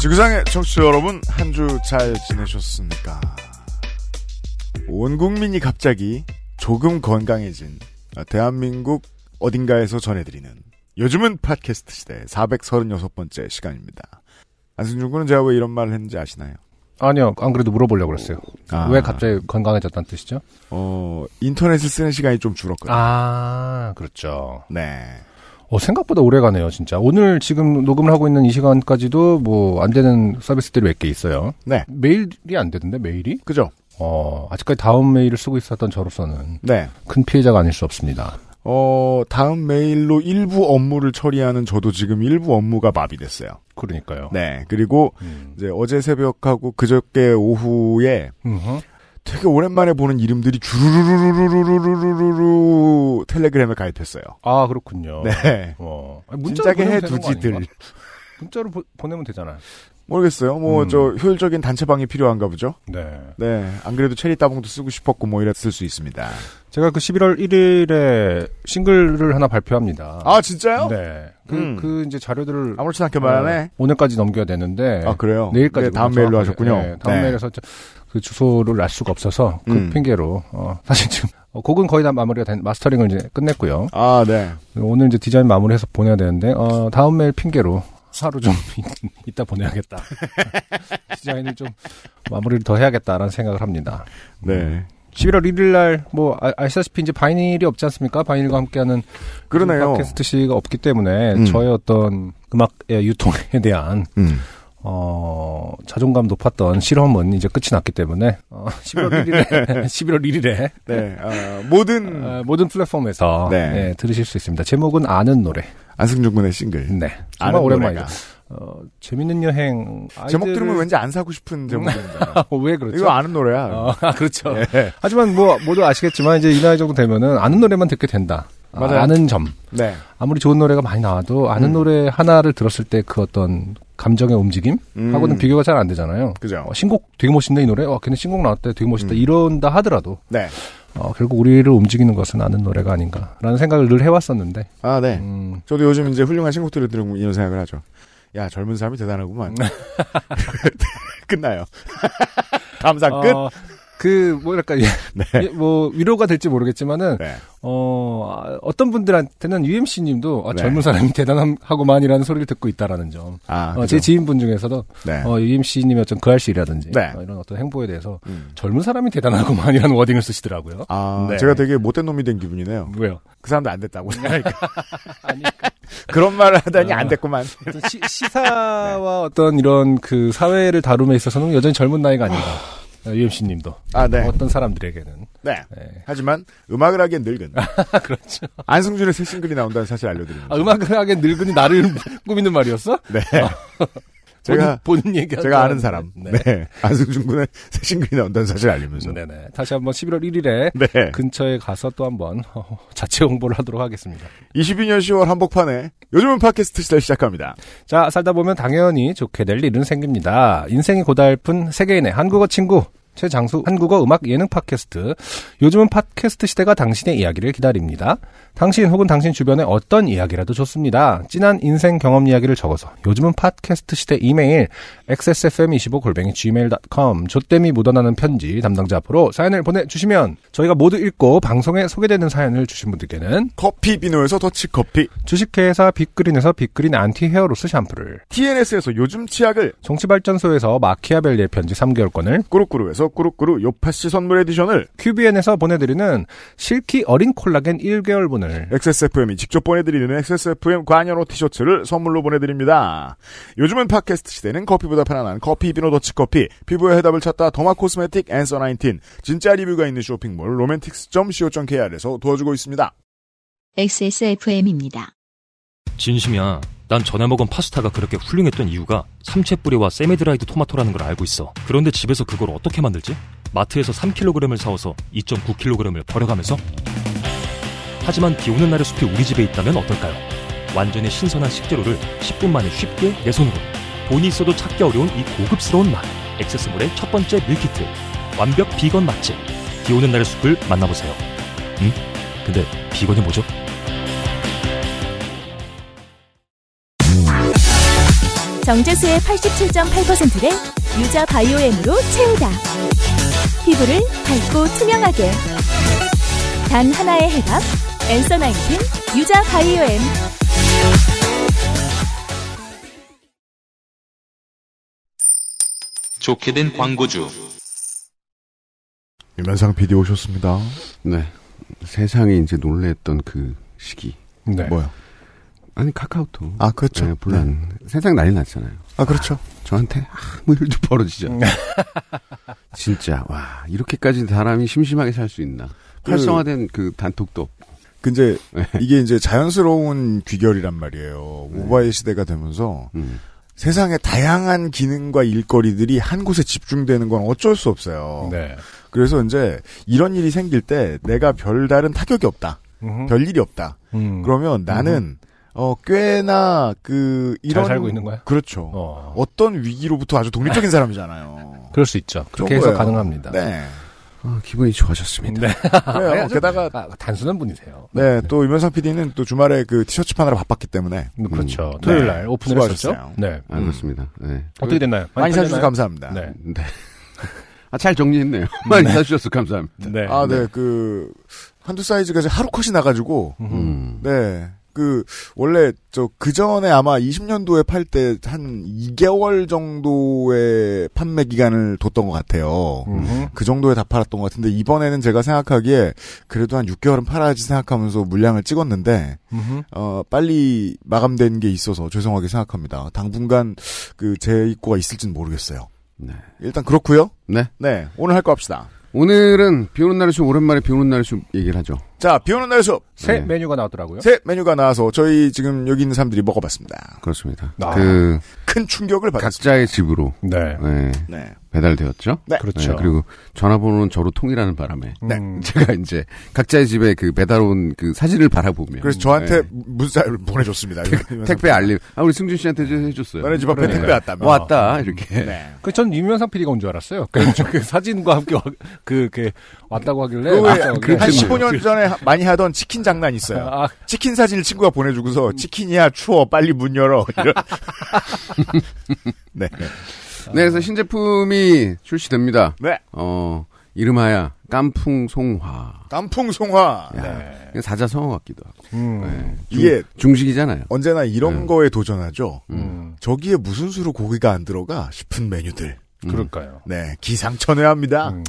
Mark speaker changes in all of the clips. Speaker 1: 지구상의 청취자 여러분, 한 주 잘 지내셨습니까? 온 국민이 갑자기 조금 건강해진 대한민국 어딘가에서 전해드리는 요즘은 팟캐스트 시대 436번째 시간입니다. 안승준 군은 제가 왜 이런 말을 했는지 아시나요?
Speaker 2: 아니요, 안 그래도 물어보려고 그랬어요.
Speaker 1: 아,
Speaker 2: 왜 갑자기 건강해졌다는 뜻이죠?
Speaker 1: 어, 인터넷을 쓰는 시간이 좀 줄었거든요.
Speaker 2: 아, 그렇죠.
Speaker 1: 네.
Speaker 2: 어, 생각보다 오래 가네요, 진짜. 오늘 지금 녹음을 하고 있는 이 시간까지도 뭐 안 되는 서비스들이 몇 개 있어요.
Speaker 1: 네.
Speaker 2: 메일이 안 되던데, 메일이?
Speaker 1: 그죠?
Speaker 2: 어, 아직까지 다음 메일을 쓰고 있었던 저로서는
Speaker 1: 네.
Speaker 2: 큰 피해자가 아닐 수 없습니다.
Speaker 1: 어, 다음 메일로 일부 업무를 처리하는 저도 지금 일부 업무가 마비됐어요.
Speaker 2: 그러니까요.
Speaker 1: 네. 그리고
Speaker 2: 음.
Speaker 1: 이제 어제 새벽하고 그저께 오후에
Speaker 2: 음흠.
Speaker 1: 되게 오랜만에 보는 이름들이 주르르르르르르르 텔레그램에 가입했어요.
Speaker 2: 아, 그렇군요.
Speaker 1: 네.
Speaker 2: 어, 아니, 문자로
Speaker 1: 진작에
Speaker 2: 보내면 되는 거
Speaker 1: 해두지들.
Speaker 2: 아닌가? 문자로 보, 보내면 되잖아요.
Speaker 1: 모르겠어요. 뭐,
Speaker 2: 음.
Speaker 1: 저, 효율적인 단체방이 필요한가 보죠?
Speaker 2: 네.
Speaker 1: 네. 안 그래도 체리 따봉도 쓰고 싶었고, 뭐, 이랬을 수 있습니다.
Speaker 2: 제가 그 11월 1일에 싱글을 하나 발표합니다.
Speaker 1: 아, 진짜요?
Speaker 2: 네. 그,
Speaker 1: 음.
Speaker 2: 그 이제 자료들을
Speaker 1: 아무렇지 않게 말하네.
Speaker 2: 어, 오늘까지 넘겨야 되는데
Speaker 1: 아, 그래요?
Speaker 2: 내일까지
Speaker 1: 네, 다음
Speaker 2: 보내서
Speaker 1: 메일로
Speaker 2: 정확하게-
Speaker 1: 하셨군요.
Speaker 2: 네, 다음
Speaker 1: 네.
Speaker 2: 메일에서 저- 그 주소를 알 수가 없어서 그
Speaker 1: 음.
Speaker 2: 핑계로 어, 사실 지금 어, 곡은 거의 다 마무리가 된 마스터링을 이제 끝냈고요.
Speaker 1: 아, 네.
Speaker 2: 오늘 이제 디자인 마무리해서 보내야 되는데 어, 다음 메일 핑계로 하루 좀 이따 보내야겠다. 디자인을 좀 마무리를 더 해야겠다라는 생각을 합니다. 음.
Speaker 1: 네.
Speaker 2: 11월 1일 날뭐 아, 아시다시피 이제 바이닐이 없지 않습니까? 바이닐과 함께하는
Speaker 1: 그러네요.
Speaker 2: 팟캐스트 시가 없기 때문에
Speaker 1: 음.
Speaker 2: 저의 어떤 음악의 유통에 대한
Speaker 1: 음.
Speaker 2: 어, 자존감 높았던 실험은 이제 끝이 났기 때문에 어, 11월 1일에 11월 1일에 어,
Speaker 1: 네. 아, 모든
Speaker 2: 모든 플랫폼에서
Speaker 1: 네.
Speaker 2: 예, 들으실 수 있습니다. 제목은 아는 노래.
Speaker 1: 안승준 군의 싱글.
Speaker 2: 네. 정말
Speaker 1: 아는
Speaker 2: 오랜만이다.
Speaker 1: 노래가.
Speaker 2: 어, 재밌는 여행
Speaker 1: 제목 들으면
Speaker 2: 아이들을-
Speaker 1: 왠지 안 사고 싶은 제목입니다.
Speaker 2: 왜 그렇죠?
Speaker 1: 이거 아는 노래야.
Speaker 2: 어, 아, 그렇죠.
Speaker 1: 네.
Speaker 2: 하지만 뭐 모두 아시겠지만 이제 이 나이 정도 되면은 아는 노래만 듣게 된다. 아,
Speaker 1: 맞아요.
Speaker 2: 아는 점.
Speaker 1: 네.
Speaker 2: 아무리 좋은 노래가 많이 나와도 아는
Speaker 1: 음.
Speaker 2: 노래 하나를 들었을 때 그 어떤 감정의 움직임
Speaker 1: 음.
Speaker 2: 하고는 비교가 잘 안 되잖아요.
Speaker 1: 그죠.
Speaker 2: 어, 신곡 되게 멋있네 이 노래. 와 걔네 신곡 나왔다 되게 멋있다
Speaker 1: 음.
Speaker 2: 이런다 하더라도
Speaker 1: 네.
Speaker 2: 어, 결국 우리를 움직이는 것은 아는 노래가 아닌가라는 생각을 늘 해왔었는데.
Speaker 1: 아, 네.
Speaker 2: 음,
Speaker 1: 저도 요즘 이제 훌륭한 신곡들을 들으면 이런 생각을 하죠. 야, 젊은 사람이 대단하구만.
Speaker 2: 네.
Speaker 1: 끝나요. 다음 상 끝.
Speaker 2: 어, 그, 뭐랄까, 예,
Speaker 1: 네.
Speaker 2: 예, 뭐, 위로가 될지 모르겠지만은,
Speaker 1: 네.
Speaker 2: 어, 아, 어떤 분들한테는 UMC 님도, 아,
Speaker 1: 네.
Speaker 2: 젊은 사람이 대단하고만이라는 소리를 듣고 있다라는 점.
Speaker 1: 아,
Speaker 2: 어,
Speaker 1: 그죠.
Speaker 2: 제 지인분 중에서도,
Speaker 1: 네.
Speaker 2: 어, UMC 님의 어떤 그할실이라든지,
Speaker 1: 네.
Speaker 2: 어, 이런 어떤 행보에 대해서,
Speaker 1: 음.
Speaker 2: 젊은 사람이 대단하고만이라는 워딩을 쓰시더라고요.
Speaker 1: 아,
Speaker 2: 네.
Speaker 1: 제가 되게 못된 놈이 된 기분이네요.
Speaker 2: 왜요?
Speaker 1: 그 사람도 안 됐다고 생각하니까.
Speaker 2: 아니,
Speaker 1: 그런 말을 하다니
Speaker 2: 어.
Speaker 1: 안 됐구만.
Speaker 2: 어떤 시, 사와 어떤 이런 그 사회를 다룸에 있어서는 여전히 젊은 나이가 아닌가. UMC 님도.
Speaker 1: 아, 네.
Speaker 2: 어떤 사람들에게는.
Speaker 1: 네.
Speaker 2: 네.
Speaker 1: 하지만 음악을 하기엔 늙은.
Speaker 2: 그렇죠.
Speaker 1: 안승준의 새 싱글이 나온다는 사실 알려드립니다.
Speaker 2: 아, 음악을 하기엔 늙은이 나를 꾸미는 말이었어?
Speaker 1: 네. 제가,
Speaker 2: 본인, 아. 본인 얘기
Speaker 1: 제가 아는 사람.
Speaker 2: 네.
Speaker 1: 네. 안승준 군의 새 싱글이 나온다는 사실 알리면서. 네.
Speaker 2: 네네. 다시 한번 11월 1일에 근처에 가서 또 한번 어, 자체 홍보를 하도록 하겠습니다.
Speaker 1: 22년 10월 한복판에 요즘은 팟캐스트 시대 시작합니다.
Speaker 2: 자, 살다 보면 당연히 좋게 될 일은 생깁니다. 인생이 고달픈 세계인의 한국어 친구. 최장수 한국어 음악 예능 팟캐스트. 요즘은 팟캐스트 시대가 당신의 이야기를 기다립니다. 당신 혹은 당신 주변의 어떤 이야기라도 좋습니다. 진한 인생 경험 이야기를 적어서 요즘은 팟캐스트 시대 이메일 xsfm25골뱅이 gmail.com 조땜이 묻어나는 편지 담당자 앞으로 사연을 보내주시면 저희가 모두 읽고 방송에 소개되는 사연을 주신 분들께는
Speaker 1: 커피 비노에서 더치커피.
Speaker 2: 주식회사 빅그린에서 빅그린 안티 헤어로스 샴푸를
Speaker 1: TNS에서 요즘 치약을
Speaker 2: 정치발전소에서 마키아벨리의 편지 3개월권을
Speaker 1: 꾸루꾸루에서 꾸루꾸루 요파시 선물 에디션을
Speaker 2: QBN에서 보내드리는 실키 어린 콜라겐 1개월분을
Speaker 1: XSFM이 직접 보내드리는 XSFM 관여로 티셔츠를 선물로 보내드립니다. 요즘은 팟캐스트 시대는 커피보다 편안한 커피 비노 더치커피 피부의 해답을 찾다 더마 코스메틱 앤서 19 진짜 리뷰가 있는 쇼핑몰 로맨틱스.co.kr에서 도와주고 있습니다.
Speaker 3: XSFM입니다.
Speaker 4: 진심이야. 난 전에 먹은 파스타가 그렇게 훌륭했던 이유가 삼채 뿌리와 세미드라이드 토마토라는 걸 알고 있어. 그런데 집에서 그걸 어떻게 만들지? 마트에서 3kg을 사와서 2.9kg을 버려가면서? 하지만 비 오는 날의 숲이 우리 집에 있다면 어떨까요? 완전히 신선한 식재료를 10분 만에 쉽게 내 손으로. 돈이 있어도 찾기 어려운 이 고급스러운 맛. 액세스몰의 첫 번째 밀키트. 완벽 비건 맛집. 비 오는 날의 숲을 만나보세요. 음? 근데 비건이 뭐죠?
Speaker 5: 정제수의 87.8%를 유자 바이오엠으로 채우다. 피부를 밝고 투명하게. 단 하나의 해답. 엔서 나인틴 유자 바이오엠.
Speaker 6: 좋게 된 광고주.
Speaker 1: 유면상 PD 오셨습니다.
Speaker 7: 네. 세상이 이제 놀랬던 그 시기.
Speaker 2: 네.
Speaker 1: 뭐요?
Speaker 7: 아니 카카오톡.
Speaker 1: 아 그렇죠.
Speaker 7: 네, 물론 세상 난리 났잖아요.
Speaker 1: 아 그렇죠.
Speaker 7: 저한테 아무 일도 벌어지죠. 진짜 와 이렇게까지 사람이 심심하게 살 수 있나?
Speaker 1: 그-
Speaker 7: 활성화된 그 단톡도 없고.
Speaker 1: 근데 그 이게 이제 자연스러운 귀결이란 말이에요. 모바일 시대가 되면서
Speaker 7: 음.
Speaker 1: 세상의 다양한 기능과 일거리들이 한 곳에 집중되는 건 어쩔 수 없어요.
Speaker 2: 네.
Speaker 1: 그래서 이제 이런 일이 생길 때 내가 별다른 타격이 없다.
Speaker 2: 음흠.
Speaker 1: 별 일이 없다.
Speaker 2: 음.
Speaker 1: 그러면 나는 어 꽤나 그 이런
Speaker 2: 잘 살고 있는 거야?
Speaker 1: 그렇죠.
Speaker 2: 어.
Speaker 1: 어. 떤 위기로부터 아주 독립적인 사람이잖아요.
Speaker 2: 그럴 수 있죠. 그렇게
Speaker 1: 좋은
Speaker 2: 해서
Speaker 1: 거예요.
Speaker 2: 가능합니다.
Speaker 1: 네.
Speaker 7: 아, 기분이 좋아졌습니다.
Speaker 2: 네.
Speaker 1: 그래요.
Speaker 2: 아니, 아주
Speaker 1: 게다가
Speaker 2: 아, 단순한 분이세요.
Speaker 1: 네, 또 유면상 PD는 또 주말에 그 티셔츠 파느라 바빴기 때문에
Speaker 2: 음, 그렇죠.
Speaker 1: 음.
Speaker 2: 토요일
Speaker 1: 네.
Speaker 2: 날 오픈을 했었죠.
Speaker 1: 수고하셨어요.
Speaker 2: 네.
Speaker 7: 아, 그렇습니다. 네.
Speaker 2: 어떻게 됐나요?
Speaker 1: 많이 사주셔서
Speaker 2: 팔렸나요?
Speaker 1: 감사합니다.
Speaker 2: 네.
Speaker 7: 네. 아, 잘 정리했네요. 많이 사주셔서 감사합니다.
Speaker 2: 네.
Speaker 1: 아, 네, 그 한두 사이즈가 이제 하루 컷이 나가지고
Speaker 7: 음.
Speaker 1: 네. 그, 원래, 저, 그 전에 아마 20년도에 팔 때 한 2개월 정도의 판매 기간을 뒀던 것 같아요.
Speaker 2: 음흠.
Speaker 1: 그 정도에 다 팔았던 것 같은데, 이번에는 제가 생각하기에, 그래도 한 6개월은 팔아야지 생각하면서 물량을 찍었는데,
Speaker 2: 음흠.
Speaker 1: 어, 빨리 마감된 게 있어서 죄송하게 생각합니다. 당분간, 그, 재입고가 있을진 모르겠어요.
Speaker 7: 네.
Speaker 1: 일단 그렇고요
Speaker 7: 네.
Speaker 1: 네. 오늘 할 거 합시다.
Speaker 7: 오늘은 비 오는 날의 숲, 오랜만에 비 오는 날의 숲 얘기를 하죠.
Speaker 1: 자, 비 오는 날 수업!
Speaker 2: 새
Speaker 7: 네.
Speaker 2: 메뉴가 나왔더라고요.
Speaker 1: 새 메뉴가 나와서 저희 지금 여기 있는 사람들이 먹어봤습니다.
Speaker 7: 그렇습니다.
Speaker 2: 아.
Speaker 7: 그,
Speaker 1: 큰 충격을 받았습니다.
Speaker 7: 각자의 집으로,
Speaker 2: 네.
Speaker 7: 네,
Speaker 1: 네.
Speaker 7: 배달되었죠.
Speaker 1: 네.
Speaker 2: 그렇죠.
Speaker 7: 네, 그리고 전화번호는 저로 통일하는 바람에
Speaker 2: 음.
Speaker 7: 제가 이제 각자의 집에 그 배달 온 그 사진을 바라보며
Speaker 1: 그래서 저한테
Speaker 7: 네.
Speaker 1: 문자를 보내줬습니다.
Speaker 7: 택배 알림 아 우리 승준 씨한테 저 해줬어요.
Speaker 1: 너네 집 앞에
Speaker 7: 그러니까.
Speaker 1: 택배 왔다며.
Speaker 7: 왔다 이렇게
Speaker 1: 네.
Speaker 2: 그, 전 유명상 PD가 온 줄 알았어요. 그, 그 사진과 함께, 와- 그, 그, 왔다고 하길래. 아,
Speaker 1: 그거에
Speaker 2: 왔다고 하길래.
Speaker 1: 한
Speaker 7: 그렇지.
Speaker 1: 15년 전에 하- 많이 하던 치킨 장난 있어요.
Speaker 2: 아,
Speaker 1: 치킨 사진을 친구가 보내주고서 치킨이야 추워 빨리 문 열어. 이런. 네.
Speaker 7: 네 그래서 신제품이 출시됩니다.
Speaker 1: 네.
Speaker 7: 어 이름하여 깐풍송화
Speaker 1: 단풍송화. 네.
Speaker 7: 야, 이게 사자성어 같기도 하고
Speaker 2: 음.
Speaker 7: 중-
Speaker 1: 이게
Speaker 7: 중식이잖아요.
Speaker 1: 언제나 이런
Speaker 7: 네.
Speaker 1: 거에 도전하죠.
Speaker 2: 음.
Speaker 1: 저기에 무슨 수로 고기가 안 들어가 싶은 메뉴들.
Speaker 2: 그럴까요.
Speaker 1: 네. 기상천외합니다.
Speaker 2: 음.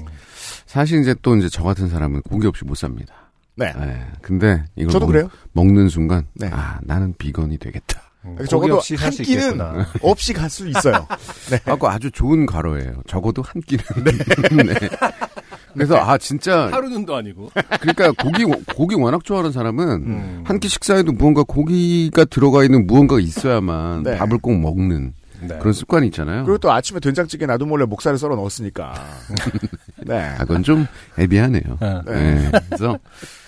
Speaker 7: 사실 이제 또 이제 저 같은 사람은 고기 없이 못 삽니다.
Speaker 1: 네.
Speaker 7: 네. 근데 이걸
Speaker 1: 저도
Speaker 7: 먹,
Speaker 1: 그래요.
Speaker 7: 먹는 순간
Speaker 1: 네.
Speaker 7: 아 나는 비건이 되겠다.
Speaker 2: 음.
Speaker 1: 적어도
Speaker 2: 고기 없이 살
Speaker 1: 한
Speaker 2: 수
Speaker 1: 끼는
Speaker 2: 있겠구나.
Speaker 1: 없이 갈 수 있어요. 네.
Speaker 7: 하고 아주 좋은 과로예요. 적어도 한 끼는. 네. 그래서 아 진짜
Speaker 2: 하루는도 아니고.
Speaker 7: 그러니까 고기 고기 워낙 좋아하는 사람은
Speaker 2: 음.
Speaker 7: 한 끼 식사에도 무언가 고기가 들어가 있는 무언가가 있어야만
Speaker 1: 네.
Speaker 7: 밥을 꼭 먹는
Speaker 2: 네.
Speaker 7: 그런 습관이 있잖아요.
Speaker 1: 그리고 또 아침에 된장찌개 나도 몰래 목살을 썰어 넣었으니까. 네.
Speaker 7: 아, 그건 좀 애비하네요.
Speaker 2: 네.
Speaker 7: 네. 그래서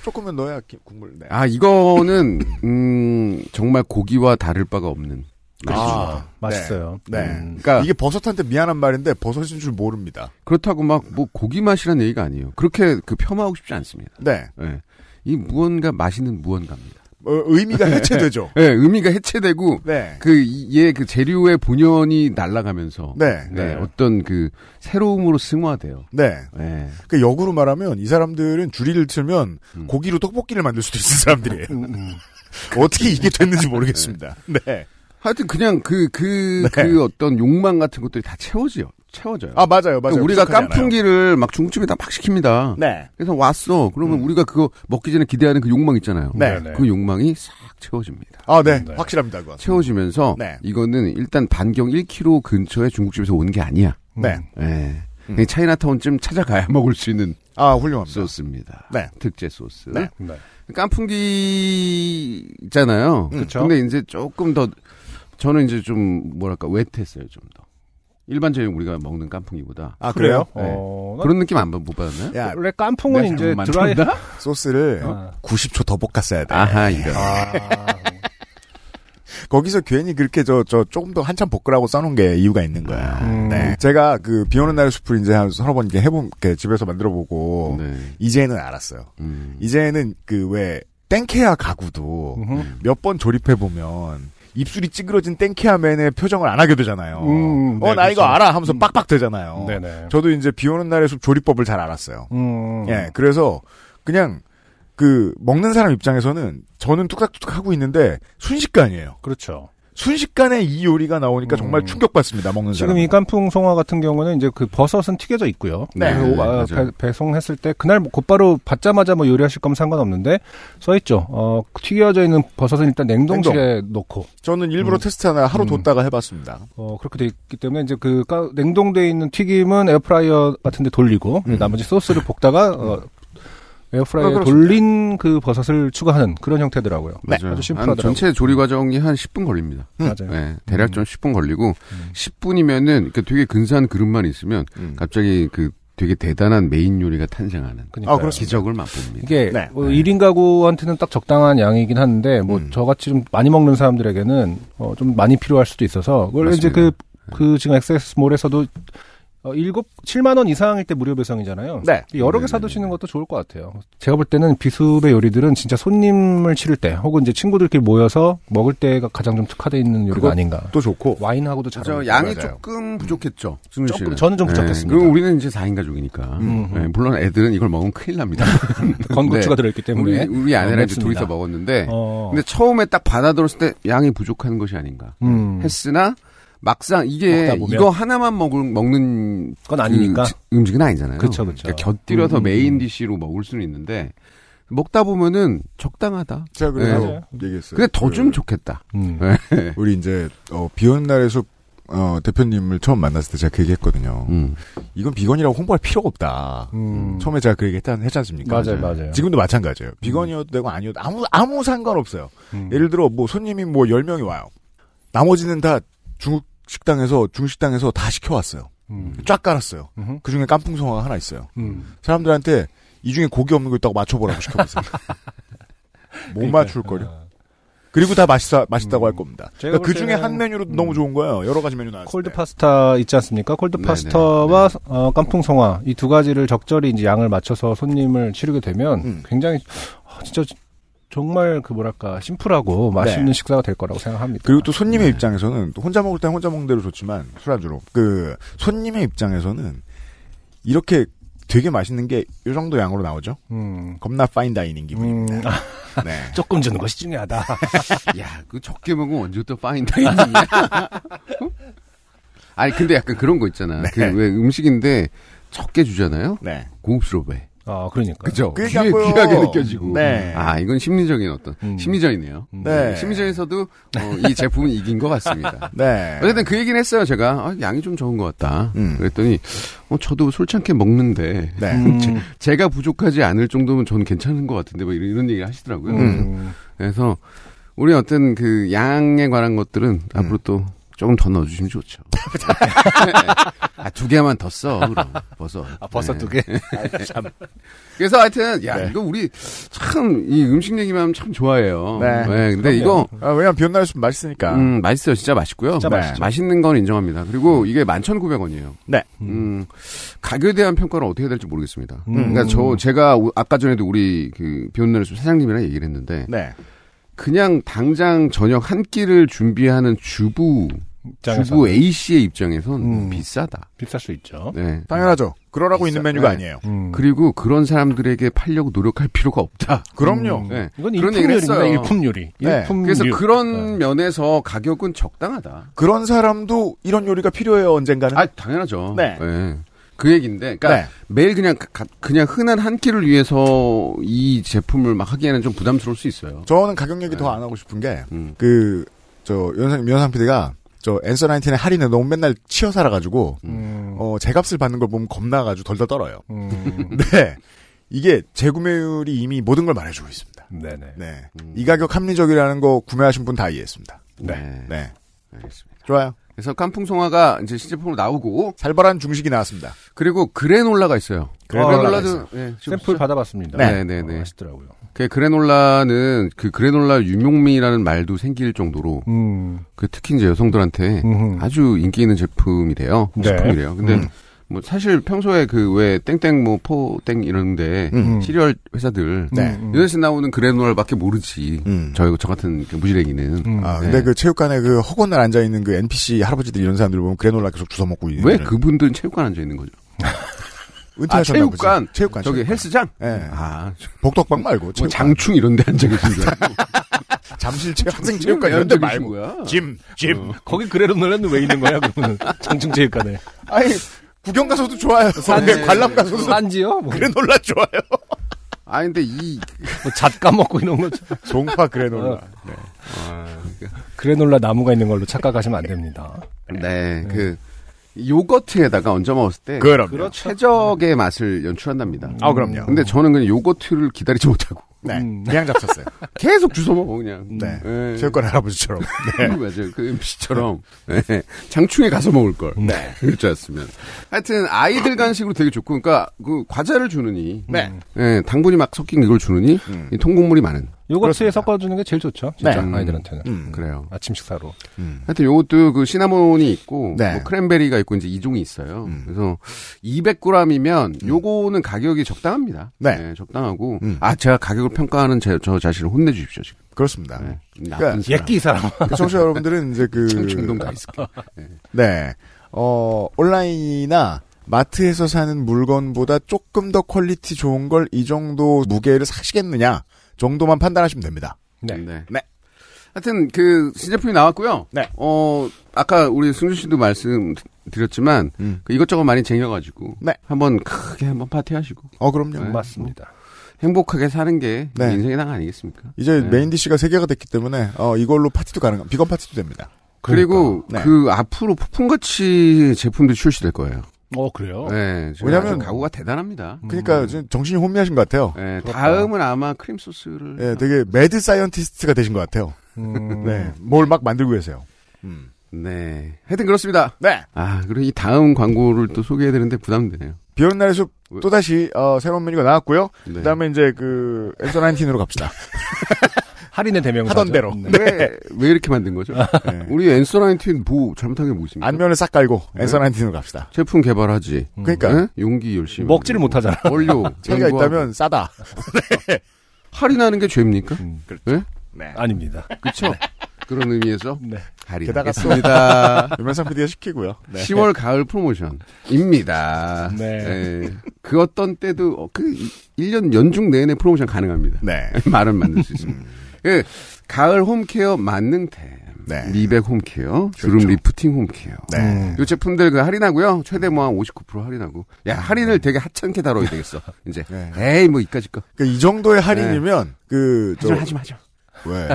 Speaker 1: 조금은 넣어야 기- 국물. 네.
Speaker 7: 아 이거는 음, 정말 고기와 다를 바가 없는 맛이죠.
Speaker 1: 아,
Speaker 2: 맛있어요.
Speaker 1: 네.
Speaker 2: 음.
Speaker 7: 그러니까
Speaker 1: 이게 버섯한테 미안한 말인데 버섯인 줄 모릅니다.
Speaker 7: 그렇다고 막 뭐 고기 맛이라는 얘기가 아니에요. 그렇게 그 폄하하고 싶지 않습니다.
Speaker 1: 네.
Speaker 7: 네. 이 무언가 맛있는 무언가입니다.
Speaker 1: 어, 의미가 해체되죠.
Speaker 7: 네, 의미가 해체되고
Speaker 1: 네.
Speaker 7: 그 얘 그 재료의 본연이 날아가면서
Speaker 1: 네.
Speaker 2: 네.
Speaker 7: 네, 어떤 그 새로움으로 승화돼요.
Speaker 1: 네.
Speaker 7: 네.
Speaker 1: 그 역으로 말하면 이 사람들은 줄이를 틀면
Speaker 7: 음.
Speaker 1: 고기로 떡볶이를 만들 수도 있는 사람들이에요. 어떻게 이게 됐는지 모르겠습니다. 네.
Speaker 7: 하여튼 그냥 그 그 그 어떤 욕망 같은 것들이 다 채워져요. 채워져요.
Speaker 1: 아, 맞아요. 맞아요.
Speaker 7: 그러니까 우리가
Speaker 1: 부족하지 않아요.
Speaker 7: 깐풍기를 막 중국집에다 막 시킵니다.
Speaker 1: 네. 음.
Speaker 7: 그래서 왔어. 그러면 우리가 그거 먹기 전에 기대하는 그 욕망 있잖아요.
Speaker 1: 네.
Speaker 2: 네.
Speaker 7: 그 욕망이 싹 채워집니다.
Speaker 1: 아, 네.
Speaker 2: 네.
Speaker 1: 확실합니다. 그건.
Speaker 7: 채워지면서
Speaker 1: 네.
Speaker 7: 이거는 일단 반경 1km 근처에 중국집에서 온 게 아니야.
Speaker 1: 네.
Speaker 7: 예. 그냥 차이나타운쯤 찾아가야 먹을 수 있는
Speaker 1: 아, 훌륭합니다.
Speaker 7: 소스입니다.
Speaker 1: 네.
Speaker 7: 특제 소스.
Speaker 1: 네.
Speaker 2: 네.
Speaker 7: 깐풍기 있잖아요.
Speaker 2: 음. 그쵸.
Speaker 7: 근데 이제 조금 더 저는 이제 좀 뭐랄까 웻했어요 좀 더. 일반적인 우리가 먹는 깐풍이보다
Speaker 1: 아 그래요?
Speaker 7: 네.
Speaker 2: 어, 나
Speaker 7: 그런 느낌 안 받- 못 받았나요?
Speaker 1: 야
Speaker 2: 원래 깐풍은
Speaker 7: 내가
Speaker 2: 이제
Speaker 7: 잘못
Speaker 2: 드라이
Speaker 7: 만들었나?
Speaker 1: 소스를
Speaker 2: 아.
Speaker 1: 90초 더 볶았어야 돼.
Speaker 7: 아하 이런.
Speaker 1: 거기서 괜히 그렇게 저, 저, 조금 더 한참 볶으라고 써놓은 게 이유가 있는 거야.
Speaker 2: 음.
Speaker 1: 네. 제가 그, 비 오는 날 숲을 이제 한 서너 번 이렇게 해본, 이렇게 집에서 만들어 보고,
Speaker 7: 네.
Speaker 1: 이제는 알았어요.
Speaker 7: 음.
Speaker 1: 이제는 그, 왜, 땡케야 가구도
Speaker 2: 음.
Speaker 1: 몇 번 조립해보면, 입술이 찌그러진 땡케아맨의 표정을 안 하게 되잖아요.
Speaker 2: 음, 네,
Speaker 1: 어, 나
Speaker 2: 그렇죠.
Speaker 1: 이거 알아! 하면서 빡빡 되잖아요.
Speaker 2: 네네.
Speaker 1: 저도 이제 비 오는 날의 숲 조리법을 잘 알았어요.
Speaker 2: 어. 음.
Speaker 1: 예, 그래서 그냥 그 먹는 사람 입장에서는 저는 뚝딱뚝딱 하고 있는데 순식간이에요.
Speaker 2: 그렇죠.
Speaker 1: 순식간에 이 요리가 나오니까
Speaker 2: 음.
Speaker 1: 정말 충격받습니다. 먹는
Speaker 2: 지금 이
Speaker 1: 사람.
Speaker 2: 깐풍 송화 같은 경우는 이제 그 버섯은 튀겨져 있고요.
Speaker 7: 네.
Speaker 2: 그리고, 아,
Speaker 7: 맞아요.
Speaker 2: 배, 배송했을 때 그날 뭐 곧바로 받자마자 뭐 요리하실 거면 상관없는데 써 있죠. 어, 튀겨져 있는 버섯은 일단 냉동실에 넣고
Speaker 1: 저는 일부러
Speaker 2: 음.
Speaker 1: 테스트 하나 하루
Speaker 2: 음.
Speaker 1: 뒀다가 해봤습니다.
Speaker 2: 어, 그렇게 돼 있기 때문에 이제 그 까- 냉동돼 있는 튀김은 에어프라이어 같은 데 돌리고 그
Speaker 1: 음.
Speaker 2: 나머지 소스를 볶다가 어, 에어프라이어에
Speaker 1: 아, 그렇습니다. 음.
Speaker 2: 돌린 그 버섯을 추가하는 그런 형태더라고요.
Speaker 7: 맞아요.
Speaker 2: 네, 아주
Speaker 7: 한
Speaker 2: 심플하더라고요.
Speaker 7: 전체 조리 과정이 한 10분 걸립니다.
Speaker 2: 맞아요.
Speaker 7: 네,
Speaker 2: 음.
Speaker 7: 대략 좀 10분 걸리고 10분이면은 그 되게 근사한 그릇만 있으면
Speaker 1: 음.
Speaker 7: 갑자기 그 되게 대단한 메인 요리가 탄생하는
Speaker 2: 그러니까요.
Speaker 1: 아, 그렇습니다.
Speaker 7: 기적을 맛봅니다.
Speaker 2: 이게
Speaker 1: 네.
Speaker 2: 뭐 1인 가구한테는 딱 적당한 양이긴 한데 뭐
Speaker 1: 음.
Speaker 2: 저같이 좀 많이 먹는 사람들에게는 어, 좀 많이 필요할 수도 있어서 원래 이제 그,
Speaker 7: 맞습니다. 네.
Speaker 2: 그 지금 액세스몰에서도 어, 일곱 7만 원 이상일 때 무료 배송이잖아요.
Speaker 1: 네.
Speaker 2: 여러 개
Speaker 7: 네네네.
Speaker 2: 사두시는 것도 좋을 것 같아요. 제가 볼 때는 비숲의 요리들은 진짜 손님을 치를 때 혹은 이제 친구들끼리 모여서 먹을 때가 가장 좀 특화돼 있는 요리가
Speaker 1: 그거
Speaker 2: 아닌가.
Speaker 1: 또 좋고
Speaker 2: 와인하고도 잘
Speaker 7: 저
Speaker 2: 어울려요. 음.
Speaker 7: 양이
Speaker 1: 맞아요.
Speaker 7: 조금 부족했죠. 승윤
Speaker 2: 조금,
Speaker 7: 씨는. 네.
Speaker 2: 저는 좀 부족했습니다.
Speaker 7: 그럼 우리는 이제 4인 가족이니까.
Speaker 2: 음.
Speaker 7: 네, 물론 애들은 이걸 먹으면 큰일 납니다.
Speaker 2: 건고추가 들어있기
Speaker 7: 네. 우리
Speaker 2: 때문에.
Speaker 7: 우리 아내랑 이제
Speaker 2: 어,
Speaker 7: 둘이서
Speaker 2: 맵습니다.
Speaker 7: 먹었는데
Speaker 2: 어.
Speaker 7: 근데 처음에 딱 받아들었을 때 양이 부족한 것이 아닌가
Speaker 2: 음.
Speaker 7: 했으나 막상
Speaker 2: 먹다
Speaker 7: 이게
Speaker 2: 보면.
Speaker 7: 이거 하나만 먹은, 먹는
Speaker 2: 그건 아니니까.
Speaker 7: 그 지- 음식은 아니잖아요.
Speaker 2: 그쵸, 그쵸.
Speaker 7: 그러니까 곁들여서
Speaker 2: 음.
Speaker 7: 메인 디쉬로 먹을 수는 있는데 먹다 보면은 적당하다.
Speaker 1: 제가 그래서
Speaker 7: 네.
Speaker 2: 맞아요.
Speaker 1: 얘기했어요.
Speaker 7: 근데 더 좀
Speaker 1: 그,
Speaker 7: 좋겠다.
Speaker 2: 음.
Speaker 1: 우리 이제 어, 비 오는 날의 숲 어, 대표님을 처음 만났을 때 제가 그 얘기했거든요.
Speaker 7: 음.
Speaker 1: 이건 비건이라고 홍보할 필요가 없다.
Speaker 2: 음.
Speaker 1: 처음에 제가 그 얘기했지 않습니까? 네.
Speaker 2: 맞아요, 맞아요.
Speaker 1: 지금도 마찬가지예요. 비건이어도 되고 아니어도 아무 아무 상관없어요.
Speaker 2: 음.
Speaker 1: 예를 들어 뭐 손님이 뭐 10명이 와요. 나머지는 다 중국 식당에서 중식당에서 다 시켜 왔어요.
Speaker 2: 음.
Speaker 1: 쫙 깔았어요.
Speaker 2: 음흠.
Speaker 1: 그중에 깐풍송화가 하나 있어요.
Speaker 2: 음.
Speaker 1: 사람들한테 이 중에 고기 없는 거 있다고 맞춰 보라고 시켜 보세요. 못 맞출 거려.
Speaker 2: 아,
Speaker 1: 그리고 다 맛있다 맛있다고 할 겁니다.
Speaker 2: 음. 제가
Speaker 1: 그
Speaker 2: 볼
Speaker 1: 중에
Speaker 2: 때는-
Speaker 1: 한 메뉴로 도 너무 좋은 거예요. 여러 가지 메뉴 나왔어요.
Speaker 2: 콜드 파스타 있지 않습니까? 콜드
Speaker 7: 네. 네네,
Speaker 2: 파스타와 어, 깐풍 송화 이 두 가지를 적절히 이제 양을 맞춰서 손님을 치르게 되면
Speaker 1: 음.
Speaker 2: 굉장히 아, 진짜 정말 그 뭐랄까
Speaker 7: 네.
Speaker 2: 심플하고 맛있는 식사가 될 거라고 생각합니다.
Speaker 1: 그리고 또 손님의 입장에서는 또 혼자 먹을 땐 혼자 먹는 대로 좋지만 술안주로 그 손님의 입장에서는 이렇게 되게 맛있는 게 이 정도 양으로 나오죠.
Speaker 2: 음.
Speaker 1: 겁나 파인 다이닝
Speaker 2: 음,
Speaker 1: 기분입니다.
Speaker 2: 아,
Speaker 1: 네.
Speaker 2: 조금 주는 것이 중요하다.
Speaker 7: 야, 그 적게 먹으면 언제부터 파인다이닝이야? 아니 근데 약간 그런 거 있잖아.
Speaker 2: 네.
Speaker 7: 그 왜 음식인데 적게 주잖아요.
Speaker 1: 네.
Speaker 7: 고급스러워 해.
Speaker 2: 아, 그러니까.
Speaker 7: 그죠?
Speaker 1: 그게
Speaker 7: 귀에
Speaker 1: 자꾸요.
Speaker 7: 귀하게 느껴지고.
Speaker 1: 네.
Speaker 7: 아, 이건 심리적인 어떤
Speaker 2: 음.
Speaker 7: 심리전이네요.
Speaker 1: 네.
Speaker 7: 심리전에서도 어, 이 제품은 이긴 것 같습니다.
Speaker 1: 네.
Speaker 7: 어쨌든 그 얘기는 했어요. 제가 아, 양이 좀 적은 것 같다.
Speaker 1: 음.
Speaker 7: 그랬더니 어, 저도 솔찬게 먹는데
Speaker 1: 네.
Speaker 2: 음,
Speaker 7: 제가 부족하지 않을 정도면 저는 괜찮은 것 같은데 뭐 이런, 이런 얘기를 하시더라고요.
Speaker 2: 음.
Speaker 7: 그래서 우리 어떤 그 양에 관한 것들은 앞으로 또 조금 더 넣어주시면 좋죠. 네. 아, 두 개만 더 써. 그럼 버섯.
Speaker 2: 아, 버섯
Speaker 7: 네.
Speaker 2: 두 개.
Speaker 7: 그래서 하여튼 야
Speaker 1: 네.
Speaker 7: 이거 우리 참 이 음식 얘기만 하면 참 좋아해요.
Speaker 1: 네.
Speaker 7: 근데 이거
Speaker 1: 아, 왜냐면 비온 날숨 맛있으니까.
Speaker 7: 음, 맛있어요. 진짜 맛있고요.
Speaker 1: 진짜 맛있죠. 음.
Speaker 7: 는건 인정합니다. 그리고 이게 11,900원이에요.
Speaker 1: 네.
Speaker 7: 음. 가격에 대한 평가를 어떻게 해야 될지 모르겠습니다.
Speaker 2: 음.
Speaker 7: 그러니까 저 제가 오- 아까 전에도 우리 그 비온 날의 숲 사장님이랑 얘기를 했는데
Speaker 1: 네.
Speaker 7: 그냥 당장 저녁 한 끼를 준비하는 주부
Speaker 2: 입장에서
Speaker 7: 주부 A 씨의 입장에선
Speaker 2: 음.
Speaker 7: 비싸다.
Speaker 2: 비쌀 수 있죠.
Speaker 1: 음.
Speaker 7: 네.
Speaker 1: 당연하죠. 그러라고 있는
Speaker 7: 비싸-
Speaker 1: 메뉴가
Speaker 7: 네.
Speaker 1: 아니에요.
Speaker 2: 음.
Speaker 7: 그리고 그런 사람들에게 팔려고 노력할 필요가 없다.
Speaker 1: 그럼요.
Speaker 7: 네.
Speaker 2: 음. 이건
Speaker 7: 그런
Speaker 2: 일품
Speaker 7: 얘기를
Speaker 2: 요리입니다.
Speaker 7: 했어요.
Speaker 2: 일품 요리.
Speaker 1: 네.
Speaker 2: 일품
Speaker 7: 그래서
Speaker 2: 류.
Speaker 7: 그런 면에서 가격은 적당하다.
Speaker 1: 그런 사람도 이런 요리가 필요해요, 언젠가는.
Speaker 7: 아 당연하죠.
Speaker 1: 네.
Speaker 7: 그 얘기인데, 그러니까
Speaker 1: 네.
Speaker 7: 매일 그냥 가- 그냥 흔한 한 끼를 위해서 이 제품을 막 하기에는 좀 부담스러울 수 있어요.
Speaker 1: 저는 가격 얘기 더 안 하고 싶은 게,
Speaker 7: 네. 음.
Speaker 1: 그, 저, 연상, 연상 PD가, 저, 앤서 나인틴의 할인을 너무 맨날 치여 살아가지고,
Speaker 2: 음.
Speaker 1: 어, 제 값을 받는 걸 보면 겁나가지고 덜덜 떨어요.
Speaker 2: 음.
Speaker 1: 네. 이게 재구매율이 이미 모든 걸 말해주고 있습니다.
Speaker 2: 네네.
Speaker 7: 음.
Speaker 1: 네. 이 가격 합리적이라는 거 구매하신 분 다 이해했습니다.
Speaker 2: 네.
Speaker 1: 네.
Speaker 7: 알겠습니다.
Speaker 1: 좋아요.
Speaker 7: 그래서 깐풍송화가 이제 신제품으로 나오고
Speaker 1: 살벌한 중식이 나왔습니다.
Speaker 7: 그리고 그래놀라가 있어요.
Speaker 1: 그래놀라가 있어요.
Speaker 7: 그래놀라도 예, 지금
Speaker 2: 샘플 받아봤습니다.
Speaker 7: 네, 네, 네.
Speaker 2: 어, 맛있더라고요.
Speaker 7: 그 그래놀라는 그 그래놀라 유명미라는 말도 생길 정도로
Speaker 2: 음,
Speaker 7: 그 특히 이제 여성들한테
Speaker 2: 음흠.
Speaker 7: 아주 인기 있는 제품이 돼요.
Speaker 2: 네.
Speaker 7: 제품이래요. 근데
Speaker 1: 음.
Speaker 7: 뭐 사실 평소에 그 왜 땡땡 뭐 포땡 이런데
Speaker 1: 음.
Speaker 7: 시리얼 회사들
Speaker 1: 네.
Speaker 2: 음, 음.
Speaker 7: 유네스 나오는 그래놀라밖에 모르지.
Speaker 1: 음.
Speaker 7: 저희 저 같은 그 무지랭이는
Speaker 2: 음.
Speaker 1: 아, 근데
Speaker 7: 네.
Speaker 1: 그 체육관에 그 허건날 앉아있는 그 NPC 할아버지들 이런 사람들 보면 그래놀라 계속 주워 먹고 있는.
Speaker 7: 왜
Speaker 1: 애들은.
Speaker 7: 그분들은 체육관 앉아 있는 거죠?
Speaker 1: 은퇴하셨나
Speaker 7: 아,
Speaker 1: 보지.
Speaker 7: 체육관.
Speaker 1: 체육관.
Speaker 7: 저기
Speaker 1: 체육관.
Speaker 7: 헬스장?
Speaker 1: 예.
Speaker 7: 아,
Speaker 1: 복덕방 말고.
Speaker 7: 뭐
Speaker 1: 체육관.
Speaker 7: 장충 이런 데 앉아 계신 줄 알고.
Speaker 1: 잠실 체 학생 체육관 이런 데 말고. 어.
Speaker 7: 거야.
Speaker 1: 짐, 짐.
Speaker 2: 거기 그래놀라는 왜 있는 거야, 그거는? 장충체육관에. 네,
Speaker 1: 아니, 구경 가서도 좋아요. 네,
Speaker 7: 산지.
Speaker 1: 관람 가서도.
Speaker 2: 산지요? 뭐,
Speaker 1: 그래놀라 좋아요.
Speaker 7: 아 근데 이
Speaker 2: 뭐 잣 까먹고 이런 거.
Speaker 1: 종파 그래놀라. 네.
Speaker 2: 그래놀라 나무가 있는 걸로 착각하시면 안 됩니다.
Speaker 7: 네, 그 요거트에다가 얹어 먹었을 때
Speaker 1: 네, 그럼요.
Speaker 7: 최적의 맛을 연출한답니다.
Speaker 1: 아, 그럼요.
Speaker 7: 근데 저는 그냥 요거트를 기다리지 못하고
Speaker 1: 네.
Speaker 2: 음.
Speaker 1: 그냥 잡쳤어요.
Speaker 7: 계속 주워 먹어 그냥.
Speaker 1: 네.
Speaker 7: 예.
Speaker 1: 체육관 할아버지처럼. 네.
Speaker 7: 맞아요. 그 MC처럼 네. 장충에 가서 먹을 걸.
Speaker 2: 네.
Speaker 7: 그렇지않으면 하여튼 아이들 간식으로 되게 좋고, 그러니까 그 과자를 주느니,
Speaker 1: 네. 음.
Speaker 7: 예, 당분이 막 섞인 이걸 주느니 이 통곡물이 많은.
Speaker 2: 요거트에 섞어주는 게 제일 좋죠. 진짜
Speaker 7: 네.
Speaker 2: 아이들한테는.
Speaker 1: 음.
Speaker 7: 그래요.
Speaker 2: 아침 식사로.
Speaker 7: 하여튼 요것도 그 시나몬이 있고
Speaker 1: 네.
Speaker 7: 뭐 크랜베리가 있고 이제 이종이 있어요.
Speaker 1: 음.
Speaker 7: 그래서 200g이면 요거는 가격이 적당합니다.
Speaker 1: 네.
Speaker 7: 예, 적당하고
Speaker 1: 음.
Speaker 7: 아 제가 가격을 평가하는 제, 저 자신을 혼내주십시오 지금.
Speaker 1: 그렇습니다.
Speaker 7: 예,
Speaker 1: 그러니까
Speaker 7: 나쁜 사람.
Speaker 2: 예끼 이 사람.
Speaker 1: 그 청취자 여러분들은 이제 그
Speaker 7: 충동 가 있을게.
Speaker 1: 네. 어, 온라인이나 마트에서 사는 물건보다 조금 더 퀄리티 좋은 걸 이 정도 무게를 사시겠느냐 정도만 판단하시면 됩니다.
Speaker 2: 네.
Speaker 1: 네.
Speaker 7: 하여튼 그 신제품이 나왔고요.
Speaker 1: 네.
Speaker 7: 어 아까 우리 승준 씨도 말씀드렸지만
Speaker 1: 음.
Speaker 7: 그 이것저것 많이 쟁여가지고
Speaker 1: 네.
Speaker 7: 한번 크게 한번 파티하시고
Speaker 1: 어, 그럼요.
Speaker 2: 맞습니다.
Speaker 7: 행복하게 사는 게
Speaker 1: 네.
Speaker 7: 인생의 당 아니겠습니까?
Speaker 1: 이제
Speaker 7: 네.
Speaker 1: 메인 디쉬가 세개가 됐기 때문에 어, 이걸로 파티도 가능한 비건 파티도 됩니다.
Speaker 7: 그리고
Speaker 1: 그러니까.
Speaker 7: 그 앞으로 폭풍같이 제품들이 출시될 거예요.
Speaker 2: 어, 음, 그래요?
Speaker 7: 네,
Speaker 1: 왜냐면-
Speaker 7: 왜냐하면 각오가 대단합니다.
Speaker 1: 그러니까 지금 정신이 혼미하신 것 같아요.
Speaker 7: 네,
Speaker 2: 그렇다.
Speaker 7: 다음은 아마 크림 소스를
Speaker 1: 예, 되게 매드 사이언티스트가 되신 것 같아요.
Speaker 2: 음.
Speaker 1: 네, 뭘 막 만들고 계세요. 음.
Speaker 7: 네, 하여튼 그렇습니다.
Speaker 1: 네,
Speaker 7: 아 그리고 이 다음 광고를 또 소개해드리는데 부담되네요.
Speaker 1: 비오는 날의 숲 또다시 어, 새로운 메뉴가 나왔고요.
Speaker 7: 네.
Speaker 1: 그다음에 이제 그 엔서 나인틴으로 갑시다.
Speaker 2: 할인의 대명사.
Speaker 1: 하던 대로.
Speaker 2: 네.
Speaker 7: 왜, 왜 이렇게 만든 거죠?
Speaker 2: 아,
Speaker 1: 네.
Speaker 7: 우리 엔소나인틴 뭐 잘못한 게 뭐 있습니까?
Speaker 1: 안면을 싹 깔고
Speaker 7: 네.
Speaker 1: 엔서 나인틴으로 갑시다.
Speaker 7: 제품 개발하지.
Speaker 1: 그러니까
Speaker 7: 네? 용기 열심히.
Speaker 2: 음. 먹지를
Speaker 7: 만들고.
Speaker 2: 못하잖아.
Speaker 7: 원료.
Speaker 1: 차이가
Speaker 7: 연구하고.
Speaker 1: 있다면 싸다.
Speaker 7: 할인하는 게 죄입니까?
Speaker 2: 음.
Speaker 7: 네?
Speaker 2: 아닙니다.
Speaker 7: 그렇죠. 그런 의미에서
Speaker 2: 네.
Speaker 1: 게다가 또-
Speaker 7: 할인하겠습니다.
Speaker 1: 유명상 PD가 시키고요.
Speaker 7: 10월 가을 프로모션입니다.
Speaker 2: 네.
Speaker 7: 예. 그 어떤 때도 어, 그 1년 연중 내내 프로모션 가능합니다.
Speaker 1: 네,
Speaker 7: 말은 만들 수 있습니다. 예, 가을 홈케어 만능템,
Speaker 1: 네,
Speaker 7: 미백 홈케어, 주름
Speaker 1: 그렇죠.
Speaker 7: 리프팅 홈케어.
Speaker 1: 네.
Speaker 7: 요 제품들 그 할인하고요. 최대 뭐 한 59% 할인하고. 야, 할인을 되게 하찮게 다뤄야 되겠어. 이제.
Speaker 1: 네.
Speaker 7: 에이, 뭐 이까짓 거.
Speaker 1: 그러니까 이 정도의 할인이면 그
Speaker 7: 네. 하지마,
Speaker 1: 저
Speaker 7: 하지마, 하지마.
Speaker 1: 왜?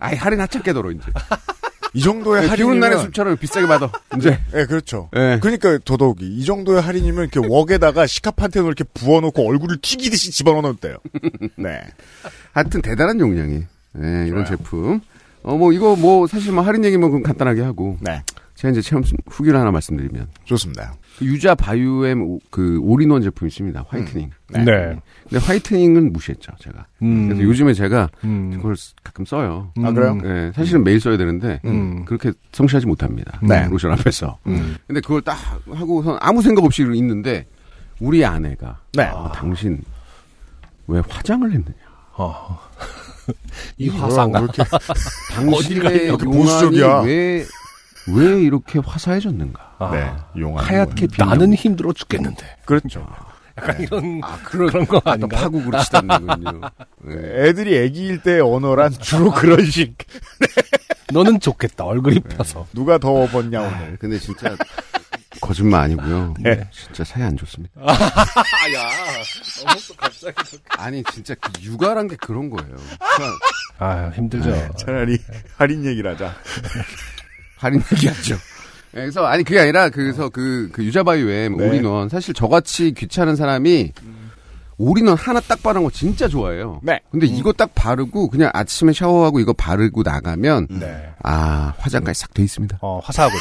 Speaker 7: 아이, 할인 하찮게 다뤄, 이제.
Speaker 1: 이 정도의
Speaker 7: 네, 비오는 날의
Speaker 1: 할인이면
Speaker 7: 숲처럼 비싸게 받아. 이제.
Speaker 1: 예, 그렇죠.
Speaker 7: 예.
Speaker 1: 그러니까 더더욱이 이 정도의 할인이면 이렇게 웍에다가 시카판테놀 이렇게 부어놓고 얼굴을 튀기듯이 집어넣었대요. 네,
Speaker 7: 하여튼 대단한 용량이. 예, 이런 제품. 어, 뭐, 이거 뭐, 사실 뭐 할인 얘기만 그럼 간단하게 하고.
Speaker 1: 네,
Speaker 7: 제가 이제 체험 수- 후기를 하나 말씀드리면.
Speaker 1: 좋습니다.
Speaker 7: 그 유자 바이오엠 오- 그 올인원 제품이 있습니다. 화이트닝.
Speaker 1: 네.
Speaker 2: 네.
Speaker 7: 근데 화이트닝은 무시했죠, 제가.
Speaker 2: 음.
Speaker 7: 그래서 요즘에 제가
Speaker 2: 음.
Speaker 7: 그걸 쓰- 가끔 써요.
Speaker 1: 아, 그래요?
Speaker 7: 예, 사실은 매일 써야 되는데
Speaker 2: 음.
Speaker 7: 그렇게 성취하지 못합니다.
Speaker 1: 네.
Speaker 7: 로션 앞에서.
Speaker 2: 음.
Speaker 7: 근데 그걸 딱 하고선 아무 생각 없이 있는데 우리 아내가
Speaker 1: 네.
Speaker 7: 아, 당신 왜 화장을 했느냐?
Speaker 2: 어. 이
Speaker 1: 뭐야,
Speaker 2: 화상가.
Speaker 1: 왜 이렇게
Speaker 7: 음. 당신의
Speaker 2: 이렇게
Speaker 7: 용안이
Speaker 1: 보수적이야?
Speaker 7: 왜, 왜 이렇게 화사해졌는가?
Speaker 2: 아. 뭐,
Speaker 1: 네, 용한
Speaker 7: 하얗게 빛나
Speaker 2: 나는 힘들어 죽겠는데.
Speaker 1: 그렇죠.
Speaker 2: 약간 이런
Speaker 7: 그런,
Speaker 2: 네. 아, 그러니까 그런 거
Speaker 7: 또
Speaker 2: 아닌가?
Speaker 7: 파국으로 치닫는군요. 네.
Speaker 1: 애들이 애기일 때 언어란 주로 그런 식.
Speaker 2: 너는 좋겠다. 얼굴이 펴서.
Speaker 1: 누가 더벗냐 오늘.
Speaker 7: 네, 근데 진짜 거짓말 아니고요.
Speaker 1: 네.
Speaker 7: 진짜 사이 안 좋습니다. 야, 아니 진짜 그 육아란 게 그런 거예요. 그러니까
Speaker 2: 아, 힘들죠.
Speaker 1: 차라리 할인 얘기를 하자.
Speaker 7: 할인 얘기하죠. 어. 예, 그래서 아니 그게 아니라 그래서 그, 그 유자바이오엠
Speaker 1: 네.
Speaker 7: 올인원 사실 저같이 귀찮은 사람이 올인원 하나 딱 바른 거 진짜 좋아해요.
Speaker 1: 네.
Speaker 7: 근데 이거 딱 바르고 그냥 아침에 샤워하고 이거 바르고 나가면
Speaker 2: 네.
Speaker 7: 아 화장까지 싹 돼 있습니다.
Speaker 2: 어, 화사하군요.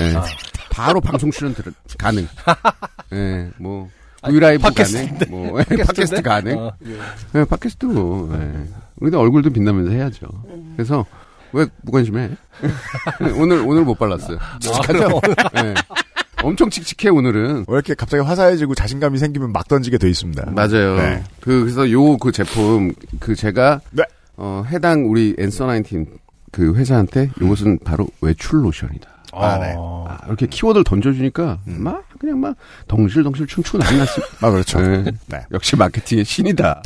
Speaker 7: 예.
Speaker 2: 아.
Speaker 7: 바로 방송 출연 들 가능. 예, 뭐 브이라이브 가능,
Speaker 2: 아, 팟캐스트인데.
Speaker 7: 뭐 예, 팟캐스트 가능.
Speaker 2: 어,
Speaker 7: 예, 팟캐스트 뭐. 예. 근데 얼굴도 빛나면서 해야죠. 그래서 왜 무관심해? 오늘 오늘 못 발랐어요.
Speaker 2: 아, 그럼
Speaker 7: 예. 엄청 칙칙해 오늘은.
Speaker 1: 왜 이렇게 갑자기 화사해지고 자신감이 생기면 막 던지게 돼 있습니다.
Speaker 7: 맞아요.
Speaker 1: 네.
Speaker 7: 그, 그래서 요 그 제품, 그 제가,
Speaker 1: 네.
Speaker 7: 어, 해당 우리 엔서나인팀 그 회사한테
Speaker 2: 음.
Speaker 7: 요것은 바로 외출 로션이다.
Speaker 1: 아, 네.
Speaker 2: 어,
Speaker 7: 아, 이렇게 키워드를 던져주니까
Speaker 1: 음.
Speaker 7: 막 그냥 막 덩실덩실 춤추고 난리났어요.
Speaker 1: 아, 그렇죠.
Speaker 7: 네.
Speaker 1: 네.
Speaker 7: 역시 마케팅의 신이다.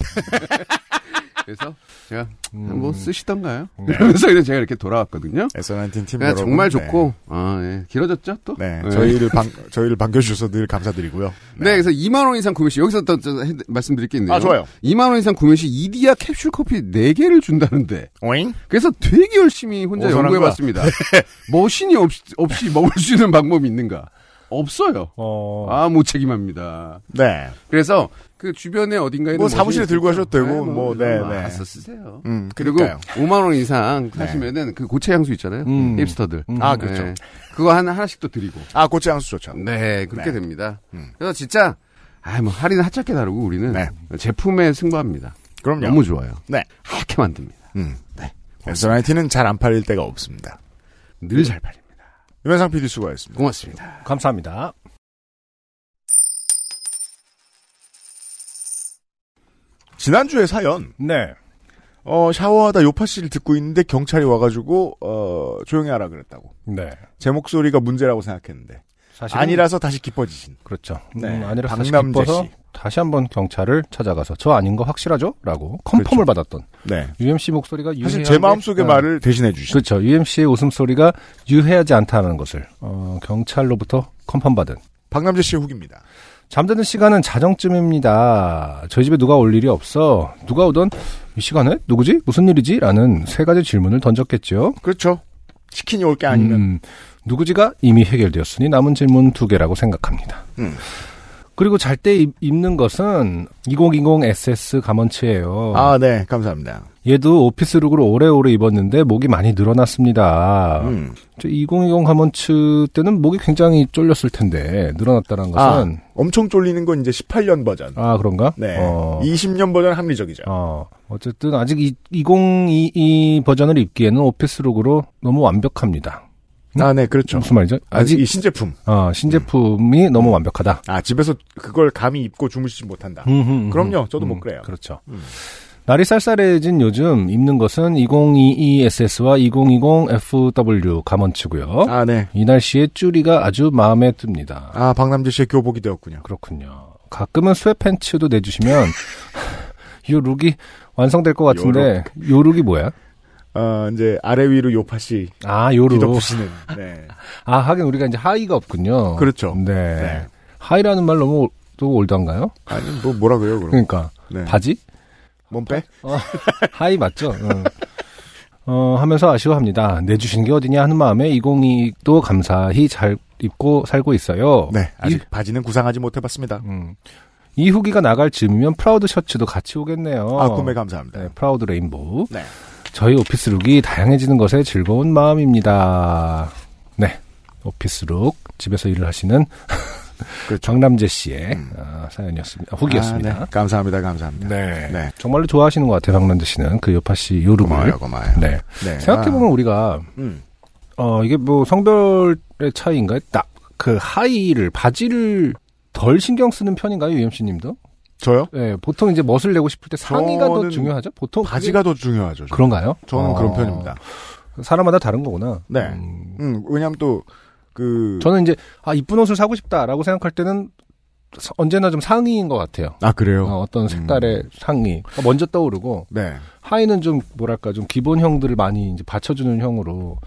Speaker 7: 그래서 제가
Speaker 1: 음.
Speaker 7: 뭐 쓰시던가요? 이러면서 그냥 제가 이렇게 돌아왔거든요.
Speaker 1: S19 팀
Speaker 7: 그냥
Speaker 1: 음. 여러분. 네.
Speaker 7: 정말 좋고 아, 예. 길어졌죠 또?
Speaker 1: 네,
Speaker 7: 예.
Speaker 1: 저희를 반, 저희를 반겨주셔서 늘 감사드리고요.
Speaker 7: 네. 그래서 2만 원 이상 구매 시 여기서 또, 저 해- 말씀드릴 게 있네요.
Speaker 1: 아, 좋아요.
Speaker 7: 2만 원 이상 구매 시 이디야 캡슐 커피 4개를 준다는데.
Speaker 1: 오잉?
Speaker 7: 그래서 되게 열심히 혼자
Speaker 1: 어설한 네.
Speaker 7: 연구해 봤습니다. 머신이 없, 없이 먹을 수 있는 방법이 있는가? 없어요.
Speaker 2: 어,
Speaker 7: 아, 무책임합니다.
Speaker 1: 네.
Speaker 7: 그래서 그 주변에 어딘가에
Speaker 1: 뭐
Speaker 7: 있는
Speaker 1: 사무실에
Speaker 7: 머신이
Speaker 1: 들고
Speaker 7: 있으니까.
Speaker 1: 가셔도 되고,
Speaker 7: 네,
Speaker 1: 뭐, 네,
Speaker 7: 좀
Speaker 1: 네.
Speaker 7: 알아서 쓰세요.
Speaker 1: 음,
Speaker 7: 그리고
Speaker 1: 그러니까요. 네.
Speaker 7: 5만 원 이상 사시면은 그 고체 향수 있잖아요.
Speaker 2: 음.
Speaker 7: 힙스터들.
Speaker 1: 아, 그렇죠.
Speaker 7: 네. 그거 하나 하나씩 또 드리고.
Speaker 1: 아, 고체 향수 좋죠.
Speaker 7: 네, 그렇게
Speaker 1: 네.
Speaker 7: 됩니다.
Speaker 1: 음.
Speaker 7: 그래서 진짜, 아, 뭐, 할인은 하찮게 다르고, 우리는
Speaker 1: 네.
Speaker 7: 제품에 승부합니다.
Speaker 1: 그럼요.
Speaker 7: 너무 좋아요.
Speaker 1: 네.
Speaker 7: 하얗게 만듭니다.
Speaker 1: 음. S19는 잘 안 팔릴 데가 없습니다.
Speaker 7: 늘 잘 팔립니다.
Speaker 1: 유면상 PD 네. 수고하셨습니다.
Speaker 7: 고맙습니다.
Speaker 2: 감사합니다.
Speaker 1: 지난주에 사연,
Speaker 2: 네.
Speaker 1: 어, 샤워하다 요파 씨를 듣고 있는데 경찰이 와가지고, 어, 조용히 하라 그랬다고.
Speaker 2: 네.
Speaker 1: 제 목소리가 문제라고 생각했는데.
Speaker 2: 사실
Speaker 1: 아니라서 다시 기뻐지신.
Speaker 2: 그렇죠.
Speaker 1: 네.
Speaker 2: 음, 아니라 사실
Speaker 1: 박남재
Speaker 2: 기뻐서
Speaker 1: 씨.
Speaker 2: 다시 한번 경찰을 찾아가서 저 아닌 거 확실하죠? 라고 컨펌을 받았던
Speaker 1: 네.
Speaker 2: UMC 목소리가
Speaker 1: 사실
Speaker 2: 유해하게-
Speaker 1: 제 마음속의
Speaker 2: 네.
Speaker 1: 말을 대신해 주신.
Speaker 2: 그렇죠. UMC의 웃음소리가 유해하지 않다는 것을 어, 경찰로부터 컨펌 받은
Speaker 1: 박남재 씨의 후기입니다.
Speaker 2: 잠드는 시간은 자정쯤입니다. 저희 집에 누가 올 일이 없어. 누가 오던 이 시간에 누구지? 무슨 일이지? 라는 세 가지 질문을 던졌겠죠.
Speaker 1: 그렇죠. 치킨이 올 게 아니면.
Speaker 2: 음, 누구지가 이미 해결되었으니 남은 질문 두 개라고 생각합니다.
Speaker 1: 음.
Speaker 2: 그리고 잘 때 입는 것은 2020 SS 가먼츠예요.
Speaker 1: 아, 네. 감사합니다.
Speaker 2: 얘도 오피스룩으로 오래오래 입었는데 목이 많이 늘어났습니다.
Speaker 1: 음.
Speaker 2: 저 2020 가먼츠 때는 목이 굉장히 쫄렸을 텐데 늘어났다는
Speaker 1: 아,
Speaker 2: 것은
Speaker 1: 엄청 쫄리는 건 이제 18년 버전.
Speaker 2: 아, 그런가?
Speaker 1: 네.
Speaker 2: 어,
Speaker 1: 20년 버전 합리적이죠.
Speaker 2: 어, 어쨌든 아직 이, 2022 버전을 입기에는 오피스룩으로 너무 완벽합니다.
Speaker 1: 아, 네. 그렇죠.
Speaker 2: 무슨 말이죠?
Speaker 1: 아직
Speaker 2: 아직
Speaker 1: 이 신제품.
Speaker 2: 어, 신제품이 너무 완벽하다.
Speaker 1: 아, 집에서 그걸 감히 입고 주무시지 못한다. 그럼요. 저도 못 그래요. 음.
Speaker 2: 그렇죠. 날이 쌀쌀해진 요즘 입는 것은 2022 SS와 2020 FW 가먼츠고요.
Speaker 1: 아, 네.
Speaker 2: 이 날씨에 쭈리가 아주 마음에 듭니다.
Speaker 1: 아, 박남재 씨의 교복이 되었군요.
Speaker 2: 그렇군요. 가끔은 스웨팬츠도 내주시면 요 룩이 완성될 것 같은데 요, 룩이 뭐야?
Speaker 1: 어, 이제 아래 위로 요파 씨
Speaker 2: 아, 요 룩.
Speaker 1: 뒤덮으시는. 네.
Speaker 2: 아, 하긴 우리가 이제 하의가 없군요.
Speaker 1: 그렇죠.
Speaker 2: 네.
Speaker 1: 네.
Speaker 2: 하의라는 말 너무 또 올드한가요?
Speaker 1: 아니, 뭐, 뭐라 그래요, 그럼.
Speaker 2: 그러니까
Speaker 1: 네.
Speaker 2: 바지?
Speaker 1: 몸빼?
Speaker 2: 어, 하이 맞죠? 응. 어, 하면서 아쉬워합니다. 내주신 게 어디냐 하는 마음에 2022도 감사히 잘 입고 살고 있어요.
Speaker 1: 네.
Speaker 2: 이,
Speaker 1: 아직 바지는 구상하지 못해봤습니다.
Speaker 2: 음. 이 후기가 나갈 즈음이면 프라우드 셔츠도 같이 오겠네요.
Speaker 1: 아, 구매 감사합니다.
Speaker 2: 네, 프라우드 레인보우.
Speaker 1: 네.
Speaker 2: 저희 오피스룩이 다양해지는 것에 즐거운 마음입니다. 네. 오피스룩, 집에서 일을 하시는
Speaker 1: 그렇죠.
Speaker 2: 정남재 씨의 아, 사연이었습니다. 아, 후기였습니다.
Speaker 1: 아, 네. 감사합니다. 감사합니다.
Speaker 2: 네.
Speaker 1: 네.
Speaker 2: 정말로 좋아하시는 것 같아요, 박남재 씨는. 그 요파 씨 요름을.
Speaker 1: 고마워요, 고마워요.
Speaker 2: 네.
Speaker 1: 네.
Speaker 2: 생각해보면 우리가,
Speaker 1: 아, 음.
Speaker 2: 어, 이게 뭐 성별의 차이인가요? 딱, 그 하의를, 바지를 덜 신경 쓰는 편인가요, UMC 님도?
Speaker 1: 저요?
Speaker 2: 네, 보통 이제 멋을 내고 싶을 때 상의가 더
Speaker 1: 저는
Speaker 2: 중요하죠? 보통. 그게
Speaker 1: 바지가 더 중요하죠. 저는.
Speaker 2: 그런가요?
Speaker 1: 저는
Speaker 2: 어,
Speaker 1: 그런 편입니다.
Speaker 2: 사람마다 다른 거구나.
Speaker 1: 네.
Speaker 2: 음,
Speaker 1: 음, 왜냐면 또, 그.
Speaker 2: 저는 이제, 아, 이쁜 옷을 사고 싶다라고 생각할 때는 서- 언제나 좀 상의인 것 같아요.
Speaker 1: 아, 그래요?
Speaker 2: 어, 떤 색깔의 상의. 먼저 떠오르고,
Speaker 1: 네.
Speaker 2: 하의는 좀 뭐랄까 좀 기본형들을 많이 이제 받쳐주는 형으로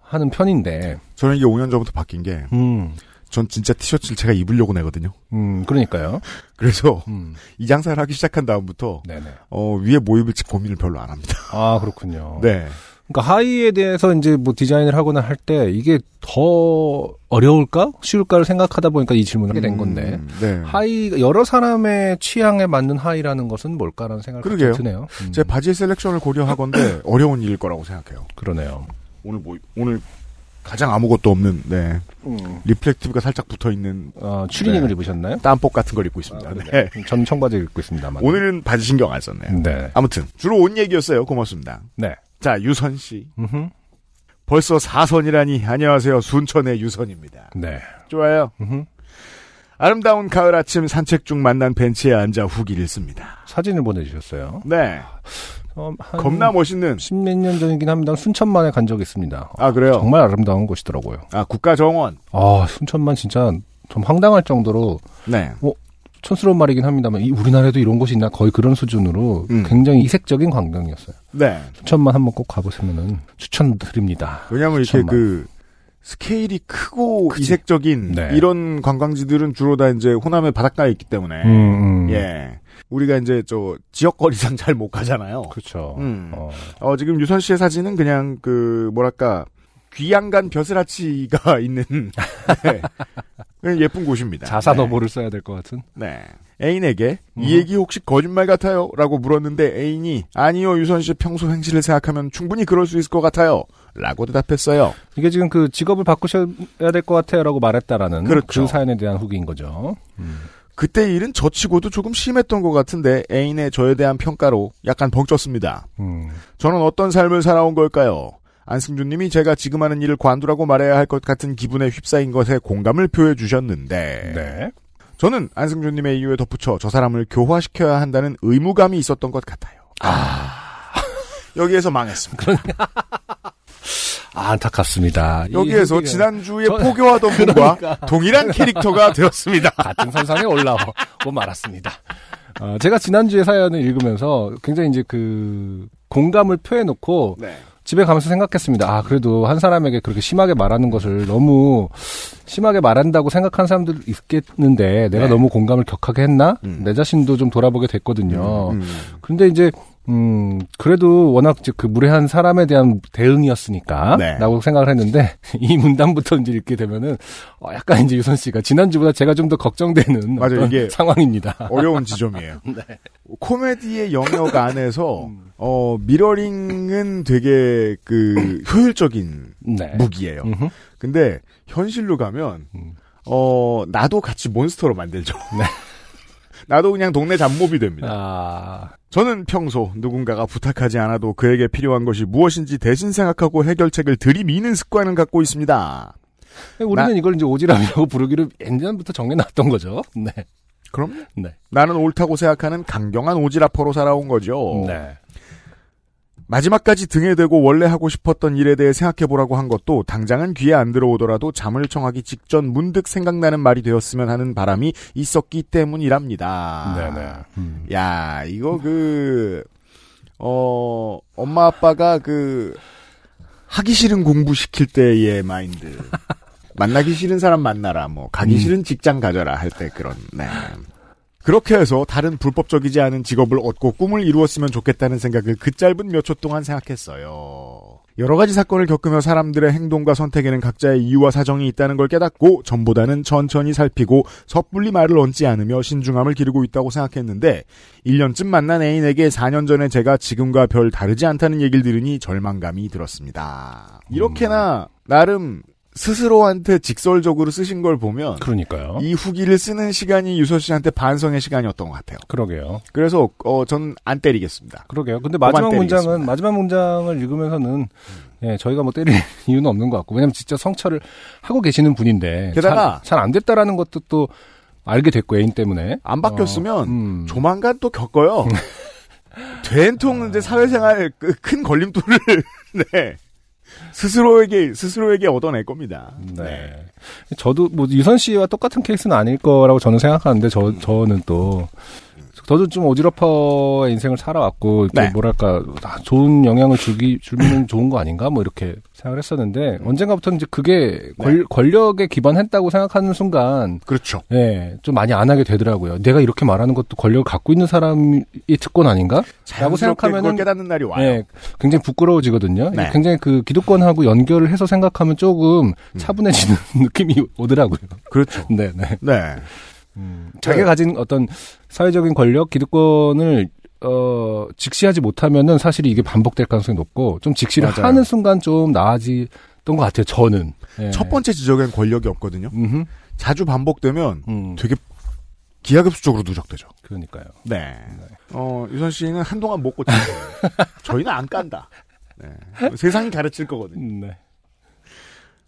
Speaker 2: 하는 편인데
Speaker 1: 저는 이게 5년 전부터 바뀐 게,
Speaker 2: 음,
Speaker 1: 전 진짜 티셔츠를 제가 입으려고 내거든요.
Speaker 2: 음 그러니까요
Speaker 1: 그래서
Speaker 2: 음
Speaker 1: 이 장사를 하기 시작한 다음부터
Speaker 2: 네네
Speaker 1: 어, 위에 뭐 입을지 고민을 별로 안 합니다.
Speaker 2: 아 그렇군요
Speaker 1: 네.
Speaker 2: 그러니까 하이에 대해서 이제 뭐 디자인을 하거나 할 때 이게 더 어려울까 쉬울까를 생각하다 보니까 이 질문을 하게 된 건데
Speaker 1: 음, 네.
Speaker 2: 하이 여러 사람의 취향에 맞는 하이라는 것은 뭘까라는 생각이
Speaker 1: 그러게요.
Speaker 2: 드네요. 음,
Speaker 1: 제 바지의 셀렉션을 고려하건데 어려운 일일 거라고 생각해요.
Speaker 2: 그러네요.
Speaker 1: 오늘 뭐 오늘 가장 아무것도 없는 네 리플렉티브가 살짝 붙어 있는
Speaker 2: 어, 추리닝을
Speaker 1: 네.
Speaker 2: 입으셨나요?
Speaker 1: 땀복 같은 걸 입고 있습니다.
Speaker 2: 아,
Speaker 1: 네.
Speaker 2: 그러네요. 저는 청바지 입고 있습니다만
Speaker 1: 오늘은 바지 신경 안 썼네요.
Speaker 2: 네
Speaker 1: 아무튼 주로 옷 얘기였어요. 고맙습니다.
Speaker 2: 네.
Speaker 1: 자 유선 씨
Speaker 2: 음흠.
Speaker 1: 벌써 4선이라니 안녕하세요 순천의 유선입니다.
Speaker 2: 네.
Speaker 1: 좋아요.
Speaker 2: 음흠.
Speaker 1: 아름다운 가을 아침 산책 중 만난 벤치에 앉아 후기를 씁니다.
Speaker 2: 사진을 보내주셨어요.
Speaker 1: 네
Speaker 2: 어, 한
Speaker 1: 겁나 멋있는
Speaker 2: 십몇 년 전이긴 합니다. 순천만에 간 적이 있습니다.
Speaker 1: 아 그래요.
Speaker 2: 정말 아름다운 곳이더라고요.
Speaker 1: 아 국가 정원
Speaker 2: 아 순천만 진짜 좀 황당할 정도로
Speaker 1: 네
Speaker 2: 촌스러운 말이긴 합니다만 이 우리나라에도 이런 곳이 있나 거의 그런 수준으로
Speaker 1: 음.
Speaker 2: 굉장히 이색적인 광경이었어요.
Speaker 1: 네.
Speaker 2: 순천만 한번 꼭 가보시면은 추천드립니다.
Speaker 1: 왜냐하면 이렇게
Speaker 2: 순천만.
Speaker 1: 그 스케일이 크고 이색적인
Speaker 2: 네.
Speaker 1: 이런 관광지들은 주로 다 이제 호남의 바닷가에 있기 때문에
Speaker 2: 음, 음.
Speaker 1: 예 우리가 이제 저 지역거리상 잘 못 가잖아요.
Speaker 2: 그렇죠.
Speaker 1: 음.
Speaker 2: 어,
Speaker 1: 어, 지금 유선 씨의 사진은 그냥 그 뭐랄까 귀양간 벼슬아치가 있는 네. 그냥 예쁜 곳입니다.
Speaker 2: 자산어보를 써야 될 것 같은.
Speaker 1: 네. 네. 애인에게
Speaker 2: 음.
Speaker 1: 이 얘기 혹시 거짓말 같아요? 라고 물었는데 애인이 아니요 유선 씨 평소 행실을 생각하면 충분히 그럴 수 있을 것 같아요. 라고 대답했어요.
Speaker 2: 이게 지금 그 직업을 바꾸셔야 될 것 같아요라고 말했다라는
Speaker 1: 그렇죠.
Speaker 2: 그 사연에 대한 후기인 거죠.
Speaker 1: 그때 일은 저치고도 조금 심했던 것 같은데 애인의 저에 대한 평가로 약간 벙쪘습니다.
Speaker 2: 음.
Speaker 1: 저는 어떤 삶을 살아온 걸까요? 안승준님이 제가 지금 하는 일을 관두라고 말해야 할 것 같은 기분에 휩싸인 것에 공감을 표해 주셨는데
Speaker 2: 네.
Speaker 1: 저는 안승준님의 이유에 덧붙여 저 사람을 교화시켜야 한다는 의무감이 있었던 것 같아요. 여기에서 망했습니다.
Speaker 2: 아, 안타깝습니다. 이
Speaker 1: 여기에서
Speaker 2: 후기가
Speaker 1: 지난주에
Speaker 2: 저- 그러니까.
Speaker 1: 포교하던 분과 동일한 캐릭터가 되었습니다.
Speaker 2: 같은 선상에 올라오고 말았습니다. 어, 제가 지난주에 사연을 읽으면서 굉장히 이제 그 공감을 표해놓고
Speaker 1: 네.
Speaker 2: 집에 가면서 생각했습니다. 아, 그래도 한 사람에게 그렇게 심하게 말하는 것을 너무 심하게 말한다고 생각한 사람들 있겠는데 내가
Speaker 1: 네.
Speaker 2: 너무 공감을 격하게 했나?
Speaker 1: 음.
Speaker 2: 내 자신도 좀 돌아보게 됐거든요.
Speaker 1: 음,
Speaker 2: 근데 이제 음 그래도 워낙 이제 그 무례한 사람에 대한 대응이었으니까
Speaker 1: 네.
Speaker 2: 라고 생각을 했는데 이 문단부터 이제 읽게 되면은 어, 약간 이제 유선 씨가 지난주보다 제가 좀 더 걱정되는
Speaker 1: 맞아요.
Speaker 2: 어떤
Speaker 1: 이게
Speaker 2: 상황입니다.
Speaker 1: 어려운 지점이에요.
Speaker 2: 네.
Speaker 1: 코미디의 영역 안에서
Speaker 2: 음.
Speaker 1: 어, 미러링은 되게 그 효율적인
Speaker 2: 네.
Speaker 1: 무기예요.
Speaker 2: 음흠.
Speaker 1: 근데 현실로 가면
Speaker 2: 음. 네.
Speaker 1: 어 나도 같이 몬스터로 만들죠. 나도 그냥 동네 잡몹이 됩니다.
Speaker 2: 아,
Speaker 1: 저는 평소 누군가가 부탁하지 않아도 그에게 필요한 것이 무엇인지 대신 생각하고 해결책을 들이미는 습관을 갖고 있습니다.
Speaker 2: 우리는
Speaker 1: 나-
Speaker 2: 이걸 이제 오지랖이라고 부르기로 옛날부터 정해놨던 거죠. 네.
Speaker 1: 그럼
Speaker 2: 네.
Speaker 1: 나는 옳다고 생각하는 강경한 오지라퍼로 살아온 거죠.
Speaker 2: 네.
Speaker 1: 마지막까지 등에 대고 원래 하고 싶었던 일에 대해 생각해보라고 한 것도 당장은 귀에 안 들어오더라도 잠을 청하기 직전 문득 생각나는 말이 되었으면 하는 바람이 있었기 때문이랍니다.
Speaker 2: 네네. 음.
Speaker 1: 야, 이거 그, 어, 엄마 아빠가 그, 하기 싫은 공부 시킬 때의 마인드. 만나기 싫은 사람 만나라, 뭐, 가기
Speaker 2: 음.
Speaker 1: 싫은 직장 가져라 할 때 그런, 네. 그렇게 해서 다른 불법적이지 않은 직업을 얻고 꿈을 이루었으면 좋겠다는 생각을 그 짧은 몇 초 동안 생각했어요. 여러 가지 사건을 겪으며 사람들의 행동과 선택에는 각자의 이유와 사정이 있다는 걸 깨닫고 전보다는 천천히 살피고 섣불리 말을 얹지 않으며 신중함을 기르고 있다고 생각했는데 1년쯤 만난 애인에게 4년 전에 제가 지금과 별 다르지 않다는 얘기를 들으니 절망감이 들었습니다. 이렇게나 나름 스스로한테 직설적으로 쓰신 걸 보면
Speaker 2: 그러니까요.
Speaker 1: 이 후기를 쓰는 시간이 유서 씨한테 반성의 시간이었던 것 같아요.
Speaker 2: 그러게요.
Speaker 1: 그래서 어, 전 안 때리겠습니다.
Speaker 2: 그러게요. 근데 마지막
Speaker 1: 그만
Speaker 2: 문장은
Speaker 1: 때리겠습니다.
Speaker 2: 마지막 문장을 읽으면서는 예, 저희가 뭐 때릴 이유는 없는 것 같고 왜냐면 진짜 성찰을 하고 계시는 분인데
Speaker 1: 게다가
Speaker 2: 잘 안 됐다라는 것도 또 알게 됐고 애인 때문에
Speaker 1: 안 바뀌었으면
Speaker 2: 어, 음.
Speaker 1: 조만간 또 겪어요. 된통 이제 사회생활 그큰 걸림돌을 네. 스스로에게 스스로에게 얻어낼 겁니다.
Speaker 2: 네. 저도 뭐 유선 씨와 똑같은 케이스는 아닐 거라고 저는 생각하는데 저 저는 또 저도 좀 오지러퍼의 인생을 살아왔고 이렇게
Speaker 1: 네.
Speaker 2: 뭐랄까 아, 좋은 영향을 주기 주면 좋은 거 아닌가 뭐 이렇게 생각을 했었는데 언젠가부터 이제 그게 권, 권력에 기반했다고 생각하는 순간
Speaker 1: 그렇죠.
Speaker 2: 예, 좀 많이 안 하게 되더라고요. 내가 이렇게 말하는 것도 권력을 갖고 있는 사람이 특권 아닌가? 라고
Speaker 1: 자연스럽게 그걸
Speaker 2: 생각하면은
Speaker 1: 깨닫는 날이 와요.
Speaker 2: 예, 굉장히 부끄러워지거든요.
Speaker 1: 네.
Speaker 2: 굉장히 그 기득권하고 연결을 해서 생각하면 조금 차분해지는 느낌이 오더라고요.
Speaker 1: 그렇죠.
Speaker 2: 네, 음. 네.
Speaker 1: 네.
Speaker 2: 자기가 가진 어떤 사회적인 권력, 기득권을 어 직시하지 못하면은 사실 이게 반복될 가능성이 높고 좀 직시를
Speaker 1: 맞아요.
Speaker 2: 하는 순간 좀 나아지던 것 같아요. 저는 예.
Speaker 1: 첫 번째 지적엔 권력이 없거든요.
Speaker 2: 음흠.
Speaker 1: 자주 반복되면
Speaker 2: 음,
Speaker 1: 되게 기하급수적으로 누적되죠.
Speaker 2: 그러니까요.
Speaker 1: 네. 어, 유선 씨는 한동안 못 고쳤어요. 저희는 안 깐다. 네. 세상이 가르칠 거거든요.
Speaker 2: 네,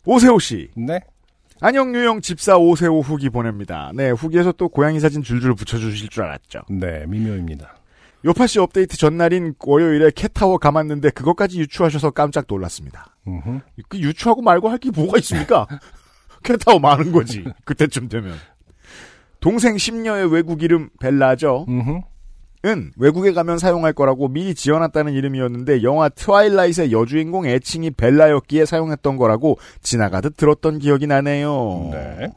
Speaker 1: 오세호 씨.
Speaker 2: 네,
Speaker 1: 안녕, 유영 집사 오세호 후기 보냅니다. 네, 후기에서 또 고양이 사진 줄줄 붙여주실 줄 알았죠.
Speaker 2: 네, 미묘입니다.
Speaker 1: 요파 씨 업데이트 전날인 월요일에 캣타워 감았는데 그것까지 유추하셔서 깜짝 놀랐습니다.
Speaker 2: 음흠.
Speaker 1: 그 유추하고 말고 할 게 뭐가 있습니까? 캣타워 많은 거지. 그때쯤 되면. 동생 심녀의 외국 이름 벨라죠.
Speaker 2: 음흠.
Speaker 1: 은 외국에 가면 사용할 거라고 미리 지어놨다는 이름이었는데 영화 트와일라이트의 여주인공 애칭이 벨라였기에 사용했던 거라고 지나가듯 들었던 기억이 나네요.
Speaker 2: 네.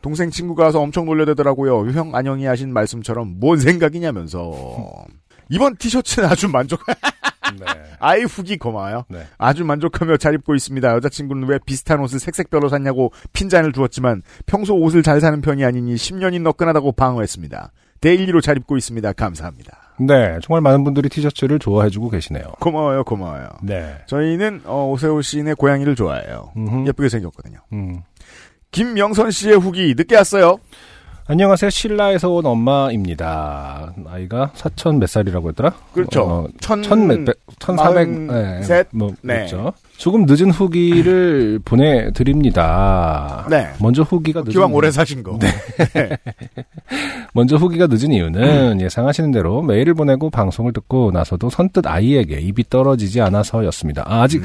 Speaker 1: 동생 친구가 와서 엄청 놀려대더라고요. 유형 안녕이 하신 말씀처럼 뭔 생각이냐면서. 이번 티셔츠는 아주 만족,
Speaker 2: 네.
Speaker 1: 아이 후기 고마워요.
Speaker 2: 네.
Speaker 1: 아주 만족하며 잘 입고 있습니다. 여자친구는 왜 비슷한 옷을 색색별로 샀냐고 핀잔을 주었지만 평소 옷을 잘 사는 편이 아니니 10년이 너끈하다고 방어했습니다. 데일리로 잘 입고 있습니다. 감사합니다.
Speaker 2: 네, 정말 많은 분들이 티셔츠를 좋아해주고 계시네요.
Speaker 1: 고마워요, 고마워요.
Speaker 2: 네.
Speaker 1: 저희는 어, 오세호 씨네 고양이를 좋아해요.
Speaker 2: 음흠.
Speaker 1: 예쁘게 생겼거든요.
Speaker 2: 음.
Speaker 1: 김명선 씨의 후기 늦게 왔어요.
Speaker 2: 안녕하세요. 신라에서 온 엄마입니다. 나이가 4천 몇 살이라고 했더라?
Speaker 1: 그렇죠.
Speaker 2: 어,
Speaker 1: 천-
Speaker 2: 천 몇, 백- 천사백,
Speaker 1: 마흔
Speaker 2: 네,
Speaker 1: 셋?
Speaker 2: 뭐,
Speaker 1: 네.
Speaker 2: 그렇죠. 조금 늦은 후기를 보내드립니다.
Speaker 1: 네.
Speaker 2: 먼저 후기가 아, 늦은,
Speaker 1: 기왕 오래 사신 거.
Speaker 2: 네. 먼저 후기가 늦은 이유는
Speaker 1: 음.
Speaker 2: 예상하시는 대로 메일을 보내고 방송을 듣고 나서도 선뜻 아이에게 입이 떨어지지 않아서였습니다. 아,
Speaker 1: 음.
Speaker 2: 직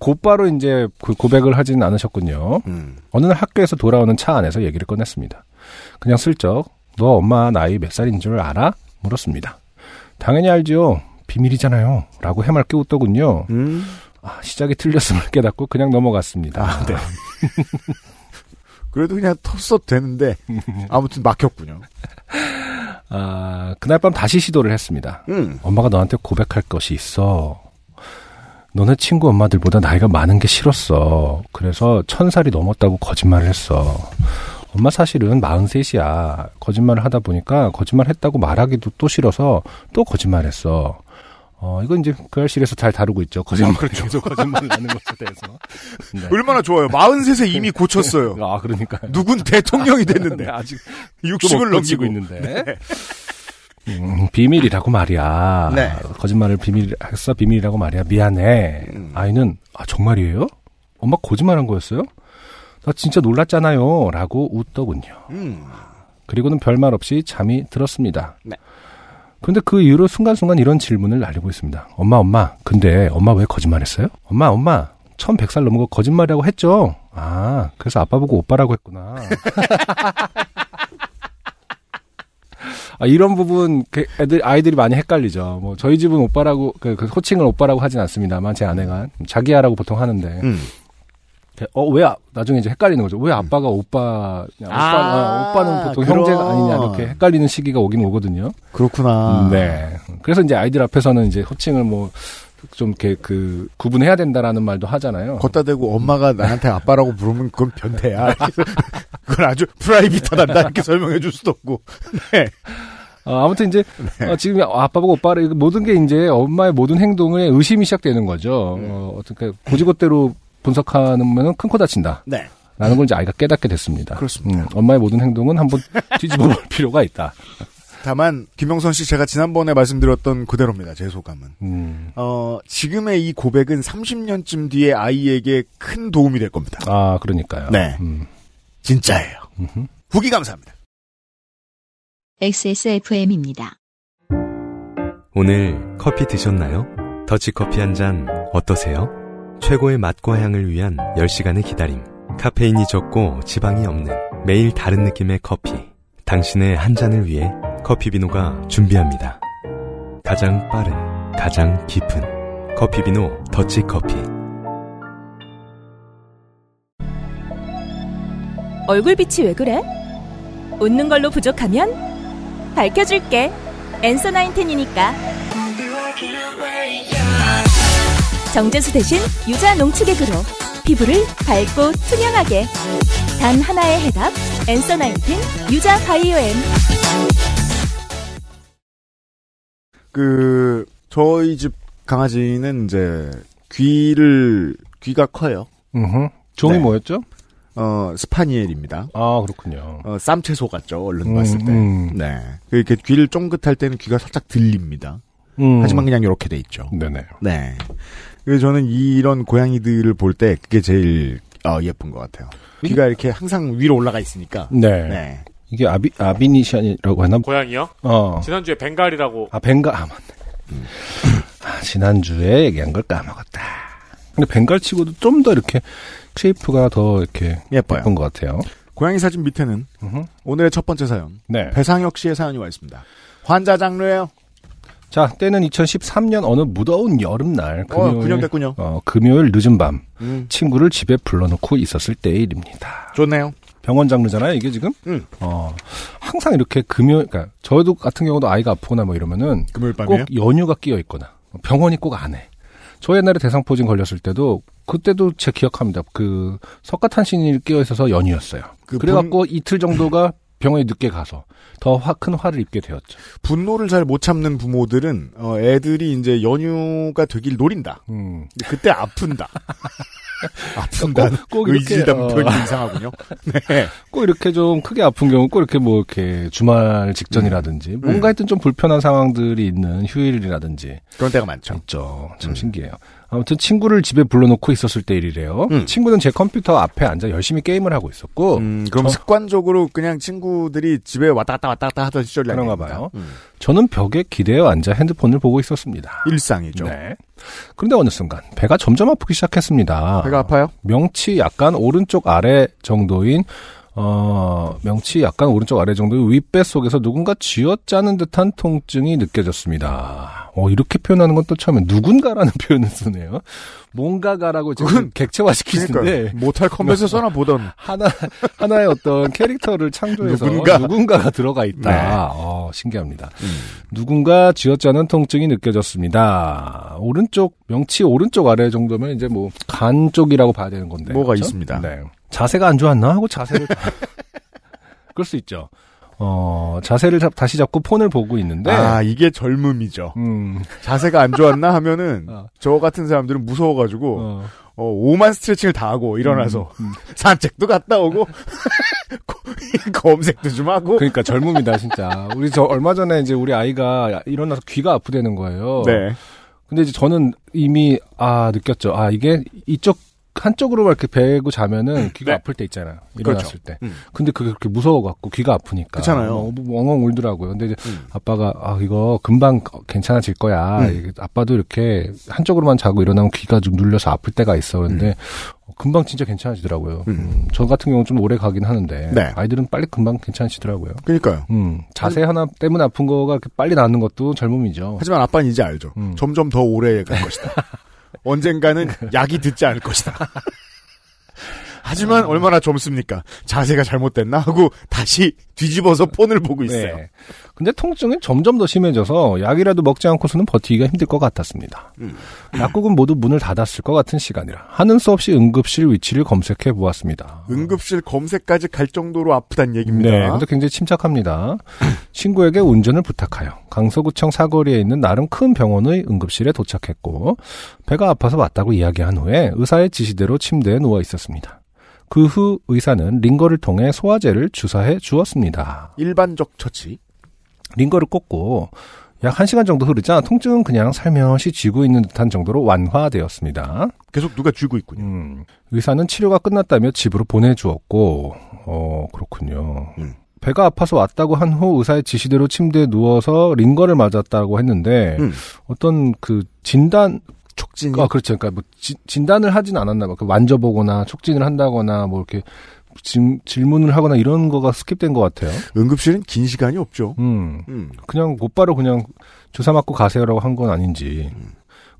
Speaker 2: 곧바로 이제 그 고백을 하진 않으셨군요.
Speaker 1: 음.
Speaker 2: 어느 날 학교에서 돌아오는 차 안에서 얘기를 꺼냈습니다. 그냥 슬쩍 너 엄마 나이 몇 살인 줄 알아? 물었습니다. 당연히 알지요. 비밀이잖아요. 라고 해맑게 웃더군요.
Speaker 1: 음.
Speaker 2: 아, 시작이 틀렸음을 깨닫고 그냥 넘어갔습니다.
Speaker 1: 네. 그래도 그냥 텄어도 되는데 아무튼 막혔군요.
Speaker 2: 아, 그날 밤 다시 시도를 했습니다.
Speaker 1: 음.
Speaker 2: 엄마가 너한테 고백할 것이 있어. 너네 친구 엄마들보다 나이가 많은 게 싫었어. 그래서 천 살이 넘었다고 거짓말을 했어. 엄마 사실은 43이야. 거짓말을 하다 보니까 거짓말 했다고 말하기도 또 싫어서 또 거짓말했어. 어, 이건 이제 그 알실에서 잘 다루고 있죠. 거짓말
Speaker 1: 그렇죠.
Speaker 2: 계속 거짓말을 하는 것에 대해서. 네.
Speaker 1: 얼마나 좋아요. 43세 이미 고쳤어요.
Speaker 2: 아, 그러니까.
Speaker 1: 누군 대통령이
Speaker 2: 네,
Speaker 1: 됐는데
Speaker 2: 아직 뭐
Speaker 1: 60을 넘기고
Speaker 2: 있는데. 네. 음, 비밀이라고 말이야.
Speaker 1: 네.
Speaker 2: 거짓말을 비밀 했어 비밀이라고 말이야. 미안해.
Speaker 1: 음.
Speaker 2: 아이는 아 정말이에요? 엄마 거짓말한 거였어요? 나 진짜 놀랐잖아요.라고 웃더군요.
Speaker 1: 음.
Speaker 2: 그리고는 별말 없이 잠이 들었습니다.
Speaker 1: 네.
Speaker 2: 그런데 그 이후로 순간순간 이런 질문을 날리고 있습니다. 엄마, 엄마. 근데 엄마 왜 거짓말했어요? 엄마, 엄마. 1100살 넘은 거 거짓말이라고 했죠? 아, 그래서 아빠 보고 오빠라고 했구나. 아, 이런 부분 그 애들 아이들이 많이 헷갈리죠. 뭐 저희 집은 오빠라고 그, 그 호칭을 오빠라고 하진 않습니다만 제 아내가 자기야라고 보통 하는데
Speaker 1: 음.
Speaker 2: 어왜 아, 나중에 이제 헷갈리는 거죠. 왜 아빠가 오빠냐? 오빠,
Speaker 1: 아,
Speaker 2: 아, 오빠는 보통
Speaker 1: 그런. 네.
Speaker 2: 형제가 아니냐 이렇게 헷갈리는 시기가 오긴 오거든요.
Speaker 1: 그렇구나.
Speaker 2: 네. 그래서 이제 아이들 앞에서는 이제 호칭을 뭐 좀 이렇게 그 구분해야 된다라는 말도 하잖아요.
Speaker 1: 걷다 대고 엄마가 나한테 아빠라고 부르면 그건 변태야. 그건 아주 프라이빗하다. 이렇게 설명해 줄 수도 없고. 네.
Speaker 2: 어, 아무튼 이제 어, 지금 아빠보고 오빠를 이거 모든 게 이제 엄마의 모든 행동에 의심이 시작되는 거죠.
Speaker 1: 네.
Speaker 2: 어, 어떻게 고지고대로 분석하면 큰코 다친다.
Speaker 1: 네.
Speaker 2: 라는 걸 이제 아이가 깨닫게 됐습니다.
Speaker 1: 그렇습니다.
Speaker 2: 음, 엄마의 모든 행동은 한번 뒤집어 볼 필요가 있다.
Speaker 1: 다만 김영선 씨 제가 지난번에 말씀드렸던 그대로입니다. 제 소감은.
Speaker 2: 음.
Speaker 1: 어, 지금의 이 고백은 30년쯤 뒤에 아이에게 큰 도움이 될 겁니다.
Speaker 2: 아, 그러니까요.
Speaker 1: 네.
Speaker 2: 음.
Speaker 1: 진짜예요.
Speaker 2: 음흠.
Speaker 1: 후기 감사합니다.
Speaker 3: XSFM입니다.
Speaker 6: 오늘 커피 드셨나요? 더치커피 한 잔 어떠세요? 최고의 맛과 향을 위한 10시간의 기다림. 카페인이 적고 지방이 없는 매일 다른 느낌의 커피. 당신의 한 잔을 위해 커피비노가 준비합니다. 가장 빠른, 가장 깊은 커피비노 더치커피.
Speaker 5: 얼굴 빛이 왜 그래? 웃는 걸로 부족하면 밝혀줄게. 엔서 나인텐이니까. 정제수 대신 유자 농축액으로 피부를 밝고 투명하게. 단 하나의 해답. 엔서 나인텐 유자 바이오엠.
Speaker 1: 그 저희 집 강아지는 이제 귀를 귀가 커요.
Speaker 2: 음흠. 종이
Speaker 1: 네.
Speaker 2: 뭐였죠?
Speaker 1: 어 스파니엘입니다.
Speaker 2: 아, 그렇군요.
Speaker 1: 어, 쌈채소 같죠. 얼른
Speaker 2: 음,
Speaker 1: 봤을 때.
Speaker 2: 음.
Speaker 1: 네. 그 이렇게 귀를 쫑긋할 때는 귀가 살짝 들립니다.
Speaker 2: 음.
Speaker 1: 하지만 그냥 이렇게 돼 있죠.
Speaker 2: 네네.
Speaker 1: 네. 그래서 저는 이런 고양이들을 볼 때 그게 제일 어, 예쁜 것 같아요. 귀가 이렇게 항상 위로 올라가 있으니까.
Speaker 2: 네.
Speaker 1: 네.
Speaker 2: 이게 아비, 아비니시안이라고 하나?
Speaker 8: 고양이요?
Speaker 2: 어.
Speaker 8: 지난주에 벵갈이라고
Speaker 2: 아, 벵갈, 아, 맞네. 아, 지난주에 얘기한 걸 까먹었다. 근데 벵갈 치고도 좀 더 이렇게 쉐이프가 더 이렇게
Speaker 1: 예뻐요.
Speaker 2: 예쁜 것 같아요.
Speaker 1: 고양이 사진 밑에는
Speaker 2: 음흠.
Speaker 1: 오늘의 첫 번째 사연.
Speaker 2: 네.
Speaker 1: 배상혁 씨의 사연이 와 있습니다. 환자 장르예요.
Speaker 2: 자, 때는 2013년 어느 무더운 여름날.
Speaker 1: 어,
Speaker 2: 금요일,
Speaker 1: 군역 됐군요.
Speaker 2: 어, 금요일 늦은 밤.
Speaker 1: 음,
Speaker 2: 친구를 집에 불러놓고 있었을 때의 일입니다.
Speaker 1: 좋네요.
Speaker 2: 병원 장르잖아요, 이게 지금?
Speaker 1: 응.
Speaker 2: 어, 항상 이렇게 금요, 그러니까 저도 같은 경우도 아이가 아프거나 뭐 이러면은
Speaker 1: 금요일
Speaker 2: 꼭
Speaker 1: 밤이에요.
Speaker 2: 연휴가 끼어 있거나 병원이 꼭 안 해. 저 옛날에 대상포진 걸렸을 때도 그때도 제 기억합니다. 그 석가탄신이 끼어 있어서 연휴였어요.
Speaker 1: 그
Speaker 2: 그래갖고 이틀 정도가 병원에 늦게 가서 더 큰 화를 입게 되었죠.
Speaker 1: 분노를 잘 못 참는 부모들은 어, 애들이 이제 연휴가 되길 노린다.
Speaker 2: 음.
Speaker 1: 근데 그때 아픈다. 아픈다.
Speaker 2: 꼭- 꼭 이렇게,
Speaker 1: 의지담 표현이
Speaker 2: 어.
Speaker 1: 이상하군요. 네.
Speaker 2: 꼭 이렇게 좀 크게 아픈 경우 꼭 이렇게 뭐 이렇게 주말
Speaker 1: 음.
Speaker 2: 직전이라든지 뭔가 하여튼 좀 불편한 상황들이 있는 휴일이라든지
Speaker 1: 그런 때가 많죠.
Speaker 2: 있죠. 참
Speaker 1: 음.
Speaker 2: 신기해요. 아무튼 친구를 집에 불러놓고 있었을 때 일이래요.
Speaker 1: 음.
Speaker 2: 친구는 제 컴퓨터 앞에 앉아 열심히 게임을 하고 있었고
Speaker 1: 음, 그럼
Speaker 2: 저-
Speaker 1: 습관적으로 그냥 친구들이 집에 왔다 갔다 왔다 갔다 하던 시절이
Speaker 2: 그런가
Speaker 1: 아닙니까?
Speaker 2: 봐요.
Speaker 1: 음,
Speaker 2: 저는 벽에 기대어 앉아 핸드폰을 보고 있었습니다.
Speaker 1: 일상이죠.
Speaker 2: 네. 그런데 어느 순간 배가 점점 아프기 시작했습니다.
Speaker 1: 배가 아파요?
Speaker 2: 명치 약간 오른쪽 아래 정도인 어 명치 약간 오른쪽 아래 정도의 윗배 속에서 누군가 쥐어짜는 듯한 통증이 느껴졌습니다. 어 이렇게 표현하는 건 또 처음에 누군가라는 표현을 쓰네요. 뭔가가라고 지금
Speaker 1: 그건
Speaker 2: 객체화시키는데 예. 네.
Speaker 1: 그러니까 모탈 컴뱃에서 써나 보던
Speaker 2: 하나 하나의 어떤 캐릭터를 창조해서
Speaker 1: 누군가.
Speaker 2: 누군가. 가 들어가 있다.
Speaker 1: 네. 음.
Speaker 2: 어, 신기합니다. 누군가 쥐어짜는 통증이 느껴졌습니다. 오른쪽 명치 오른쪽 아래 정도면 이제 뭐 간 쪽이라고 봐야 되는 건데
Speaker 1: 뭐가
Speaker 2: 그렇죠?
Speaker 1: 있습니다.
Speaker 2: 네. 자세가 안 좋았나 하고 자세를 다- 그럴 수 있죠. 어 자세를 잡- 다시 잡고 폰을 보고 있는데
Speaker 1: 아 이게 젊음이죠.
Speaker 2: 음,
Speaker 1: 자세가 안 좋았나 하면은
Speaker 2: 어.
Speaker 1: 저 같은 사람들은 무서워가지고
Speaker 2: 어, 음,
Speaker 1: 어, 오만 스트레칭을 다 하고 일어나서 산책도 갔다 오고 검색도 좀 하고
Speaker 2: 그러니까 젊음이다 진짜. 우리 저 얼마 전에 이제 우리 아이가 일어나서 귀가 아프다는 거예요.
Speaker 1: 네.
Speaker 2: 근데 이제 저는 이미 아 느꼈죠. 아 이게 이쪽 한쪽으로만 이렇게 베고 자면은 귀가
Speaker 8: 네.
Speaker 2: 아플 때 있잖아요. 일어났을 때.
Speaker 1: 음.
Speaker 2: 근데 그게 그렇게 무서워갖고 귀가 아프니까.
Speaker 1: 그렇잖아요.
Speaker 2: 어, 뭐 엉엉 울더라고요. 근데 이제
Speaker 1: 음.
Speaker 2: 아빠가 아 이거 금방 괜찮아질 거야.
Speaker 1: 음.
Speaker 2: 이게 아빠도 이렇게 한쪽으로만 자고 일어나면 귀가 좀 눌려서 아플 때가 있어. 근데 어, 금방 진짜 괜찮아지더라고요.
Speaker 1: 음.
Speaker 2: 음, 저 같은 경우는 좀 오래 가긴 하는데
Speaker 1: 네.
Speaker 2: 아이들은 빨리 금방 괜찮아지더라고요.
Speaker 1: 그러니까요.
Speaker 2: 음, 자세 하나 때문에 아픈 거가 이렇게 빨리 낫는 것도 젊음이죠.
Speaker 1: 어. 하지만 아빠는 이제 알죠.
Speaker 2: 음.
Speaker 1: 점점 더 오래 갈 것이다. 언젠가는 약이 듣지 않을 것이다. 하지만 얼마나 젊습니까? 자세가 잘못됐나 하고 다시 뒤집어서 폰을 보고 있어요.
Speaker 2: 네. 근데 통증은 점점 더 심해져서 약이라도 먹지 않고서는 버티기가 힘들 것 같았습니다.
Speaker 1: 음.
Speaker 2: 약국은 모두 문을 닫았을 것 같은 시간이라 하는 수 없이 응급실 위치를 검색해 보았습니다.
Speaker 1: 응급실 검색까지 갈 정도로 아프단 얘기입니다.
Speaker 2: 네, 근데 굉장히 침착합니다. 친구에게 운전을 부탁하여 강서구청 사거리에 있는 나름 큰 병원의 응급실에 도착했고 배가 아파서 왔다고 이야기한 후에 의사의 지시대로 침대에 누워 있었습니다. 그 후 의사는 링거를 통해 소화제를 주사해 주었습니다.
Speaker 1: 일반적 처치.
Speaker 2: 링거를 꽂고 약 1시간 정도 흐르자 통증은 그냥 살며시 쥐고 있는 듯한 정도로 완화되었습니다.
Speaker 1: 계속 누가 쥐고 있군요.
Speaker 2: 음, 의사는 치료가 끝났다며 집으로 보내주었고, 어, 그렇군요.
Speaker 1: 음.
Speaker 2: 배가 아파서 왔다고 한 후 의사의 지시대로 침대에 누워서 링거를 맞았다고 했는데
Speaker 1: 음.
Speaker 2: 어떤 그 진단 그러니까
Speaker 1: 촉진이
Speaker 2: 그 아 그렇죠 그러니까 뭐 지- 진단을 하진 않았나 봐그 만져보거나 촉진을 한다거나 뭐 이렇게 질- 질문을 하거나 이런 거가 스킵된 것 같아요.
Speaker 1: 응급실은 긴 시간이 없죠.
Speaker 2: 음,
Speaker 1: 음.
Speaker 2: 그냥 곧바로 그냥 주사 맞고 가세요라고 한 건 아닌지.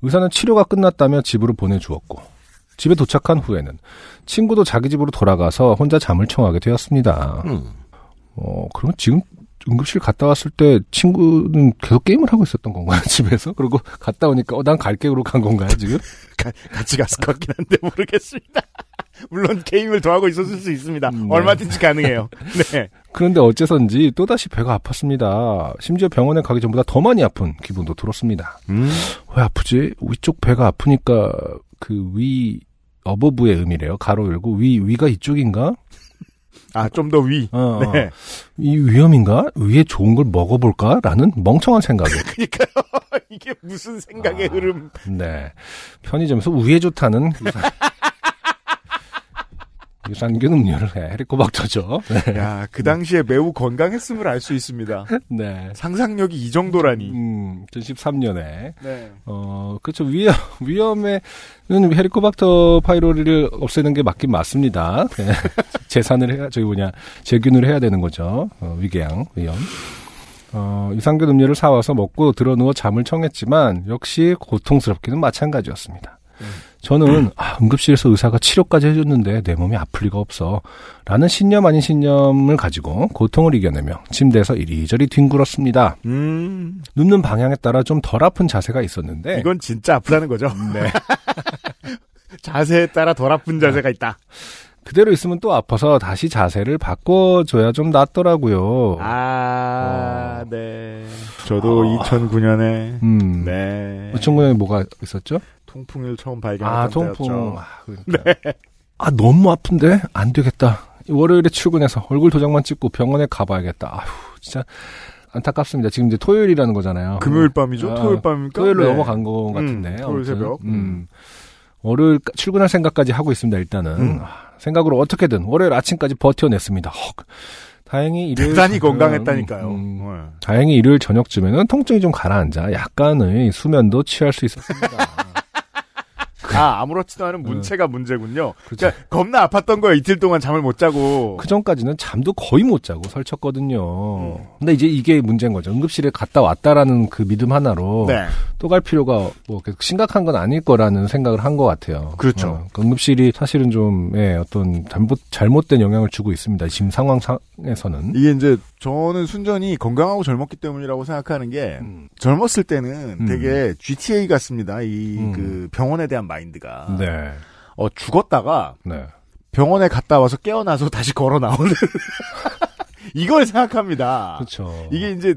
Speaker 2: 의사는 치료가 끝났다며 집으로 보내주었고 집에 도착한 후에는 친구도 자기 집으로 돌아가서 혼자 잠을 청하게 되었습니다. 어, 그럼 지금 응급실 갔다 왔을 때 친구는 계속 게임을 하고 있었던 건가요 집에서? 그리고 갔다 오니까 어, 난 갈게 그러고 간 건가요 지금?
Speaker 1: 가- 같이 갔을 것 같긴 한데 모르겠습니다. 물론 게임을 더 하고 있었을 수 있습니다.
Speaker 2: 음, 네.
Speaker 1: 얼마든지 가능해요. 네.
Speaker 2: 그런데 어째선지 또다시 배가 아팠습니다. 심지어 병원에 가기 전보다 더 많이 아픈 기분도 들었습니다. 왜 아프지? 위쪽 배가 아프니까 그 위 어버브의 음이래요. 가로 열고 위 위가 이쪽인가?
Speaker 1: 아, 좀 더 위.
Speaker 2: 어, 어.
Speaker 1: 네.
Speaker 2: 이 위험인가? 위에 좋은 걸 먹어볼까라는 멍청한 생각에.
Speaker 1: 그러니까요. 이게 무슨 생각의
Speaker 2: 아.
Speaker 1: 흐름.
Speaker 2: 네. 편의점에서 위에 좋다는 그 유산, 유산균 음료를 해. 해리코박터죠. 네.
Speaker 1: 야, 그 당시에 매우 건강했음을 알 수 있습니다.
Speaker 2: 네.
Speaker 1: 상상력이 이 정도라니.
Speaker 2: 음, 2013년에
Speaker 1: 네.
Speaker 2: 어, 그렇죠. 위험, 위험에는 헤리코박터 파이로리를 없애는 게 맞긴 맞습니다. 네. 재산을 해야, 저기 뭐냐, 재균을 해야 되는 거죠. 어, 위궤양, 위험. 어, 유산균 음료를 사와서 먹고 들어 누워 잠을 청했지만, 역시 고통스럽기는 마찬가지였습니다. 저는, 아, 응급실에서 의사가 치료까지 해줬는데 내 몸이 아플 리가 없어. 라는 신념 아닌 신념을 가지고 고통을 이겨내며 침대에서 이리저리 뒹굴었습니다.
Speaker 1: 음,
Speaker 2: 눕는 방향에 따라 좀 덜 아픈 자세가 있었는데,
Speaker 1: 이건 진짜 아프다는 거죠. 네. 자세에 따라 덜 아픈 자세가 있다.
Speaker 2: 그대로 있으면 또 아파서 다시 자세를 바꿔줘야 좀
Speaker 1: 어.
Speaker 2: 낫더라고요.
Speaker 1: 아, 네. 저도 2009년에,
Speaker 2: 음.
Speaker 1: 네.
Speaker 2: 어청구에 뭐가 있었죠?
Speaker 1: 통풍을 처음 발견한
Speaker 2: 아,
Speaker 1: 때였죠. 네.
Speaker 2: 통풍. 아, 그러니까요. 아, 너무 아픈데? 안 되겠다. 월요일에 출근해서 얼굴 도장만 찍고 병원에 가봐야겠다. 아휴, 진짜 안타깝습니다. 지금 이제 토요일이라는 거잖아요.
Speaker 1: 금요일 밤이죠?
Speaker 2: 아,
Speaker 1: 토요일 밤입니까?
Speaker 2: 토요일로
Speaker 1: 네.
Speaker 2: 넘어간 것
Speaker 1: 음,
Speaker 2: 같은데.
Speaker 1: 토요일
Speaker 2: 아무튼.
Speaker 1: 새벽.
Speaker 2: 음. 월요일 출근할 생각까지 하고 있습니다. 일단은
Speaker 1: 음.
Speaker 2: 아, 생각으로 어떻게든 월요일 아침까지 버텨냈습니다. 헉. 다행히 일요일
Speaker 1: 대단히
Speaker 2: 저녁,
Speaker 1: 건강했다니까요.
Speaker 2: 네. 음,
Speaker 1: 네.
Speaker 2: 다행히 일요일 저녁쯤에는 통증이 좀 가라앉아 약간의 수면도 취할 수 있었습니다.
Speaker 1: 아, 아무렇지도 않은 문체가 문제군요. 그러니까 겁나 아팠던 거예요. 이틀 동안 잠을 못 자고.
Speaker 2: 그 전까지는 잠도 거의 못 자고 설쳤거든요.
Speaker 1: 음.
Speaker 2: 근데 이제 이게 문제인 거죠. 응급실에 갔다 왔다라는 그 믿음 하나로
Speaker 1: 네.
Speaker 2: 또 갈 필요가 뭐 계속 심각한 건 아닐 거라는 생각을 한 것 같아요.
Speaker 1: 그렇죠.
Speaker 2: 어, 그 응급실이 사실은 좀 예, 어떤 잘못 잘못된 영향을 주고 있습니다. 지금 상황상에서는
Speaker 1: 이게 이제 저는 순전히 건강하고 젊었기 때문이라고 생각하는 게
Speaker 2: 음.
Speaker 1: 젊었을 때는
Speaker 2: 음.
Speaker 1: 되게 GTA 같습니다. 이
Speaker 2: 음.
Speaker 1: 그 병원에 대한 마인드가
Speaker 2: 네,
Speaker 1: 어 죽었다가
Speaker 2: 네.
Speaker 1: 병원에 갔다 와서 깨어나서 다시 걸어 나오는 이걸 생각합니다.
Speaker 2: 그렇죠.
Speaker 1: 이게 이제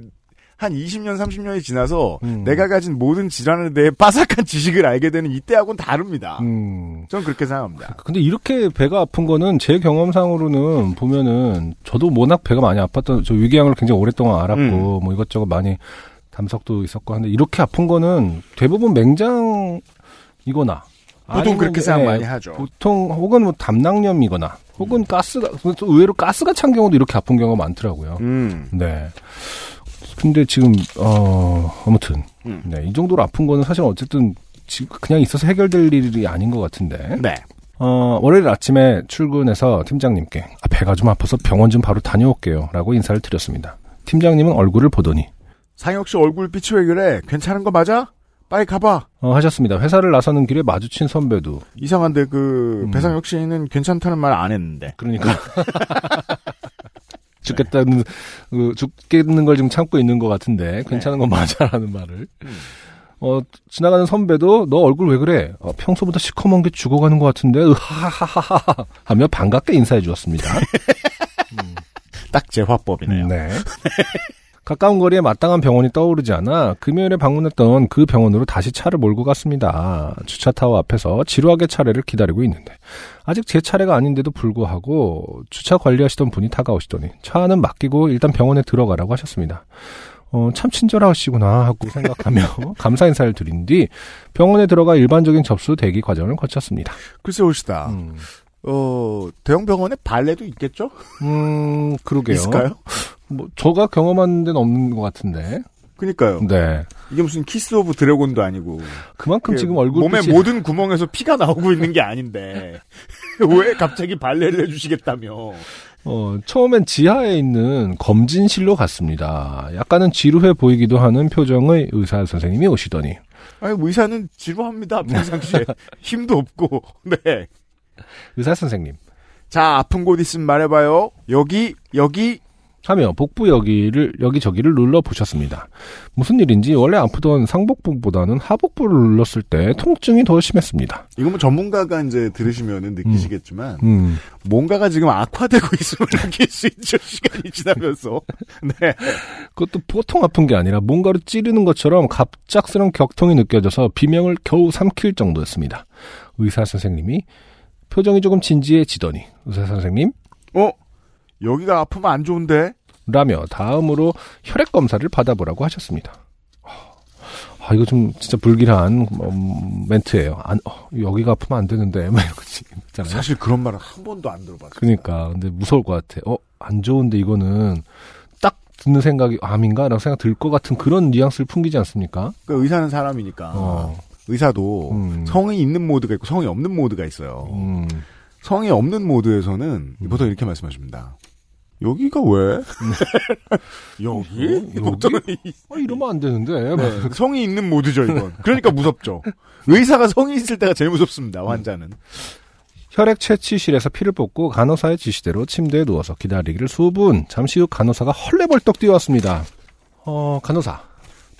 Speaker 1: 한 20년 30년이 지나서
Speaker 2: 음.
Speaker 1: 내가 가진 모든 질환에 대해 빠삭한 지식을 알게 되는 이때하고는 다릅니다.
Speaker 2: 음.
Speaker 1: 저는 그렇게 생각합니다.
Speaker 2: 근데 이렇게 배가 아픈 거는 제 경험상으로는 보면은 저도 워낙 배가 많이 아팠던 저 위궤양을 굉장히 오랫동안 알았고
Speaker 1: 음.
Speaker 2: 뭐 이것저것 많이 담석도 있었고 한데 이렇게 아픈 거는 대부분 맹장이거나
Speaker 1: 보통
Speaker 2: 아니면
Speaker 1: 그렇게
Speaker 2: 이제,
Speaker 1: 생각
Speaker 2: 예,
Speaker 1: 많이 하죠.
Speaker 2: 보통 혹은 뭐 담낭염이거나 혹은 가스가 또 의외로 가스가 찬 경우도 이렇게 아픈 경우가 많더라고요.
Speaker 1: 음.
Speaker 2: 네. 근데 지금 어 아무튼
Speaker 1: 음.
Speaker 2: 네, 이 정도로 아픈 거는 사실 어쨌든 지- 그냥 있어서 해결될 일이 아닌 것 같은데.
Speaker 1: 네.
Speaker 2: 어, 월요일 아침에 출근해서 팀장님께 아, 배가 좀 아파서 병원 좀 바로 다녀올게요. 라고 인사를 드렸습니다. 팀장님은 얼굴을 보더니
Speaker 1: 상혁 씨 얼굴빛이 왜 그래? 괜찮은 거 맞아? 빨리 가봐.
Speaker 2: 어, 하셨습니다. 회사를 나서는 길에 마주친 선배도
Speaker 1: 이상한데 그
Speaker 2: 음.
Speaker 1: 배상혁 씨는 괜찮다는 말 안 했는데.
Speaker 2: 그러니까 죽겠다는 그 죽겠는 걸 지금 참고 있는 것 같은데 괜찮은 건 맞아라는 말을 어 지나가는 선배도 너 얼굴 왜 그래 어, 평소보다 시커먼 게 죽어가는 것 같은데 으하하하하 하며 반갑게 인사해 주었습니다.
Speaker 1: 딱 제 화법이네요.
Speaker 2: 네. 가까운 거리에 마땅한 병원이 떠오르지 않아 금요일에 방문했던 그 병원으로 다시 차를 몰고 갔습니다. 주차타워 앞에서 지루하게 차례를 기다리고 있는데 아직 제 차례가 아닌데도 불구하고 주차 관리하시던 분이 다가오시더니 차는 맡기고 일단 병원에 들어가라고 하셨습니다. 어, 참 친절하시구나 하고 생각하며 감사 인사를 드린 뒤 병원에 들어가 일반적인 접수 대기 과정을 거쳤습니다.
Speaker 1: 글쎄 오시다.
Speaker 2: 음,
Speaker 1: 어 대형 병원에 발레도 있겠죠?
Speaker 2: 음, 그러게요.
Speaker 1: 있을까요?
Speaker 2: 뭐, 저가 경험한 데는 없는 것 같은데.
Speaker 1: 그니까요.
Speaker 2: 네.
Speaker 1: 이게 무슨 키스 오브 드래곤도 아니고.
Speaker 2: 그만큼
Speaker 1: 이게
Speaker 2: 지금 얼굴
Speaker 1: 예, 몸의 모든 구멍에서 피가 나오고 있는 게 아닌데. 왜 갑자기 발레를 해주시겠다며.
Speaker 2: 어, 처음엔 지하에 있는 검진실로 갔습니다. 약간은 지루해 보이기도 하는 표정의 의사 선생님이 오시더니
Speaker 1: 아니, 뭐 의사는 지루합니다. 평상시에. 힘도 없고. 네.
Speaker 2: 의사 선생님
Speaker 1: 자, 아픈 곳 있으면 말해봐요. 여기, 여기.
Speaker 2: 하며 복부 여기를 여기저기를 눌러 보셨습니다. 무슨 일인지 원래 아프던 상복부보다는 하복부를 눌렀을 때 통증이 더 심했습니다.
Speaker 1: 이거 뭐 전문가가 이제 들으시면은 느끼시겠지만.
Speaker 2: 음.
Speaker 1: 뭔가가 지금 악화되고 있음을 느낄 수 있죠, 시간이 지나면서. 네.
Speaker 2: 그것도 보통 아픈 게 아니라 뭔가로 찌르는 것처럼 갑작스런 격통이 느껴져서 비명을 겨우 삼킬 정도였습니다. 의사 선생님이 표정이 조금 진지해지더니 의사 선생님
Speaker 1: 어? 여기가 아프면 안 좋은데?
Speaker 2: 라며 다음으로 혈액 검사를 받아보라고 하셨습니다. 아 이거 좀 진짜 불길한 음, 멘트예요. 안, 어, 여기가 아프면 안 되는데 막 이런 거 지금 있잖아요.
Speaker 1: 사실 그런 말은 한 번도 안 들어봤어요.
Speaker 2: 네. 그러니까 근데 무서울 것 같아. 어안 좋은데 이거는 딱 듣는 생각이 암인가라고 생각 들 것 같은 그런 뉘앙스를 풍기지 않습니까?
Speaker 1: 그러니까 의사는 사람이니까.
Speaker 2: 어.
Speaker 1: 의사도
Speaker 2: 음.
Speaker 1: 성이 있는 모드가 있고 성이 없는 모드가 있어요.
Speaker 2: 음.
Speaker 1: 성이 없는 모드에서는 보통 이렇게 말씀하십니다. 여기가 왜? 여기?
Speaker 2: 네. 여기?
Speaker 1: 보통은 이-
Speaker 2: 아, 이러면 안 되는데. 막.
Speaker 1: 네, 성이 있는 모드죠, 이건. 그러니까 무섭죠. 의사가 성이 있을 때가 제일 무섭습니다, 환자는.
Speaker 2: 혈액 채취실에서 피를 뽑고 간호사의 지시대로 침대에 누워서 기다리기를 수분. 잠시 후 간호사가 헐레벌떡 뛰어왔습니다. 어, 간호사.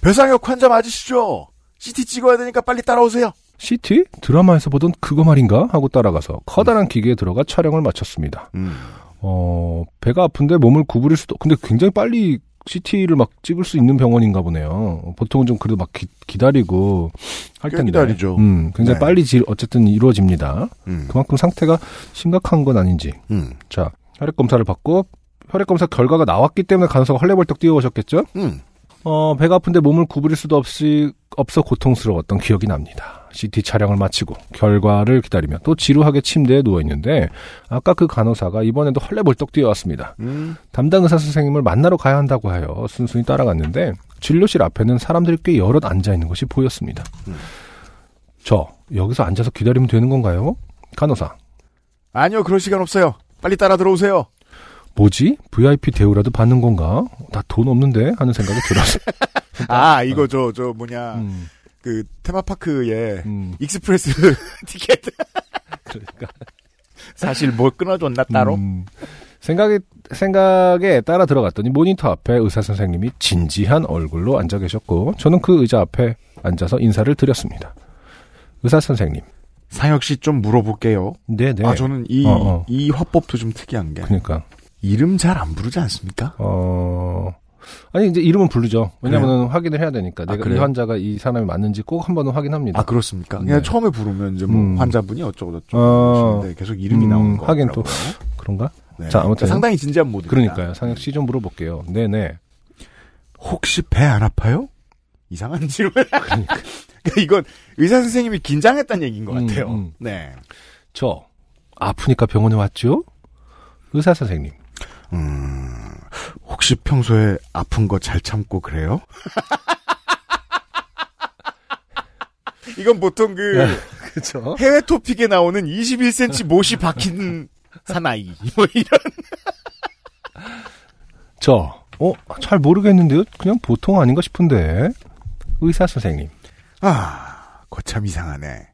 Speaker 1: 배상혁 환자 맞으시죠? CT 찍어야 되니까 빨리 따라오세요.
Speaker 2: CT? 드라마에서 보던 그거 말인가? 하고 따라가서 커다란 기계에 들어가 촬영을 마쳤습니다.
Speaker 1: 음,
Speaker 2: 어, 배가 아픈데 몸을 구부릴 수도, 근데 굉장히 빨리 CT를 막 찍을 수 있는 병원인가 보네요. 보통은 좀 그래도 막 기, 기다리고 할
Speaker 1: 꽤
Speaker 2: 텐데.
Speaker 1: 기다리죠.
Speaker 2: 음, 굉장히
Speaker 1: 네.
Speaker 2: 빨리 지, 어쨌든 이루어집니다.
Speaker 1: 음.
Speaker 2: 그만큼 상태가 심각한 건 아닌지.
Speaker 1: 음.
Speaker 2: 자, 혈액 검사를 받고 혈액 검사 결과가 나왔기 때문에 간호사가 헐레벌떡 뛰어오셨겠죠?
Speaker 1: 음.
Speaker 2: 어, 배가 아픈데 몸을 구부릴 수도 없이 없어 고통스러웠던 기억이 납니다. CT 촬영을 마치고 결과를 기다리며 또 지루하게 침대에 누워 있는데 아까 그 간호사가 이번에도 헐레벌떡 뛰어왔습니다.
Speaker 1: 음.
Speaker 2: 담당 의사 선생님을 만나러 가야 한다고 하여 순순히 따라갔는데 진료실 앞에는 사람들이 꽤 여럿 앉아 있는 것이 보였습니다. 저 여기서 앉아서 기다리면 되는 건가요? 간호사
Speaker 1: 아니요, 그럴 시간 없어요. 빨리 따라 들어오세요.
Speaker 2: 뭐지? VIP 대우라도 받는 건가? 나 돈 없는데? 하는 생각이 들었어요.
Speaker 1: 아, 이거 저, 저 뭐냐.
Speaker 2: 음,
Speaker 1: 그 테마파크에
Speaker 2: 음,
Speaker 1: 익스프레스 티켓.
Speaker 2: 그러니까.
Speaker 1: 사실 뭐 끊어줬나
Speaker 2: 음, 생각이, 생각에 따라 들어갔더니 모니터 앞에 의사 선생님이 진지한 얼굴로 앉아 계셨고, 저는 그 의자 앞에 앉아서 인사를 드렸습니다. 의사 선생님.
Speaker 1: 상혁 씨 좀 물어볼게요.
Speaker 2: 네네.
Speaker 1: 아, 저는 이,
Speaker 2: 어, 어.
Speaker 1: 이 화법도 좀 특이한 게.
Speaker 2: 그러니까,
Speaker 1: 이름 잘 안 부르지 않습니까?
Speaker 2: 어, 아니, 이제 이름은 부르죠. 왜냐면은 확인을 해야 되니까.
Speaker 1: 아,
Speaker 2: 내가 이
Speaker 1: 그래요?
Speaker 2: 환자가 이 사람이 맞는지 꼭 한 번은 확인합니다.
Speaker 1: 아, 그렇습니까?
Speaker 2: 네.
Speaker 1: 그냥 처음에 부르면 이제 뭐
Speaker 2: 음.
Speaker 1: 환자분이 어쩌고저쩌고.
Speaker 2: 어.
Speaker 1: 하시는데 계속 그렇죠. 네, 이름이
Speaker 2: 음,
Speaker 1: 나오는 거.
Speaker 2: 하긴 또. 그런가?
Speaker 1: 네.
Speaker 2: 자, 아무튼.
Speaker 1: 상당히 진지한 모드.
Speaker 2: 그러니까요. 상혁 씨 좀 물어볼게요. 네네.
Speaker 1: 혹시 배 안 아파요? 이상한 질문. 그러니까. 이건 의사 선생님이 긴장했다는 얘기인 것
Speaker 2: 음,
Speaker 1: 같아요.
Speaker 2: 음.
Speaker 1: 네.
Speaker 2: 저 아프니까 병원에 왔죠? 의사 선생님.
Speaker 1: 혹시 평소에 아픈 거 잘 참고 그래요? 이건 보통 그
Speaker 2: 그렇죠.
Speaker 1: 해외 토픽에 나오는 21cm 못이 박힌 사나이 뭐 이런
Speaker 2: 저 어, 잘 모르겠는데요. 그냥 보통 아닌가 싶은데. 의사 선생님.
Speaker 1: 아 거참 이상하네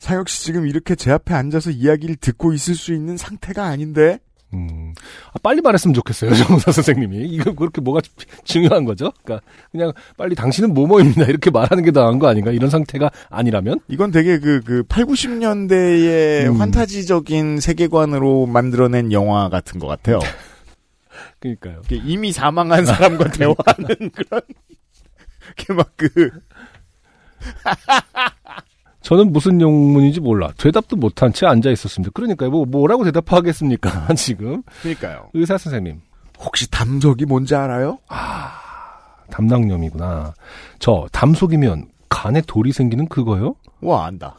Speaker 1: 상혁 씨 지금 이렇게 제 앞에 앉아서 이야기를 듣고 있을 수 있는 상태가 아닌데
Speaker 2: 음. 아, 빨리 말했으면 좋겠어요. 정 의사 선생님이. 이거 그렇게 뭐가 주- 중요한 거죠? 그러니까 그냥 빨리 당신은 뭐뭐입니다. 이렇게 말하는 게 나은 거 아닌가? 이런 상태가 아니라면?
Speaker 1: 이건 되게 그, 그, 8, 90년대의
Speaker 2: 음.
Speaker 1: 환타지적인 세계관으로 만들어낸 영화 같은 것 같아요.
Speaker 2: 그러니까요.
Speaker 1: 이게 이미 사망한 사람과 대화하는 그런, 이렇게 막 그,
Speaker 2: 저는 무슨 용문인지 몰라. 대답도 못한 채 앉아 있었습니다. 그러니까요. 뭐 뭐라고 대답하겠습니까? 지금.
Speaker 1: 그러니까요.
Speaker 2: 의사 선생님.
Speaker 1: 혹시 담석이 뭔지 알아요?
Speaker 2: 담낭염이구나. 저 담속이면 간에 돌이 생기는 그거요?
Speaker 1: 와, 안다.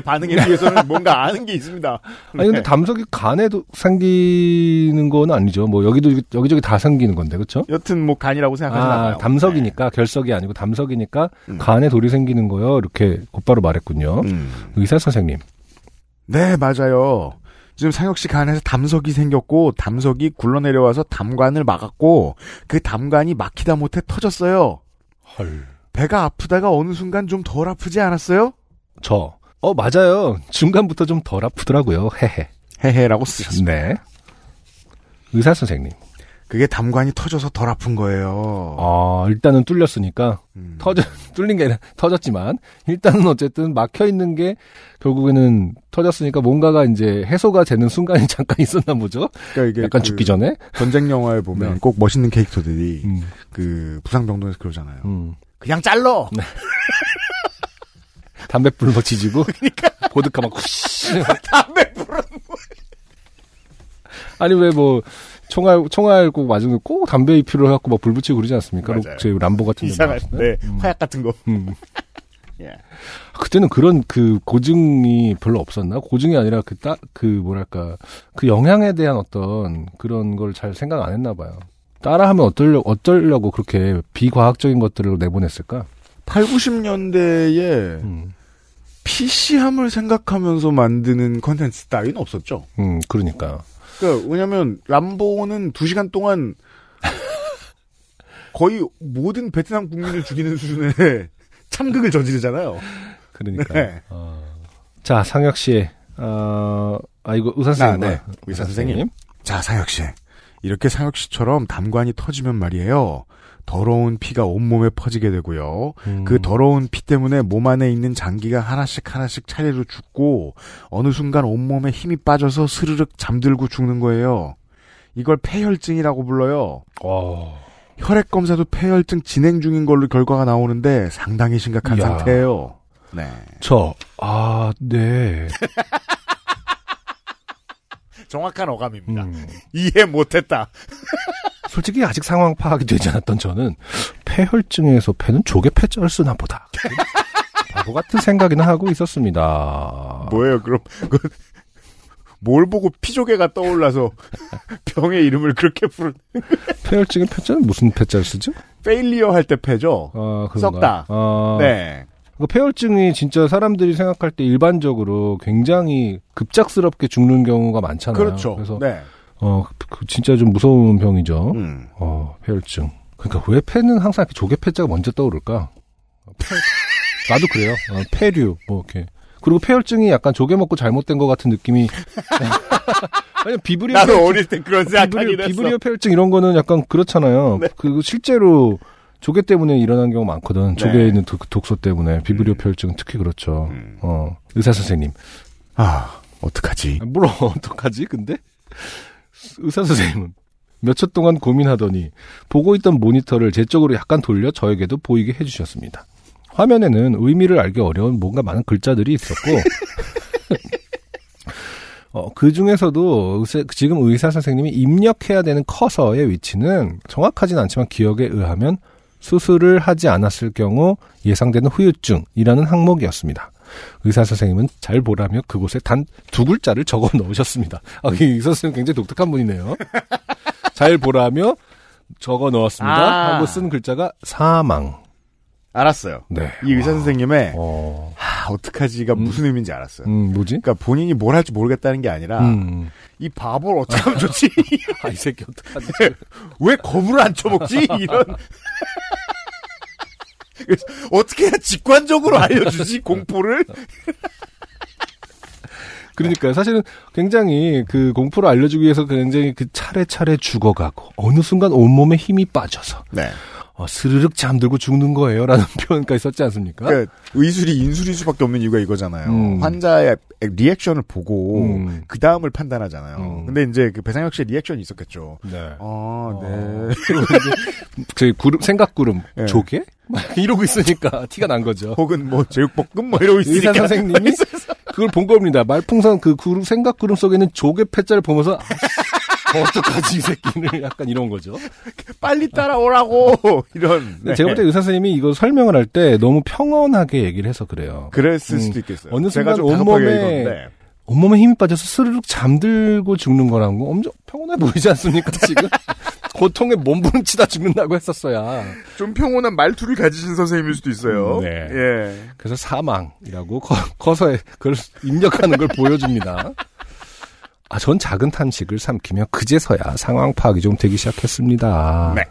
Speaker 1: 반응에 비해서는 뭔가 아는 게 있습니다.
Speaker 2: 아니
Speaker 1: 네.
Speaker 2: 근데 담석이 간에도 생기는 건 아니죠. 뭐 여기도 여기저기 다 생기는 건데 그렇죠?
Speaker 1: 여튼 뭐 간이라고 생각하지 않아요.
Speaker 2: 아, 담석이니까 결석이 아니고 담석이니까
Speaker 1: 네. 음.
Speaker 2: 간에 돌이 생기는 거요. 이렇게 곧바로 말했군요.
Speaker 1: 네. 음.
Speaker 2: 의사 선생님.
Speaker 1: 네, 맞아요. 지금 상혁 씨 간에서 담석이 생겼고 담석이 굴러내려와서 담관을 막았고 그 담관이 막히다 못해 터졌어요.
Speaker 2: 헐.
Speaker 1: 배가 아프다가 어느 순간 좀 덜 아프지 않았어요?
Speaker 2: 저. 어 맞아요. 중간부터 좀 덜 아프더라고요. 헤헤.
Speaker 1: 헤헤라고 쓰셨습니다.
Speaker 2: 네. 의사 선생님.
Speaker 1: 그게 담관이 터져서 덜 아픈 거예요.
Speaker 2: 아 일단은 뚫렸으니까
Speaker 1: 어. 음.
Speaker 2: 터져 뚫린 게 아니라 터졌지만 일단은 어쨌든 막혀 있는 게 결국에는 터졌으니까 뭔가가 이제 해소가 되는 순간이 잠깐 있었나 보죠.
Speaker 1: 그러니까 이게
Speaker 2: 약간
Speaker 1: 그
Speaker 2: 죽기 전에.
Speaker 1: 전쟁 영화에 보면
Speaker 2: 네.
Speaker 1: 꼭 멋있는 캐릭터들이
Speaker 2: 음,
Speaker 1: 그 부상병동에서 그러잖아요.
Speaker 2: 음.
Speaker 1: 그냥 잘러.
Speaker 2: 담배 불로 지지고 보드카 막 후시.
Speaker 1: 그러니까. 담배 불어.
Speaker 2: 아니 왜 뭐 총알 총알 꼭 맞으면 꼭 담배 잎으로 해갖고 막 불 붙이고 그러지 않습니까?
Speaker 1: 맞아요.
Speaker 2: 제 람보 같은 데
Speaker 1: 이상한
Speaker 2: 나왔을 때.
Speaker 1: 네, 화약 같은 거.
Speaker 2: 음.
Speaker 1: 예.
Speaker 2: 그때는 그런 그 고증이 별로 없었나? 고증이 아니라 그 딱 그 뭐랄까 그 영향에 대한 어떤 그런 걸 잘 생각 안 했나 봐요. 따라하면 어떨려 어쩌려고 그렇게 비과학적인 것들을 내보냈을까?
Speaker 1: 8, 90년대에
Speaker 2: 음,
Speaker 1: PC함을 생각하면서 만드는 컨텐츠 따위는 없었죠.
Speaker 2: 음 그러니까
Speaker 1: 그러니까 왜냐면 람보는 2시간 동안 거의 모든 베트남 국민을 죽이는 수준의 참극을 저지르잖아요.
Speaker 2: 그러니까.
Speaker 1: 네.
Speaker 2: 어. 자 상혁 씨, 어, 아 이거 의사
Speaker 1: 아,
Speaker 2: 선생님,
Speaker 1: 네. 의사 선생님. 자, 상혁 씨. 이렇게 상혁 씨처럼 담관이 터지면 말이에요. 더러운 피가 온몸에 퍼지게 되고요.
Speaker 2: 음,
Speaker 1: 그 더러운 피 때문에 몸 안에 있는 장기가 하나씩 하나씩 차례로 죽고 어느 순간 온몸에 힘이 빠져서 스르륵 잠들고 죽는 거예요. 이걸 폐혈증이라고 불러요.
Speaker 2: 어,
Speaker 1: 혈액 검사도 폐혈증 진행 중인 걸로 결과가 나오는데 상당히 심각한
Speaker 2: 이야.
Speaker 1: 상태예요. 네.
Speaker 2: 저, 아, 네.
Speaker 1: 정확한 어감입니다.
Speaker 2: 음.
Speaker 1: 이해 못했다.
Speaker 2: 솔직히 아직 상황 파악이 되지 않았던 저는 폐혈증에서 폐는 조개 폐자를 쓰나 보다. 바보 같은 생각이나 하고 있었습니다.
Speaker 1: 뭐예요, 그럼. 그- 뭘 보고 피조개가 떠올라서 병의 이름을 그렇게 부른,
Speaker 2: 폐혈증의 폐자는 무슨 폐자를 쓰죠?
Speaker 1: 페일리어 할 때 패죠?
Speaker 2: 아, 그런가?
Speaker 1: 썩다.
Speaker 2: 아,
Speaker 1: 네.
Speaker 2: 그 폐혈증이 진짜 사람들이 생각할 때 일반적으로 굉장히 급작스럽게 죽는 경우가 많잖아요.
Speaker 1: 그렇죠.
Speaker 2: 래서
Speaker 1: 네.
Speaker 2: 어, 그 진짜 좀 무서운 병이죠.
Speaker 1: 음.
Speaker 2: 어, 폐혈증. 그러니까 왜 폐는 항상 이렇게 조개 폐자가 먼저 떠오를까? 폐- 나도 그래요. 어, 폐류 뭐 이렇게. 그리고 폐혈증이 약간 조개 먹고 잘못된 것 같은 느낌이. 아니 비브리오 폐-
Speaker 1: 나도 어릴 때 그런 생각하긴
Speaker 2: 비브리오,
Speaker 1: 했어. 네.
Speaker 2: 비브리오 폐혈증 이런 거는 약간 그렇잖아요. 그리고 실제로 조개 때문에 일어난 경우 많거든. 조개에
Speaker 1: 네. 음.
Speaker 2: 있는 독, 독소 때문에 비브리오 폐혈증은 특히 그렇죠. 어, 의사 선생님.
Speaker 1: 아, 어떡하지?
Speaker 2: 아, 물어 어떡하지 근데 의사 선생님은 몇 초 동안 고민하더니 보고 있던 모니터를 제 쪽으로 약간 돌려 저에게도 보이게 해주셨습니다. 화면에는 의미를 알기 어려운 뭔가 많은 글자들이 있었고 어, 그 중에서도 의사- 지금 의사 선생님이 입력해야 되는 커서의 위치는 정확하진 않지만 기억에 의하면 수술을 하지 않았을 경우 예상되는 후유증이라는 항목이었습니다. 의사 선생님은 잘 보라며 그곳에 단 두 글자를 적어 넣으셨습니다. 아, 이 의사 선생님 굉장히 독특한 분이네요. 잘 보라며 적어 넣었습니다.
Speaker 1: 아.
Speaker 2: 하고 쓴 글자가 사망.
Speaker 1: 알았어요.
Speaker 2: 네.
Speaker 1: 이 의사 선생님의
Speaker 2: 어,
Speaker 1: 아, 어떡하지가 무슨 의미인지 알았어요.
Speaker 2: 음, 뭐지?
Speaker 1: 그러니까 본인이 뭘 할지 모르겠다는 게 아니라
Speaker 2: 음.
Speaker 1: 이 바보를 어떻게 하면 좋지? 네.
Speaker 2: 아, 이 새끼 어떡하지?
Speaker 1: 왜 거물을 안 쳐먹지? 이런. 그래서 어떻게 해야 직관적으로 알려주지 공포를?
Speaker 2: 그러니까요. 사실은 굉장히 그 공포를 알려주기 위해서 굉장히 그 차례차례 죽어가고 어느 순간 온몸에 힘이 빠져서
Speaker 1: 네.
Speaker 2: 어, 스르륵 잠들고 죽는 거예요. 라는 표현까지 썼지 않습니까?
Speaker 1: 그러니까 의술이 인술일 수밖에 없는 이유가 이거잖아요.
Speaker 2: 음.
Speaker 1: 환자의 리액션을 보고
Speaker 2: 음.
Speaker 1: 그 다음을 판단하잖아요.
Speaker 2: 음.
Speaker 1: 근데 이제 그 배상혁 씨의 리액션이 있었겠죠.
Speaker 2: 네.
Speaker 1: 아,
Speaker 2: 어.
Speaker 1: 네.
Speaker 2: 그리고 이제 저희 그 구름, 생각구름,
Speaker 1: 예.
Speaker 2: 조개? 막 이러고 있으니까 티가 난 거죠.
Speaker 1: 혹은 뭐 제육볶음 뭐 이러고 있으니까
Speaker 2: 의사 선생님이 그걸 본 겁니다. 말풍선 그 구름, 생각구름 속에 있는 조개 패자를 보면서 아, 씨, 어떡하지 이 새끼는 약간 이런 거죠.
Speaker 1: 빨리 따라오라고 이런. 네.
Speaker 2: 근데 제가 볼 때 의사 선생님이 이거 설명을 할 때 너무 평온하게 얘기를 해서 그래요.
Speaker 1: 그랬을
Speaker 2: 음,
Speaker 1: 수도 있겠어요.
Speaker 2: 어느
Speaker 1: 제가
Speaker 2: 순간
Speaker 1: 좀 다급하게
Speaker 2: 온몸에
Speaker 1: 읽었는데 네.
Speaker 2: 온몸에 힘이 빠져서 스르륵 잠들고 죽는 거라는 거 엄청 평온해 보이지 않습니까 지금? 고통에 몸부림치다 죽는다고 했었어야.
Speaker 8: 좀 평온한 말투를 가지신 선생님일 수도 있어요.
Speaker 2: 네.
Speaker 8: 예.
Speaker 2: 그래서 사망이라고 커, 서에 그걸 입력하는 걸 보여줍니다. 아, 전 작은 탄식을 삼키며 그제서야 상황 파악이 좀 되기 시작했습니다.
Speaker 1: 네.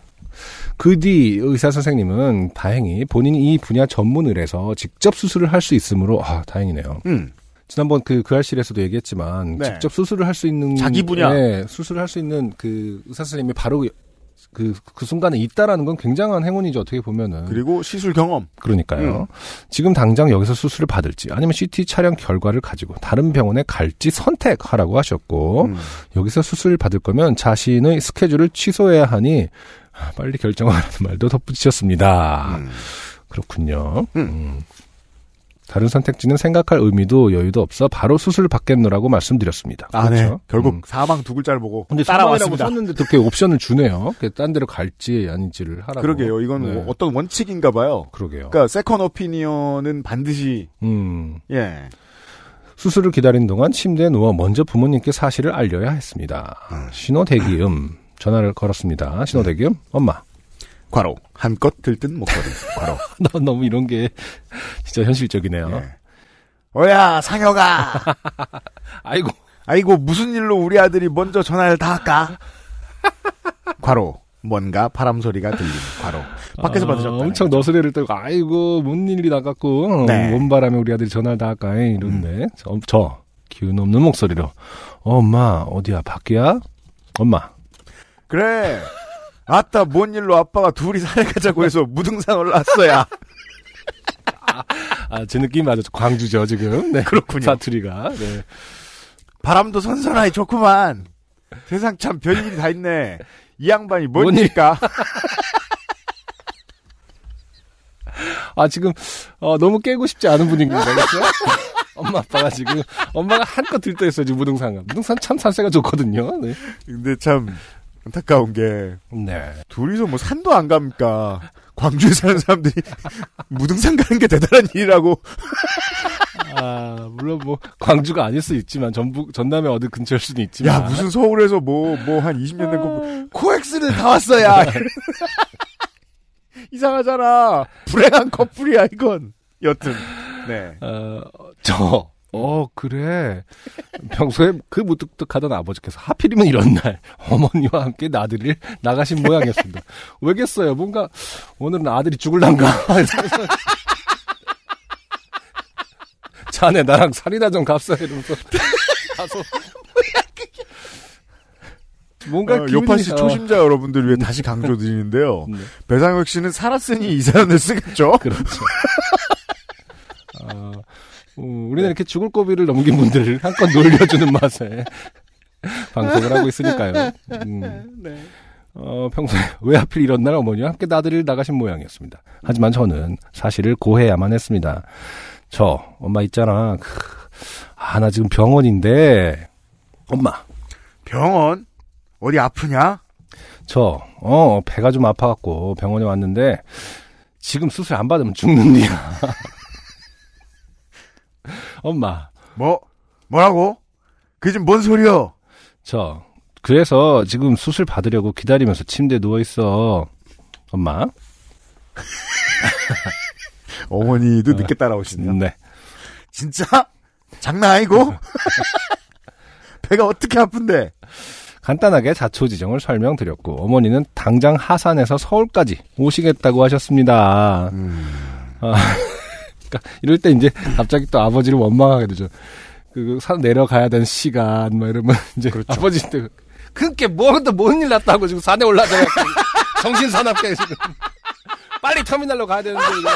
Speaker 2: 그 뒤 의사 선생님은 다행히 본인이 이 분야 전문을 해서 직접 수술을 할 수 있으므로 아 다행이네요.
Speaker 1: 음.
Speaker 2: 지난번 그 그알실에서도 얘기했지만
Speaker 1: 네.
Speaker 2: 직접 수술을 할 수 있는
Speaker 1: 자기 분야.
Speaker 2: 네, 수술을 할 수 있는 그 의사 선생님이 바로 그, 그 순간에 있다라는 건 굉장한 행운이죠 어떻게 보면은
Speaker 1: 그리고 시술 경험. 음.
Speaker 2: 그러니까요. 지금 당장 여기서 수술을 받을지 아니면 CT 촬영 결과를 가지고 다른 병원에 갈지 선택하라고 하셨고
Speaker 1: 음.
Speaker 2: 여기서 수술을 받을 거면 자신의 스케줄을 취소해야 하니 아, 빨리 결정하라는 말도 덧붙이셨습니다.
Speaker 1: 음.
Speaker 2: 그렇군요. 음. 다른 선택지는 생각할 의미도 여유도 없어 바로 수술을 받겠노라고 말씀드렸습니다.
Speaker 1: 아,
Speaker 2: 그렇죠?
Speaker 1: 네. 결국
Speaker 2: 음.
Speaker 1: 사망 두 글자를 보고
Speaker 2: 근데
Speaker 1: 따라왔습니다.
Speaker 2: 따라왔습니다. 썼는데 그렇게 옵션을 주네요. 그딴 데로 갈지 아닌지를 하라고.
Speaker 1: 그러게요. 이건
Speaker 2: 네.
Speaker 1: 뭐 어떤 원칙인가 봐요.
Speaker 2: 그러게요.
Speaker 1: 그러니까 세컨 오피니언은 반드시
Speaker 2: 음.
Speaker 1: 예.
Speaker 2: 수술을 기다린 동안 침대에 누워 먼저 부모님께 사실을 알려야 했습니다.
Speaker 1: 아.
Speaker 2: 신호대기음 전화를 걸었습니다. 신호대기음 엄마.
Speaker 1: 과로 한껏 들뜬 목걸이. 과로.
Speaker 2: 나 너무 이런 게 진짜 현실적이네요.
Speaker 1: 예. 어야 상혁아.
Speaker 2: 아이고
Speaker 1: 아이고 무슨 일로 우리 아들이 먼저 전화를 다 할까? 과로 뭔가 바람 소리가 들리는 과로. 밖에서
Speaker 2: 아,
Speaker 1: 받으셨다.
Speaker 2: 엄청 너스레를 떨고 아이고 뭔 일이 나갔고
Speaker 1: 네.
Speaker 2: 뭔 바람에 우리 아들이 전화를 다 할까 이런데 저, 저 기운 없는 목소리로 엄마 어디야 밖이야 엄마
Speaker 1: 그래. 아따 뭔 일로 아빠가 둘이 살해가자고 해서 무등산 올라왔어야.
Speaker 2: 아 제 느낌 맞아 광주죠 지금 네.
Speaker 1: 그렇군요.
Speaker 2: 사투리가 네.
Speaker 1: 바람도 선선하니 좋구만. 세상 참 별일이 다 있네. 이 양반이
Speaker 2: 뭔
Speaker 1: 뭔
Speaker 2: 일-
Speaker 1: 일일까?
Speaker 2: 아 지금 어, 너무 깨고 싶지 않은 분위기입니다. 그렇죠? 엄마 아빠가 지금 엄마가 한껏 들떠 있어요. 지금 무등산. 무등산 참 산세가 좋거든요. 네.
Speaker 1: 근데 참 안타까운 게
Speaker 2: 네.
Speaker 1: 둘이서 뭐 산도 안 갑니까? 광주에 사는 사람들이 무등산 가는 게 대단한 일이라고.
Speaker 2: 아 물론 뭐 광주가 아닐 수 있지만 전북 전남의 어디 근처일 수는 있지만.
Speaker 1: 야 무슨 서울에서 뭐 뭐 한 20년
Speaker 2: 아.
Speaker 1: 된거 뭐, 코엑스를 다 왔어야. 이상하잖아. 불행한 커플이야 이건. 여튼 네.
Speaker 2: 어저 어, 그래. 평소에 그 무뚝뚝하던 아버지께서 하필이면 이런 날 어머니와 함께 나들이를 나가신 모양이었습니다. 왜겠어요? 뭔가 오늘은 아들이 죽을란가? 자네 나랑 살이나 좀 갚사 이러면서 가서
Speaker 1: 어,
Speaker 2: 뭔가
Speaker 1: 어,
Speaker 2: 기분이
Speaker 1: 요파 씨
Speaker 2: 어,
Speaker 1: 초심자 여러분들 위해 다시 강조드리는데요.
Speaker 2: 네.
Speaker 1: 배상혁 씨는 살았으니 이 사연을 쓰겠죠?
Speaker 2: 그렇죠. 어, 어, 우리는 이렇게 죽을 고비를 넘긴 분들을 한껏 놀려주는 맛에 방송을 하고 있으니까요. 음. 어, 평소에 왜 하필 이런 날 어머니와 함께 나들이를 나가신 모양이었습니다. 하지만 저는 사실을 고해야만 했습니다. 저 엄마 있잖아. 크, 아, 나 지금 병원인데 엄마
Speaker 1: 병원? 어디 아프냐?
Speaker 2: 저, 어, 배가 좀 아파갖고 병원에 왔는데, 지금 수술 안 받으면 죽는디야. 엄마,
Speaker 1: 뭐? 뭐라고? 그게 지금 뭔 소리여?
Speaker 2: 저, 그래서 지금 수술 받으려고 기다리면서 침대에 누워있어. 엄마?
Speaker 1: 어머니도 늦게 따라오시네요.
Speaker 2: 아. 네.
Speaker 1: 진짜? 장난 아니고? 배가 어떻게 아픈데?
Speaker 2: 간단하게 자초지정을 설명드렸고, 어머니는 당장 하산해서 서울까지 오시겠다고 하셨습니다. 아, 그러니까 이럴 때 이제 갑자기 또 아버지를 원망하게 되죠. 그, 산 내려가야 되는 시간, 막 이러면 이제 아버지 때, 그게 뭐또 뭔 일 났다고 지금 산에 올라가야 정신 사납게 지금. 빨리 터미널로 가야 되는데. 이거.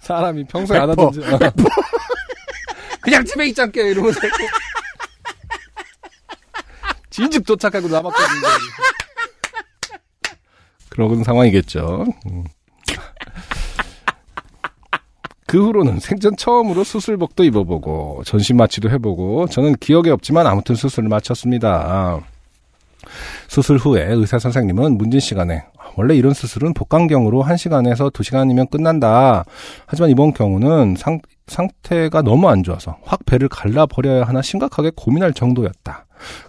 Speaker 2: 사람이 평소에 안 하던지. 어. 그냥 집에 있지 않게 이러면서. 진즉 도착하고 남았거든요. 그런 상황이겠죠. 음. 그 후로는 생전 처음으로 수술복도 입어보고 전신 마취도 해보고 저는 기억이 없지만 아무튼 수술을 마쳤습니다. 수술 후에 의사 선생님은 문진 시간에 원래 이런 수술은 복강경으로 1시간에서 2시간이면 끝난다. 하지만 이번 경우는 상, 상태가 너무 안 좋아서 확 배를 갈라버려야 하나 심각하게 고민할 정도였다.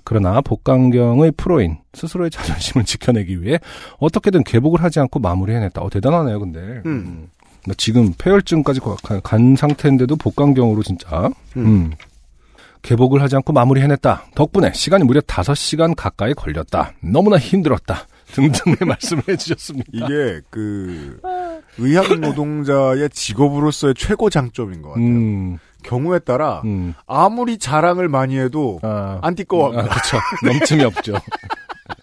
Speaker 2: 그러나 복강경의 프로인 스스로의 자존심을 지켜내기 위해 어떻게든 개복을 하지 않고 마무리해냈다. 어, 대단하네요, 근데. 음. 나 지금 폐혈증까지 거- 가- 간 상태인데도 복강경으로 진짜. 음. 개복을 하지 않고 마무리해냈다. 덕분에 시간이 무려 5시간 가까이 걸렸다. 너무나 힘들었다. 등등의 말씀을 해주셨습니다.
Speaker 1: 이게 그 의학 노동자의 직업으로서의 최고 장점인 것 같아요.
Speaker 2: 음,
Speaker 1: 경우에 따라
Speaker 2: 음.
Speaker 1: 아무리 자랑을 많이 해도
Speaker 2: 아,
Speaker 1: 안 띠꺼워.
Speaker 2: 아, 그렇죠. 넘침이 없죠. 아.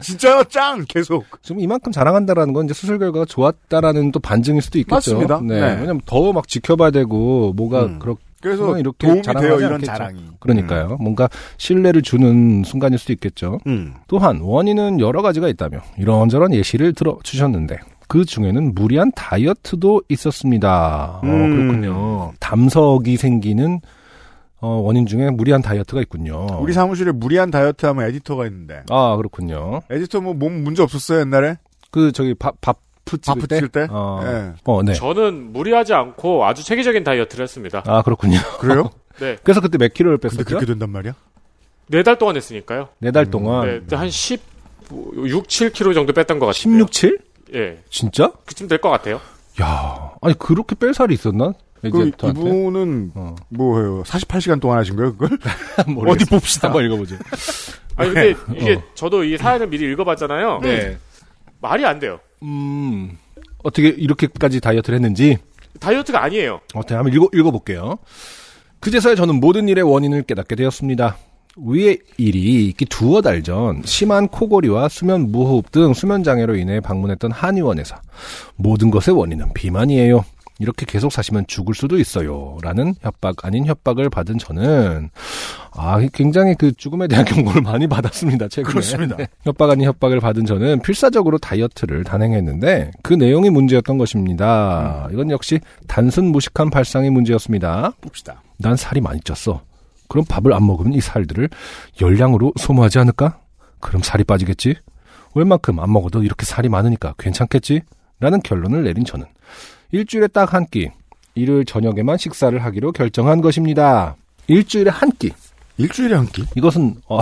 Speaker 1: 진짜요, 짱 계속.
Speaker 2: 지금 이만큼 자랑한다라는 건 이제 수술 결과가 좋았다라는 또 반증일 수도 있겠죠.
Speaker 1: 맞습니다.
Speaker 2: 네.
Speaker 1: 네.
Speaker 2: 왜냐면 더 막 지켜봐야 되고 뭐가
Speaker 1: 음.
Speaker 2: 그렇
Speaker 1: 그래서
Speaker 2: 그건 이렇게
Speaker 1: 도움이
Speaker 2: 자랑하지
Speaker 1: 돼요 이런
Speaker 2: 않겠죠.
Speaker 1: 자랑이.
Speaker 2: 그러니까요. 뭔가 신뢰를 주는 순간일 수도 있겠죠.
Speaker 1: 음.
Speaker 2: 또한 원인은 여러 가지가 있다며 이런저런 예시를 들어 주셨는데 그 중에는 무리한 다이어트도 있었습니다. 어,
Speaker 1: 음.
Speaker 2: 그렇군요. 담석이 생기는 어, 원인 중에 무리한 다이어트가 있군요.
Speaker 1: 우리 사무실에 무리한 다이어트 하면 에디터가 있는데.
Speaker 2: 아 그렇군요.
Speaker 1: 에디터 뭐 몸 문제 없었어요 옛날에?
Speaker 2: 그 저기 밥 밥프 찍을
Speaker 1: 바프
Speaker 2: 때.
Speaker 1: 찍을 때?
Speaker 2: 어,
Speaker 1: 예.
Speaker 2: 어, 네.
Speaker 9: 저는 무리하지 않고 아주 체계적인 다이어트를 했습니다.
Speaker 2: 아 그렇군요.
Speaker 1: 그래요?
Speaker 9: 네.
Speaker 2: 그래서 그때 몇 킬로를
Speaker 1: 근데
Speaker 2: 뺐었죠?
Speaker 1: 그렇게 된단 말이야?
Speaker 9: 네 달 동안 했으니까요.
Speaker 2: 네 달 동안
Speaker 9: 네, 한 10, 6, 7kg 정도 뺐던 것 같아요.
Speaker 2: 16, 7?
Speaker 9: 예.
Speaker 2: 진짜?
Speaker 9: 그쯤 될 것 같아요.
Speaker 2: 야, 아니 그렇게 뺄 살이 있었나?
Speaker 1: 그
Speaker 2: 에디터한테?
Speaker 1: 이분은
Speaker 2: 어.
Speaker 1: 뭐예요? 48시간 동안 하신 거예요 그걸?
Speaker 2: 어디 봅시다. 뭐 한번 읽어보죠.
Speaker 9: 아니, 근데 이게 저도 이 사연을 미리 읽어봤잖아요. 네. 말이 안 돼요.
Speaker 2: 음, 어떻게 이렇게까지 다이어트를 했는지
Speaker 9: 다이어트가 아니에요.
Speaker 2: 어떻게 한번 읽어, 읽어볼게요. 그제서야 저는 모든 일의 원인을 깨닫게 되었습니다. 위의 일이 있기 두어 달 전 심한 코골이와 수면 무호흡 등 수면 장애로 인해 방문했던 한의원에서 모든 것의 원인은 비만이에요. 이렇게 계속 사시면 죽을 수도 있어요. 라는 협박 아닌 협박을 받은 저는 아 굉장히 그 죽음에 대한 경고를 많이 받았습니다. 최근에
Speaker 1: 그렇습니다.
Speaker 2: 협박 아닌 협박을 받은 저는 필사적으로 다이어트를 단행했는데 그 내용이 문제였던 것입니다. 이건 역시 단순 무식한 발상의 문제였습니다.
Speaker 1: 음. 봅시다.
Speaker 2: 난 살이 많이 쪘어. 그럼 밥을 안 먹으면 이 살들을 열량으로 소모하지 않을까? 그럼 살이 빠지겠지? 웬만큼 안 먹어도 이렇게 살이 많으니까 괜찮겠지? 라는 결론을 내린 저는 일주일에 딱 한 끼, 일요일 저녁에만 식사를 하기로 결정한 것입니다. 일주일에 한 끼.
Speaker 1: 일주일에 한 끼?
Speaker 2: 이것은 어,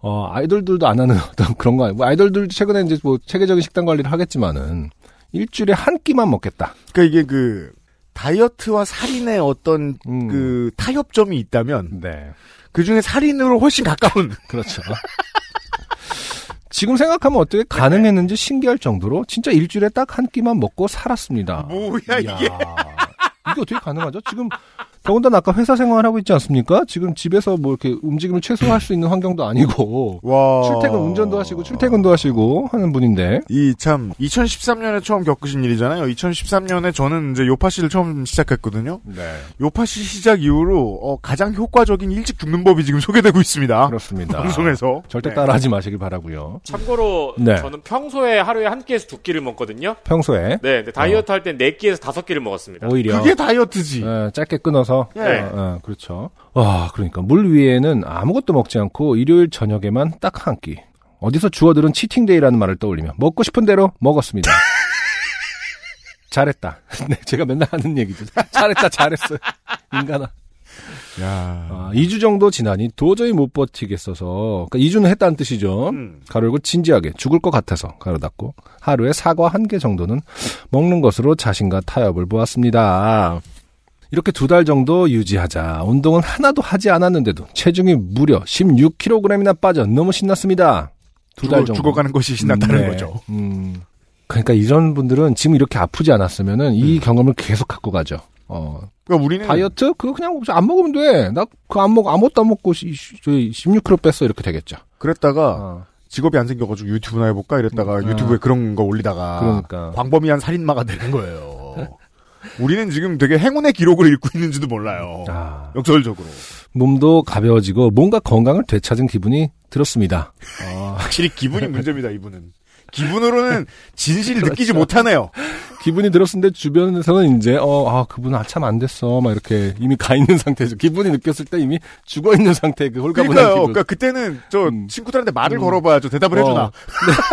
Speaker 2: 어, 아이돌들도 안 하는 어떤 그런 거 아니고 아이돌들 최근에 이제 뭐 체계적인 식단 관리를 하겠지만은 일주일에 한 끼만 먹겠다.
Speaker 1: 그러니까 이게 그 다이어트와 살인의 어떤
Speaker 2: 음.
Speaker 1: 그 타협점이 있다면
Speaker 2: 네.
Speaker 1: 그 중에 살인으로 훨씬 가까운
Speaker 2: 그렇죠. 지금 생각하면 어떻게 가능했는지 신기할 정도로 진짜 일주일에 딱 한 끼만 먹고 살았습니다.
Speaker 1: 뭐야,
Speaker 2: 이야. 이게 어떻게 가능하죠? 지금 더군다나 아까 회사 생활하고 있지 않습니까? 지금 집에서 뭐 이렇게 움직임을 최소화할 수 있는 환경도 아니고
Speaker 1: 와
Speaker 2: 출퇴근 운전도 하시고 출퇴근도 하시고 하는 분인데
Speaker 1: 이 참 2013년에 처음 겪으신 일이잖아요. 2013년에 저는 이제 요파 씨를 처음 시작했거든요. 요파 씨 시작 이후로 어, 가장 효과적인 일찍 죽는 법이 지금 소개되고 있습니다.
Speaker 2: 그렇습니다.
Speaker 1: 방송에서
Speaker 2: 절대
Speaker 1: 네.
Speaker 2: 따라하지 마시길 바라고요.
Speaker 9: 참고로
Speaker 2: 네.
Speaker 9: 저는 평소에 하루에 한 끼에서 두 끼를 먹거든요.
Speaker 2: 평소에
Speaker 9: 네, 근데 다이어트 할 땐 네 끼에서 다섯 끼를 먹었습니다.
Speaker 2: 오히려
Speaker 1: 그게 다이어트지.
Speaker 2: 예, 짧게 끊어서.
Speaker 1: 예.
Speaker 2: 어, 어, 그렇죠. 와, 그러니까 물 위에는 아무것도 먹지 않고 일요일 저녁에만 딱 한 끼. 어디서 주어들은 치팅데이라는 말을 떠올리며 먹고 싶은 대로 먹었습니다. 잘했다. 네, 제가 맨날 하는 얘기죠. 잘했다, 잘했어. 인간아.
Speaker 1: 야.
Speaker 2: 아, 2주 정도 지나니 도저히 못 버티겠어서, 그러니까 2주는 했다는 뜻이죠.
Speaker 1: 음.
Speaker 2: 가로고 진지하게 죽을 것 같아서 가로 닫고 하루에 사과 한 개 정도는 먹는 것으로 자신과 타협을 보았습니다. 이렇게 두 달 정도 유지하자 운동은 하나도 하지 않았는데도 체중이 무려 16kg이나 빠져 너무 신났습니다. 두 달
Speaker 1: 죽어,
Speaker 2: 정도
Speaker 1: 죽어가는 것이 신난다는
Speaker 2: 네.
Speaker 1: 거죠.
Speaker 2: 음. 그러니까 이런 분들은 지금 이렇게 아프지 않았으면은
Speaker 1: 음.
Speaker 2: 이 경험을 계속 갖고 가죠. 어,
Speaker 1: 그러니까 우리는
Speaker 2: 다이어트? 그거 그냥 뭐 안 먹으면 돼. 나 그거 안 먹어. 아무것도 안 먹고 16kg 뺐어. 이렇게 되겠죠.
Speaker 1: 그랬다가
Speaker 2: 어.
Speaker 1: 직업이 안 생겨가지고 유튜브나 해볼까 이랬다가
Speaker 2: 음,
Speaker 1: 유튜브에
Speaker 2: 아.
Speaker 1: 그런 거 올리다가
Speaker 2: 그러니까.
Speaker 1: 광범위한 살인마가 되는 거예요. 우리는 지금 되게 행운의 기록을 읽고 있는지도 몰라요.
Speaker 2: 아.
Speaker 1: 역설적으로.
Speaker 2: 몸도 가벼워지고 뭔가 건강을 되찾은 기분이 들었습니다.
Speaker 1: 아.
Speaker 2: 그렇죠.
Speaker 1: 확실히 기분이 문제입니다, 이분은. 기분으로는 진실을 느끼지 못하네요.
Speaker 2: 기분이 들었는데 주변에서는 이제 어 아 그분은 아참 안 됐어 막 이렇게 이미 가 있는 상태에서 기분이 느꼈을 때 이미 죽어 있는 상태 그 홀가분한
Speaker 1: 그러니까요.
Speaker 2: 기분.
Speaker 1: 그러니까 그때는 저
Speaker 2: 음.
Speaker 1: 친구들한테 말을 걸어봐야죠. 대답을
Speaker 2: 어.
Speaker 1: 해주나.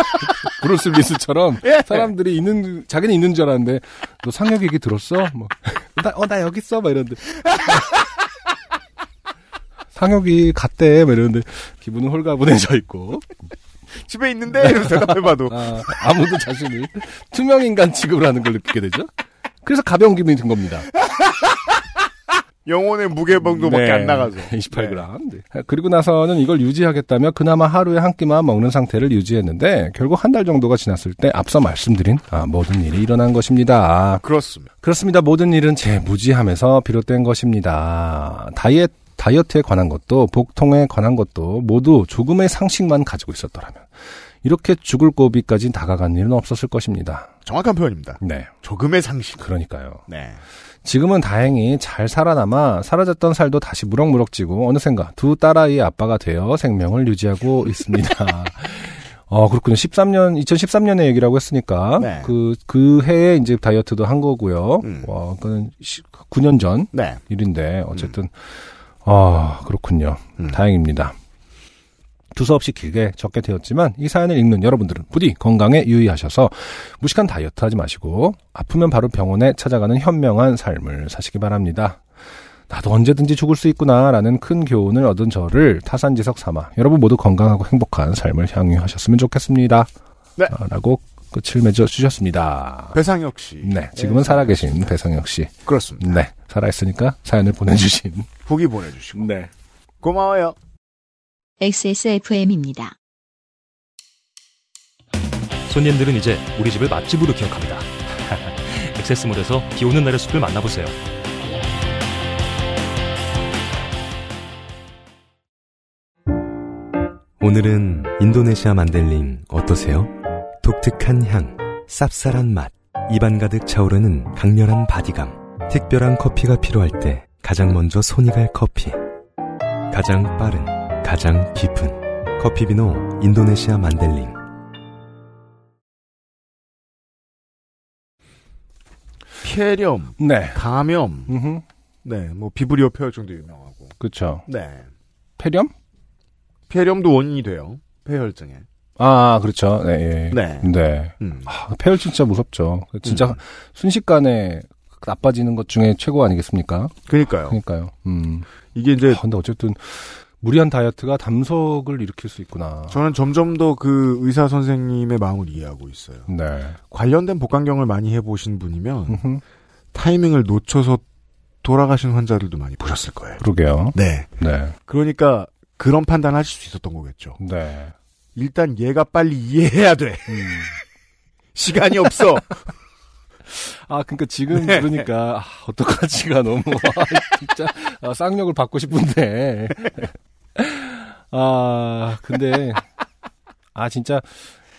Speaker 2: 브루스 리스처럼
Speaker 1: 예.
Speaker 2: 사람들이 있는 자기는 있는 줄 알았는데 너 상혁 얘기 들었어? 뭐나어나 여기 있어 막 이러는데 상혁이 갔대 막 이러는데 기분은 홀가분해져 있고
Speaker 1: 집에 있는데 이러면서 대답해봐도
Speaker 2: 아, 아무도 자신을 투명 인간 취급을 하는 걸 느끼게 되죠. 그래서 가벼운 기분이 든 겁니다.
Speaker 1: 영혼의 무게방도밖에
Speaker 2: 네.
Speaker 1: 안 나가서
Speaker 2: 28g. 네. 그리고 나서는 이걸 유지하겠다며 그나마 하루에 한 끼만 먹는 상태를 유지했는데 결국 한 달 정도가 지났을 때 앞서 말씀드린 아, 모든 일이 일어난 것입니다.
Speaker 1: 네. 그렇습니다.
Speaker 2: 그렇습니다. 모든 일은 제 무지함에서 비롯된 것입니다. 다이어트 다이어트에 관한 것도 복통에 관한 것도 모두 조금의 상식만 가지고 있었더라면 이렇게 죽을 고비까지 다가간 일은 없었을 것입니다.
Speaker 1: 정확한 표현입니다.
Speaker 2: 네,
Speaker 1: 조금의 상식.
Speaker 2: 그러니까요.
Speaker 1: 네.
Speaker 2: 지금은 다행히 잘 살아남아 사라졌던 살도 다시 무럭무럭지고 어느샌가 두 딸아이의 아빠가 되어 생명을 유지하고 있습니다. 어, 그렇군요. 13년, 2013년의 얘기라고 했으니까.
Speaker 1: 네.
Speaker 2: 그, 그 해에 이제 다이어트도 한 거고요.
Speaker 1: 음.
Speaker 2: 어, 그건 9년 전
Speaker 1: 네.
Speaker 2: 일인데, 어쨌든, 아, 그렇군요.
Speaker 1: 음.
Speaker 2: 다행입니다. 두서없이 길게 적게 되었지만, 이 사연을 읽는 여러분들은 부디 건강에 유의하셔서, 무식한 다이어트 하지 마시고, 아프면 바로 병원에 찾아가는 현명한 삶을 사시기 바랍니다. 나도 언제든지 죽을 수 있구나라는 큰 교훈을 얻은 저를 타산지석 삼아 여러분 모두 건강하고 행복한 삶을 향유하셨으면 좋겠습니다.
Speaker 1: 네.
Speaker 2: 아, 라고 끝을 맺어 주셨습니다.
Speaker 1: 배상혁 씨.
Speaker 2: 네, 지금은 살아계신 배성혁 씨.
Speaker 1: 그렇습니다.
Speaker 2: 네, 살아있으니까 사연을 보내주신.
Speaker 1: 후기 보내주시고.
Speaker 2: 네.
Speaker 1: 고마워요.
Speaker 3: XSFM입니다.
Speaker 4: 손님들은 이제 우리 집을 맛집으로 기억합니다. 액세스몰에서 비 오는 날의 숲을 만나보세요.
Speaker 6: 오늘은 인도네시아 만델링 어떠세요? 독특한 향, 쌉쌀한 맛, 입안 가득 차오르는 강렬한 바디감. 특별한 커피가 필요할 때 가장 먼저 손이 갈 커피. 가장 빠른, 가장 깊은. 커피비노 인도네시아 만델링.
Speaker 1: 폐렴,
Speaker 2: 네.
Speaker 1: 감염.
Speaker 2: 음,
Speaker 1: 네. 뭐 비브리오 폐혈증도 유명하고.
Speaker 2: 그쵸.
Speaker 1: 네.
Speaker 2: 폐렴?
Speaker 1: 폐렴도 원인이 돼요. 폐혈증에.
Speaker 2: 아, 그렇죠. 네, 예.
Speaker 1: 네.
Speaker 2: 네.
Speaker 1: 음.
Speaker 2: 아, 폐혈 진짜 무섭죠. 진짜
Speaker 1: 음.
Speaker 2: 순식간에 나빠지는 것 중에 최고 아니겠습니까?
Speaker 1: 그러니까요.
Speaker 2: 그러니까요. 음.
Speaker 1: 이게 이제
Speaker 2: 아, 근데 어쨌든 무리한 다이어트가 담석을 일으킬 수 있구나.
Speaker 1: 저는 점점 더 그 의사 선생님의 마음을 이해하고 있어요.
Speaker 2: 네.
Speaker 1: 관련된 복강경을 많이 해보신 분이면
Speaker 2: 음흠.
Speaker 1: 타이밍을 놓쳐서 돌아가신 환자들도 많이 보셨을 거예요.
Speaker 2: 그러게요.
Speaker 1: 네.
Speaker 2: 네.
Speaker 1: 그러니까 그런 판단하실 수 있었던 거겠죠.
Speaker 2: 네.
Speaker 1: 일단 얘가 빨리 이해해야 돼. 시간이 없어.
Speaker 2: 아, 그러니까 지금 들으니까 아, 어떡하지가 너무 아, 진짜 아, 쌍욕을 받고 싶은데. 아, 근데 아 진짜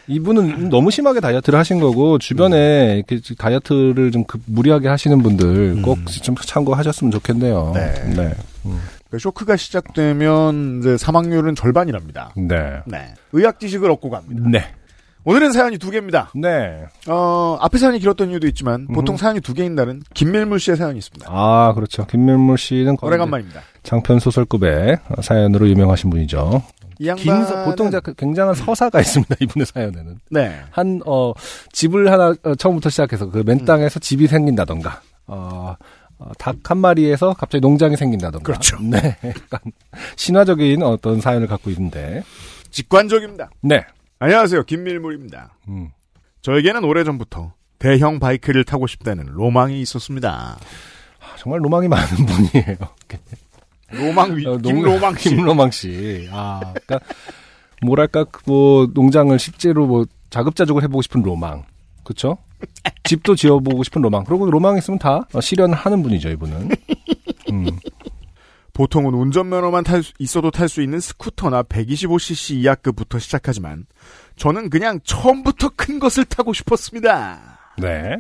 Speaker 2: 이분은 너무 심하게 다이어트를 하신 거고 주변에 이렇게 다이어트를 좀 급- 무리하게 하시는 분들 꼭 좀 참고하셨으면 좋겠네요.
Speaker 1: 네.
Speaker 2: 네.
Speaker 1: 그러니까 쇼크가 시작되면 이제 사망률은 절반이랍니다.
Speaker 2: 네.
Speaker 1: 네. 의학 지식을 얻고 갑니다.
Speaker 2: 네.
Speaker 1: 오늘은 사연이 두 개입니다.
Speaker 2: 네.
Speaker 1: 어, 앞에 사연이 길었던 이유도 있지만 보통
Speaker 2: 음.
Speaker 1: 사연이 두 개인 날은 김밀물 씨의 사연이 있습니다.
Speaker 2: 아, 그렇죠. 김밀물 씨는 거의
Speaker 1: 오래간만입니다.
Speaker 2: 장편 소설급의 사연으로 유명하신 분이죠.
Speaker 1: 이 양반
Speaker 2: 긴 서, 보통 자- 굉장한 서사가 있습니다. 이분의 사연에는.
Speaker 1: 네.
Speaker 2: 한, 어, 집을 하나, 어, 처음부터 시작해서 그 맨 땅에서 집이 생긴다던가, 어, 닭 한 마리에서 갑자기 농장이 생긴다던가.
Speaker 1: 그렇죠.
Speaker 2: 네. 약간, 신화적인 어떤 사연을 갖고 있는데.
Speaker 1: 직관적입니다.
Speaker 2: 네.
Speaker 1: 안녕하세요. 김밀물입니다.
Speaker 2: 음.
Speaker 1: 저에게는 오래전부터 대형 바이크를 타고 싶다는 로망이 있었습니다.
Speaker 2: 아, 정말 로망이 많은 분이에요.
Speaker 1: 로망 위,
Speaker 2: 어, 농-
Speaker 1: 김로망 씨.
Speaker 2: 김로망 씨. 아, 그니까, 뭐랄까, 그 뭐, 농장을 실제로 뭐, 자급자족을 해보고 싶은 로망. 그쵸? 집도 지어보고 싶은 로망. 그리고 로망 있으면 다 어, 실현을 하는 분이죠, 이분은. 음.
Speaker 1: 보통은 운전면허만 탈 수- 있어도 탈 수 있는 스쿠터나 125cc 이하급부터 시작하지만 저는 그냥 처음부터 큰 것을 타고 싶었습니다.
Speaker 2: 네.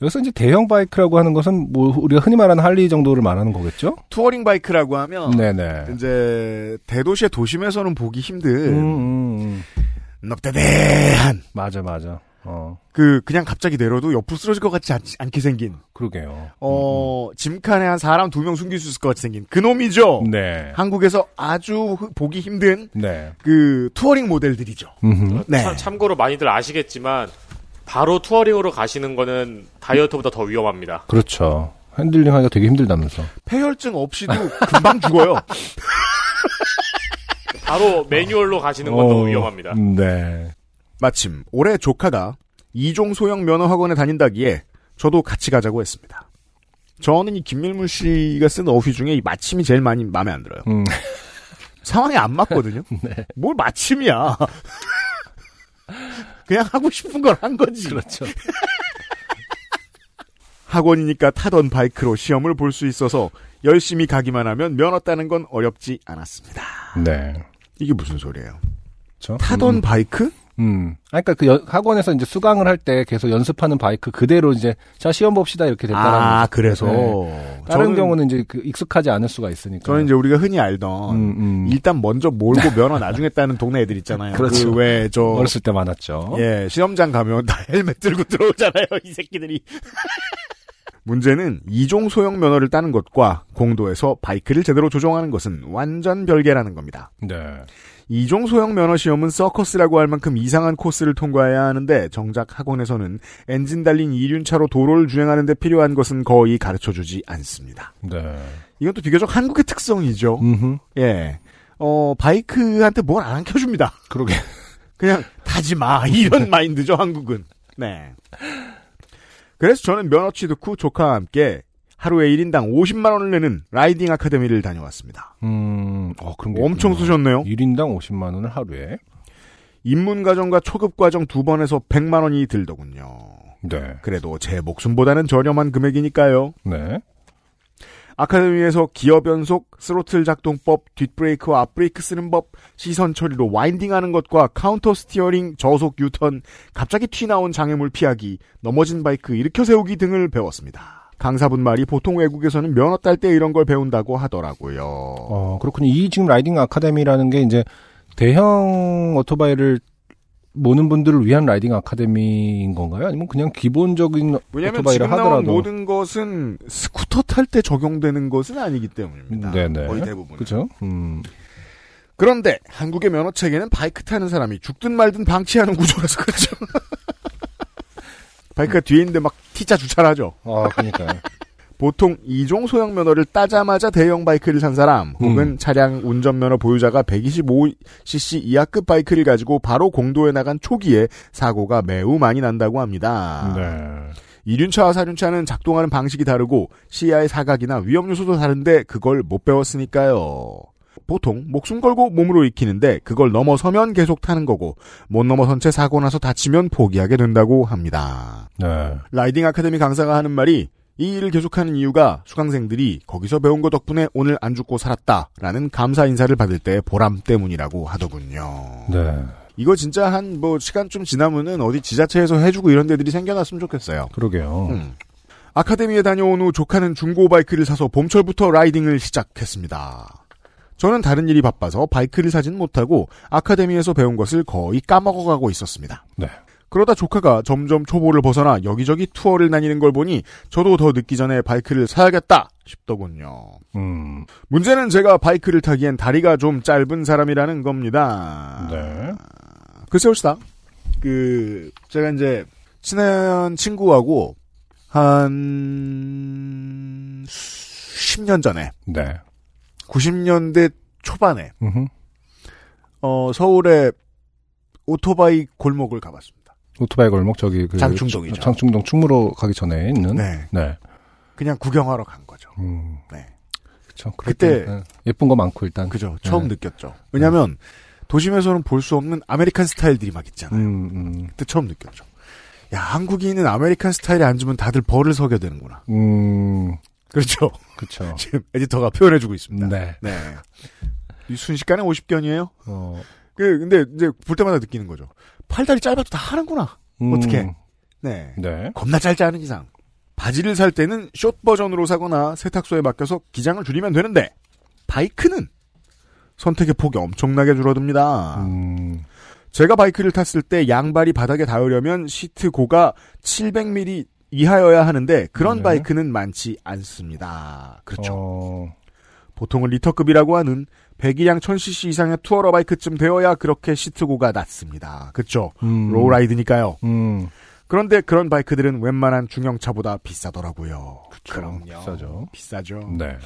Speaker 2: 여기서 이제 대형 바이크라고 하는 것은 뭐 우리가 흔히 말하는 할리 정도를 말하는 거겠죠?
Speaker 1: 투어링 음, 바이크라고 하면
Speaker 2: 네네.
Speaker 1: 이제 대도시의 도심에서는
Speaker 2: 음,
Speaker 1: 보기 힘든
Speaker 2: 음, 음.
Speaker 1: 넙대대한
Speaker 2: 맞아 맞아. 어,
Speaker 1: 그 그냥 갑자기 내려도 옆으로 쓰러질 것 같지 않, 않게 생긴
Speaker 2: 그러게요.
Speaker 1: 어 짐칸에 한 사람 두 명 숨길 수 있을 것 같이 생긴 그 놈이죠.
Speaker 2: 음, 네.
Speaker 1: 한국에서 아주 흐- 보기 힘든
Speaker 2: 네.
Speaker 1: 그 투어링 모델들이죠.
Speaker 2: 음흠.
Speaker 1: 네.
Speaker 9: 참, 참고로 많이들 아시겠지만 바로 투어링으로 가시는 거는 다이어트보다 더 위험합니다.
Speaker 2: 그렇죠. 핸들링 하기가 되게 힘들다면서.
Speaker 1: 폐혈증 없이도 금방 죽어요.
Speaker 9: 바로 매뉴얼로 가시는 건 더
Speaker 2: 어,
Speaker 9: 위험합니다.
Speaker 2: 네.
Speaker 1: 마침 올해 조카가 이종 소형 면허 학원에 다닌다기에 저도 같이 가자고 했습니다. 저는 이 김밀물 씨가 쓴 어휘 중에 이 마침이 제일 많이 마음에 안 들어요.
Speaker 2: 음. 네.
Speaker 1: 상황에 안 맞거든요. 뭘 마침이야. 그냥 하고 싶은 걸 한 거지.
Speaker 2: 그렇죠.
Speaker 1: 학원이니까 타던 바이크로 시험을 볼 수 있어서 열심히 가기만 하면 면허 따는 건 어렵지 않았습니다.
Speaker 2: 네.
Speaker 1: 이게 무슨 소리예요?
Speaker 2: 그렇죠.
Speaker 1: 타던
Speaker 2: 음.
Speaker 1: 바이크?
Speaker 2: 음. 아, 그러니까 그 연- 학원에서 이제 수강을 할 때 계속 연습하는 바이크 그대로 이제 자 시험 봅시다 이렇게 됐다라는
Speaker 1: 아,
Speaker 2: 거죠.
Speaker 1: 그래서
Speaker 2: 네. 다른
Speaker 1: 저는-
Speaker 2: 경우는 이제 그 익숙하지 않을 수가 있으니까.
Speaker 1: 저는 이제 우리가 흔히 알던
Speaker 2: 음, 음.
Speaker 1: 일단 먼저 몰고 면허 나중에 따는 동네 애들 있잖아요.
Speaker 2: 그렇죠.
Speaker 1: 왜저
Speaker 2: 어렸을 때 많았죠.
Speaker 1: 예, 시험장 가면 다 헬멧 들고 들어오잖아요, 이 새끼들이. 문제는 이종 소형 면허를 따는 것과 공도에서 바이크를 제대로 조종하는 것은 완전 별개라는 겁니다.
Speaker 2: 네.
Speaker 1: 이종 소형 면허 시험은 서커스라고 할 만큼 이상한 코스를 통과해야 하는데 정작 학원에서는 엔진 달린 이륜차로 도로를 주행하는 데 필요한 것은 거의 가르쳐 주지 않습니다.
Speaker 2: 네.
Speaker 1: 이건 또 비교적 한국의 특성이죠.
Speaker 2: 음.
Speaker 1: 예. 어, 바이크한테 뭘 안 안켜줍니다.
Speaker 2: 그러게.
Speaker 1: 그냥 타지 마 이런 마인드죠 한국은. 네. 그래서 저는 면허 취득 후 조카와 함께 하루에 1인당 50만 원을 내는 라이딩 아카데미를 다녀왔습니다.
Speaker 2: 음. 어, 그런 게
Speaker 1: 엄청
Speaker 2: 있구나.
Speaker 1: 쓰셨네요.
Speaker 2: 1인당 50만 원을 하루에.
Speaker 1: 입문 과정과 초급 과정 두 번에서 100만 원이 들더군요.
Speaker 2: 네.
Speaker 1: 그래도 제 목숨보다는 저렴한 금액이니까요.
Speaker 2: 네.
Speaker 1: 아카데미에서 기어 변속, 스로틀 작동법, 뒷브레이크와 앞브레이크 쓰는 법, 시선 처리로 와인딩하는 것과 카운터 스티어링, 저속 유턴, 갑자기 튀어나온 장애물 피하기, 넘어진 바이크 일으켜 세우기 등을 배웠습니다. 강사분 말이 보통 외국에서는 면허 딸 때 이런 걸 배운다고 하더라고요.
Speaker 2: 어, 그렇군요. 이 지금 라이딩 아카데미라는 게 이제 대형 오토바이를 모는 분들을 위한 라이딩 아카데미인 건가요? 아니면 그냥 기본적인
Speaker 1: 왜냐하면
Speaker 2: 오토바이를
Speaker 1: 지금 나온
Speaker 2: 하더라도
Speaker 1: 모든 것은 스쿠터 탈 때 적용되는 것은 아니기 때문입니다.
Speaker 2: 네네.
Speaker 1: 거의 대부분.
Speaker 2: 그죠? 음.
Speaker 1: 그런데 한국의 면허 체계는 바이크 타는 사람이 죽든 말든 방치하는 구조라서 그렇죠. 바이크가 뒤에 있는데 막 T자 주차를 하죠.
Speaker 2: 아, 그러니까요.
Speaker 1: 보통 이종 소형 면허를 따자마자 대형 바이크를 산 사람 혹은 차량 운전면허 보유자가 125cc 이하급 바이크를 가지고 바로 공도에 나간 초기에 사고가 매우 많이 난다고 합니다.
Speaker 2: 네.
Speaker 1: 이륜차와 사륜차는 작동하는 방식이 다르고 시야의 사각이나 위험 요소도 다른데 그걸 못 배웠으니까요. 보통 목숨 걸고 몸으로 익히는데 그걸 넘어서면 계속 타는 거고 못 넘어선 채 사고 나서 다치면 포기하게 된다고 합니다.
Speaker 2: 네.
Speaker 1: 라이딩 아카데미 강사가 하는 말이 이 일을 계속하는 이유가 수강생들이 거기서 배운 거 덕분에 오늘 안 죽고 살았다라는 감사 인사를 받을 때 보람 때문이라고 하더군요.
Speaker 2: 네.
Speaker 1: 이거 진짜 한 뭐 시간 좀 지나면은 어디 지자체에서 해주고 이런 데들이 생겨났으면 좋겠어요.
Speaker 2: 그러게요.
Speaker 1: 음. 아카데미에 다녀온 후 조카는 중고 바이크를 사서 봄철부터 라이딩을 시작했습니다. 저는 다른 일이 바빠서 바이크를 사진 못하고 아카데미에서 배운 것을 거의 까먹어가고 있었습니다.
Speaker 2: 네.
Speaker 1: 그러다 조카가 점점 초보를 벗어나 여기저기 투어를 다니는 걸 보니 저도 더 늦기 전에 바이크를 사야겠다 싶더군요.
Speaker 2: 음.
Speaker 1: 문제는 제가 바이크를 타기엔 다리가 좀 짧은 사람이라는 겁니다.
Speaker 2: 네.
Speaker 1: 글쎄 봅시다. 그 제가 이제 친한 친구하고 한 10년 전에
Speaker 2: 네.
Speaker 1: 90년대 초반에
Speaker 2: 음흠.
Speaker 1: 어 서울에 오토바이 골목을 가봤습니다.
Speaker 2: 오토바이 골목 저기 그
Speaker 1: 장충동이죠.
Speaker 2: 장충동 충무로 가기 전에 있는
Speaker 1: 네,
Speaker 2: 네.
Speaker 1: 그냥 구경하러 간 거죠.
Speaker 2: 음.
Speaker 1: 네.
Speaker 2: 그쵸.
Speaker 1: 그때-
Speaker 2: 그때 예쁜 거 많고 일단
Speaker 1: 그죠? 처음
Speaker 2: 네.
Speaker 1: 느꼈죠. 왜냐하면 도심에서는 볼 수 없는 아메리칸 스타일들이 막 있잖아요.
Speaker 2: 음, 음.
Speaker 1: 그때 처음 느꼈죠. 야 한국인은 아메리칸 스타일에 앉으면 다들 벌을 서게 되는구나.
Speaker 2: 음.
Speaker 1: 그렇죠.
Speaker 2: 그쵸.
Speaker 1: 지금 에디터가 표현해주고 있습니다.
Speaker 2: 네.
Speaker 1: 네. 이 순식간에 50견이에요?
Speaker 2: 어.
Speaker 1: 그, 근데 이제 볼 때마다 느끼는 거죠. 팔다리 짧아도 다 하는구나.
Speaker 2: 음.
Speaker 1: 어떡해. 네.
Speaker 2: 네.
Speaker 1: 겁나 짧지 않은 이상. 바지를 살 때는 숏 버전으로 사거나 세탁소에 맡겨서 기장을 줄이면 되는데, 아, 바이크는 선택의 폭이 엄청나게 줄어듭니다.
Speaker 2: 음.
Speaker 1: 제가 바이크를 탔을 때 양발이 바닥에 닿으려면 시트 고가 700mm 이하여야 하는데 그런
Speaker 2: 네.
Speaker 1: 바이크는 많지 않습니다. 그렇죠.
Speaker 2: 어,
Speaker 1: 보통은 리터급이라고 하는 배기량 1000cc 이상의 투어러 바이크쯤 되어야 그렇게 시트고가 낮습니다. 그렇죠.
Speaker 2: 음.
Speaker 1: 로우라이드니까요.
Speaker 2: 음,
Speaker 1: 그런데 그런 바이크들은 웬만한 중형차보다 비싸더라고요. 그럼요. 음.
Speaker 2: 비싸죠.
Speaker 1: 비싸죠.
Speaker 2: 네.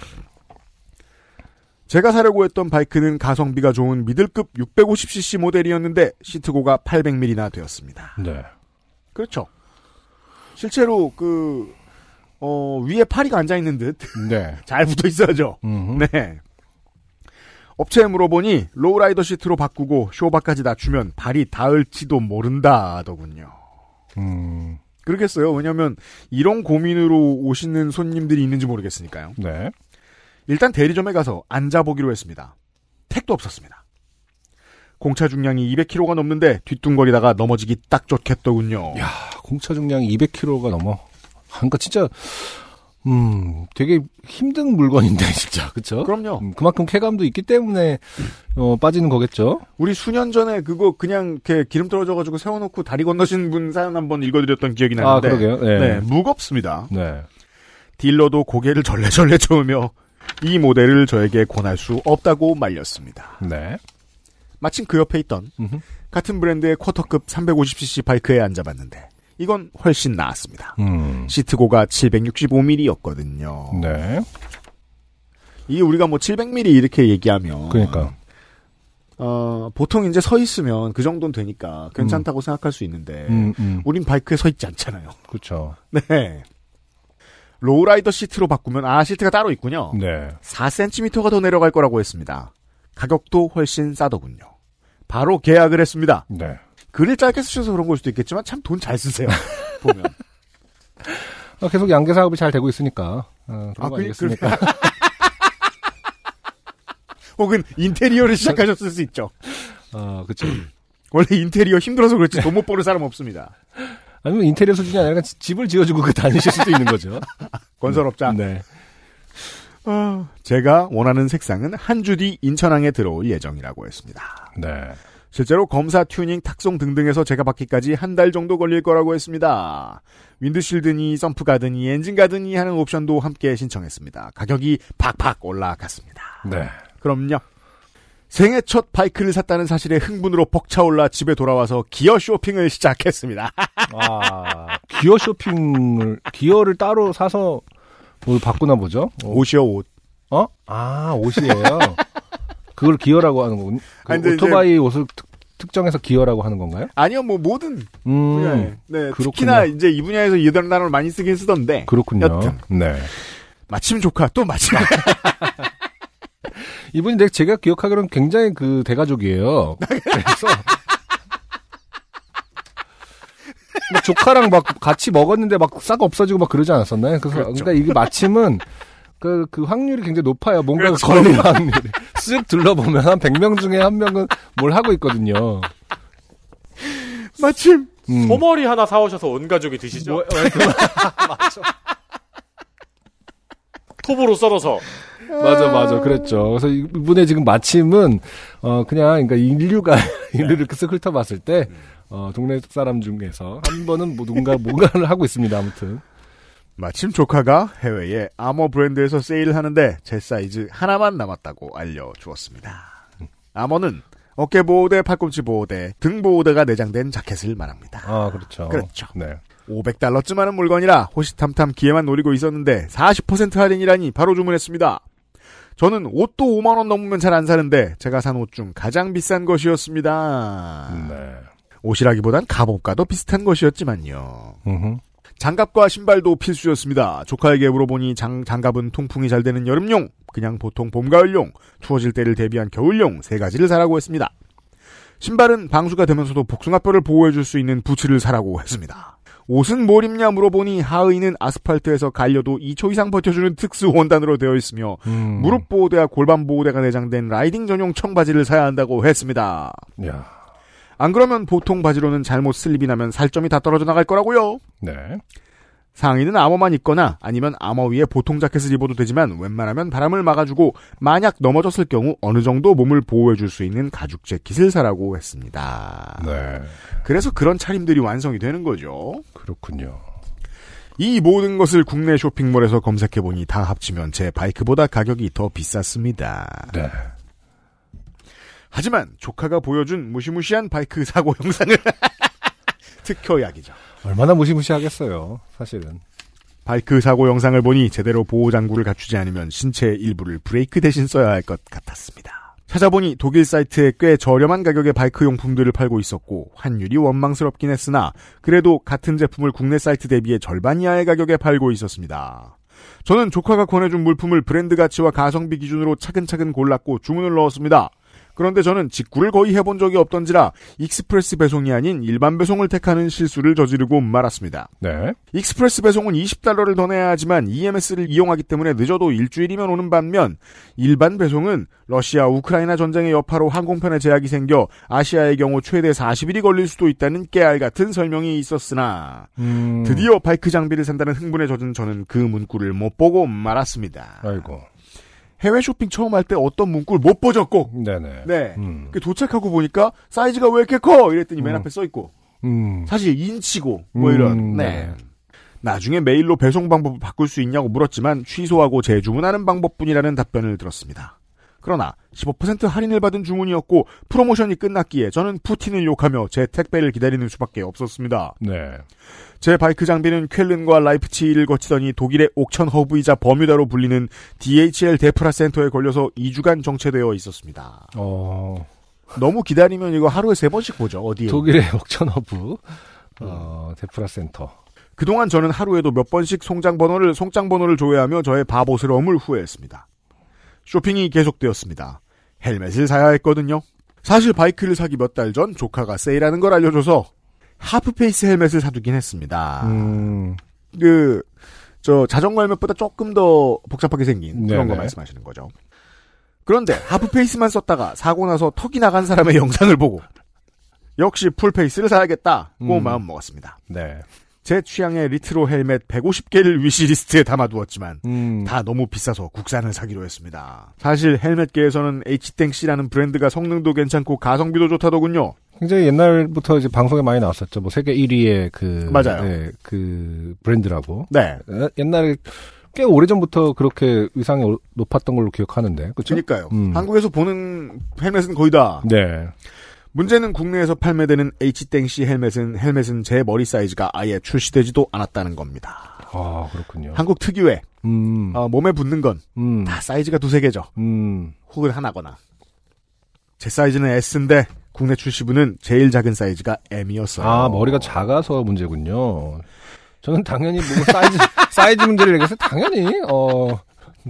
Speaker 1: 제가 사려고 했던 바이크는 가성비가 좋은 미들급 650cc 모델이었는데 시트고가 800mm나 되었습니다.
Speaker 2: 네.
Speaker 1: 그렇죠. 실제로 그, 어, 위에 파리가 앉아있는 듯
Speaker 2: 네.
Speaker 1: 잘 붙어 있어야죠.
Speaker 2: 음.
Speaker 1: 네. 업체에 물어보니 로우라이더 시트로 바꾸고 쇼바까지 낮추면 발이 닿을지도 모른다더군요.
Speaker 2: 음.
Speaker 1: 그러겠어요. 왜냐면 하 이런 고민으로 오시는 손님들이 있는지 모르겠으니까요.
Speaker 2: 네.
Speaker 1: 일단 대리점에 가서 앉아보기로 했습니다. 택도 없었습니다. 공차 중량이 200kg가 넘는데 뒤뚱거리다가 넘어지기 딱 좋겠더군요.
Speaker 2: 아, 공차 중량이 200kg가 넘어. 아, 그러니까 진짜 음, 되게 힘든 물건인데 진짜. 그렇죠?
Speaker 1: 그럼요.
Speaker 2: 그만큼 쾌감도 있기 때문에 어, 빠지는 거겠죠.
Speaker 1: 우리 수년 전에 그거 그냥 이렇게 기름 떨어져가지고 세워놓고 다리 건너신 분 사연 한번 읽어드렸던 기억이 나는데.
Speaker 2: 아, 그러게요.
Speaker 1: 네,
Speaker 2: 네.
Speaker 1: 무겁습니다.
Speaker 2: 네.
Speaker 1: 딜러도 고개를 절레절레 저으며 이 모델을 저에게 권할 수 없다고 말렸습니다.
Speaker 2: 네.
Speaker 1: 마침 그 옆에 있던
Speaker 2: 음흠.
Speaker 1: 같은 브랜드의 쿼터급 350cc 바이크에 앉아봤는데 이건 훨씬 나았습니다.
Speaker 2: 음.
Speaker 1: 시트고가 765mm였거든요.
Speaker 2: 네.
Speaker 1: 이 우리가 뭐 700mm 이렇게 얘기하면
Speaker 2: 그러니까.
Speaker 1: 어, 보통 이제 서 있으면 그 정도는 되니까 괜찮다고 생각할 수 있는데
Speaker 2: 음, 음.
Speaker 1: 우린 바이크에 서 있지 않잖아요.
Speaker 2: 그렇죠.
Speaker 1: 네. 로우라이더 시트로 바꾸면 아 시트가 따로 있군요.
Speaker 2: 네.
Speaker 1: 4cm가 더 내려갈 거라고 했습니다. 가격도 훨씬 싸더군요. 바로 계약을 했습니다.
Speaker 2: 네.
Speaker 1: 글을 짧게 쓰셔서 그런 걸 수도 있겠지만 참 돈 잘 쓰세요. 보면.
Speaker 2: 어, 계속 양계 사업이 잘 되고 있으니까. 어, 그런
Speaker 1: 아,
Speaker 2: 거
Speaker 1: 그-
Speaker 2: 아니겠습니까?
Speaker 1: 혹은 인테리어를 시작하셨을 수 있죠.
Speaker 2: 아, 그렇죠.
Speaker 1: 원래 인테리어 힘들어서 그렇지 돈 못 버는 사람 없습니다.
Speaker 2: 아니면 인테리어 수준이 아니라 그냥 집을 지어주고 그 다니실 수도 있는 거죠.
Speaker 1: 건설업자.
Speaker 2: 네.
Speaker 1: 아, 제가 원하는 색상은 한 주 뒤 인천항에 들어올 예정이라고 했습니다.
Speaker 2: 네.
Speaker 1: 실제로 검사, 튜닝, 탁송 등등에서 제가 받기까지 한 달 정도 걸릴 거라고 했습니다. 윈드실드니, 썬프 가드니, 엔진 가드니 하는 옵션도 함께 신청했습니다. 가격이 팍팍 올라갔습니다.
Speaker 2: 네.
Speaker 1: 그럼요. 생애 첫 바이크를 샀다는 사실에 흥분으로 벅차올라 집에 돌아와서 기어 쇼핑을 시작했습니다.
Speaker 2: 아, 기어 쇼핑을, 기어를 따로 사서 뭘 바꾸나 보죠? 어,
Speaker 1: 옷이요, 옷.
Speaker 2: 어? 아, 옷이에요. 그걸 기어라고 하는 거군. 그
Speaker 1: 아니, 근데
Speaker 2: 오토바이 옷을 특, 특정해서 기어라고 하는 건가요?
Speaker 1: 아니요, 뭐 모든 분야에.
Speaker 2: 음.
Speaker 1: 네,
Speaker 2: 그렇군요.
Speaker 1: 특히나 이제 이 분야에서 이런 단어를 많이 쓰긴 쓰던데.
Speaker 2: 그렇군요. 아,
Speaker 1: 여튼.
Speaker 2: 네.
Speaker 1: 마침 조카, 또 마침.
Speaker 2: 이분이 내 제가 기억하기로는 굉장히 그 대가족이에요. 그래서 뭐 조카랑 막 같이 먹었는데 막 싹 없어지고 막 그러지 않았었나요? 그래서 그
Speaker 1: 그렇죠.
Speaker 2: 근데 이게 마침은 그, 그 확률이 굉장히 높아요. 뭔가
Speaker 1: 그렇죠.
Speaker 2: 걸릴 확률이. 쓱 둘러보면 한 100명 중에 한 명은 뭘 하고 있거든요.
Speaker 1: 마침.
Speaker 2: 음. 뭐,
Speaker 9: 소머리 하나 사오셔서 온 가족이 드시죠. 톱으로 썰어서
Speaker 2: 맞아, 맞아. 그랬죠. 그래서 이분의 지금 마침은, 어, 그냥, 그러니까 인류가, 인류를 이렇게 쓱 훑어봤을 때, 어, 동네 사람 중에서 한 번은 뭐 누군가, 뭔가를 하고 있습니다. 아무튼.
Speaker 1: 마침 조카가 해외의 아머 브랜드에서 세일을 하는데 제 사이즈 하나만 남았다고 알려주었습니다. 아머는 어깨 보호대, 팔꿈치 보호대, 등 보호대가 내장된 자켓을 말합니다.
Speaker 2: 아, 그렇죠.
Speaker 1: 그렇죠.
Speaker 2: 네.
Speaker 1: 500달러쯤 하는 물건이라 호시탐탐 기회만 노리고 있었는데 40% 할인이라니 바로 주문했습니다. 저는 옷도 5만원 넘으면 잘 안 사는데 제가 산 옷 중 가장 비싼 것이었습니다.
Speaker 2: 네.
Speaker 1: 옷이라기보단 값옷과도 비슷한 것이었지만요.
Speaker 2: 음흠.
Speaker 1: 장갑과 신발도 필수였습니다. 조카에게 물어보니 장, 장갑은 통풍이 잘 되는 여름용, 그냥 보통 봄, 가을용, 추워질 때를 대비한 겨울용 세 가지를 사라고 했습니다. 신발은 방수가 되면서도 복숭아뼈를 보호해줄 수 있는 부츠를 사라고 했습니다. 옷은 뭘 입냐 물어보니 하의는 아스팔트에서 갈려도 2초 이상 버텨주는 특수 원단으로 되어 있으며
Speaker 2: 음.
Speaker 1: 무릎 보호대와 골반 보호대가 내장된 라이딩 전용 청바지를 사야 한다고 했습니다.
Speaker 2: 야.
Speaker 1: 안 그러면 보통 바지로는 잘못 슬립이 나면 살점이 다 떨어져 나갈 거라고요.
Speaker 2: 네.
Speaker 1: 상의는 아머만 입거나 아니면 아머 위에 보통 자켓을 입어도 되지만 웬만하면 바람을 막아주고 만약 넘어졌을 경우 어느 정도 몸을 보호해줄 수 있는 가죽 재킷을 사라고 했습니다.
Speaker 2: 네.
Speaker 1: 그래서 그런 차림들이 완성이 되는 거죠.
Speaker 2: 그렇군요.
Speaker 1: 이 모든 것을 국내 쇼핑몰에서 검색해보니 다 합치면 제 바이크보다 가격이 더 비쌌습니다.
Speaker 2: 네.
Speaker 1: 하지만 조카가 보여준 무시무시한 바이크 사고 영상을 특효약이죠.
Speaker 2: 얼마나 무시무시하겠어요, 사실은.
Speaker 1: 바이크 그 사고 영상을 보니 제대로 보호 장구를 갖추지 않으면 신체의 일부를 브레이크 대신 써야 할 것 같았습니다. 찾아보니 독일 사이트에 꽤 저렴한 가격의 바이크 용품들을 팔고 있었고 환율이 원망스럽긴 했으나 그래도 같은 제품을 국내 사이트 대비해 절반 이하의 가격에 팔고 있었습니다. 저는 조카가 권해준 물품을 브랜드 가치와 가성비 기준으로 차근차근 골랐고 주문을 넣었습니다. 그런데 저는 직구를 거의 해본 적이 없던지라 익스프레스 배송이 아닌 일반 배송을 택하는 실수를 저지르고 말았습니다.
Speaker 2: 네.
Speaker 1: 익스프레스 배송은 20달러를 더 내야 하지만 EMS를 이용하기 때문에 늦어도 일주일이면 오는 반면 일반 배송은 러시아 우크라이나 전쟁의 여파로 항공편에 제약이 생겨 아시아의 경우 최대 40일이 걸릴 수도 있다는 깨알 같은 설명이 있었으나
Speaker 2: 음.
Speaker 1: 드디어 바이크 장비를 산다는 흥분에 젖은 저는 그 문구를 못 보고 말았습니다.
Speaker 2: 아이고.
Speaker 1: 해외 쇼핑 처음 할 때 어떤 문구를 못 보죠 꼭.
Speaker 2: 네네.
Speaker 1: 네.
Speaker 2: 음.
Speaker 1: 그 도착하고 보니까 사이즈가 왜 이렇게 커? 이랬더니 맨
Speaker 2: 음.
Speaker 1: 앞에 써 있고
Speaker 2: 음.
Speaker 1: 사실 인치고 뭐
Speaker 2: 음,
Speaker 1: 이런.
Speaker 2: 네.
Speaker 1: 나중에 메일로 배송 방법을 바꿀 수 있냐고 물었지만 취소하고 재주문하는 방법뿐이라는 답변을 들었습니다. 그러나 15% 할인을 받은 주문이었고 프로모션이 끝났기에 저는 푸틴을 욕하며 제 택배를 기다리는 수밖에 없었습니다.
Speaker 2: 네.
Speaker 1: 제 바이크 장비는 쾰른과 라이프치히를 거치더니 독일의 옥천 허브이자 버뮤다로 불리는 DHL 데프라 센터에 걸려서 2주간 정체되어 있었습니다.
Speaker 2: 어,
Speaker 1: 너무 기다리면 이거 하루에 세 번씩 보죠. 어디에.
Speaker 2: 독일의 옥천허브,
Speaker 1: 음.
Speaker 2: 어, 데프라 센터.
Speaker 1: 그동안 저는 하루에도 몇 번씩 송장 번호를 송장 번호를 조회하며 저의 바보스러움을 후회했습니다. 쇼핑이 계속되었습니다. 헬멧을 사야 했거든요. 사실 바이크를 사기 몇 달 전 조카가 세일하는 걸 알려줘서 하프페이스 헬멧을 사두긴 했습니다.
Speaker 2: 음,
Speaker 1: 그, 저, 자전거 헬멧보다 조금 더 복잡하게 생긴 그런 거
Speaker 2: 네네.
Speaker 1: 말씀하시는 거죠. 그런데 하프페이스만 썼다가 사고 나서 턱이 나간 사람의 영상을 보고 역시 풀페이스를 사야겠다고
Speaker 2: 음.
Speaker 1: 마음 먹었습니다.
Speaker 2: 네.
Speaker 1: 제 취향의 리트로 헬멧 150개를 위시리스트에 담아두었지만
Speaker 2: 음,
Speaker 1: 다 너무 비싸서 국산을 사기로 했습니다. 사실 헬멧계에서는 H땡씨라는 브랜드가 성능도 괜찮고 가성비도 좋다더군요.
Speaker 2: 굉장히 옛날부터 이제 방송에 많이 나왔었죠. 뭐 세계 1위의 그
Speaker 1: 맞아요.
Speaker 2: 네, 그 브랜드라고.
Speaker 1: 네.
Speaker 2: 에, 옛날에 꽤 오래전부터 그렇게 의상이 오- 높았던 걸로 기억하는데. 그렇죠?
Speaker 1: 그러니까요.
Speaker 2: 음.
Speaker 1: 한국에서 보는 헬멧은 거의 다
Speaker 2: 네.
Speaker 1: 문제는 국내에서 판매되는 H땡씨 헬멧은 헬멧은 제 머리 사이즈가 아예 출시되지도 않았다는 겁니다.
Speaker 2: 아, 그렇군요.
Speaker 1: 한국 특유의
Speaker 2: 음.
Speaker 1: 어, 몸에 붙는 건 다
Speaker 2: 음.
Speaker 1: 사이즈가 두세 개죠.
Speaker 2: 음.
Speaker 1: 혹은 하나거나. 제 사이즈는 S인데 국내 출시부는 제일 작은 사이즈가 M이었어요.
Speaker 2: 아, 머리가 작아서 문제군요. 저는 당연히 뭐 사이즈 사이즈 문제를 얘기해서 당연히 어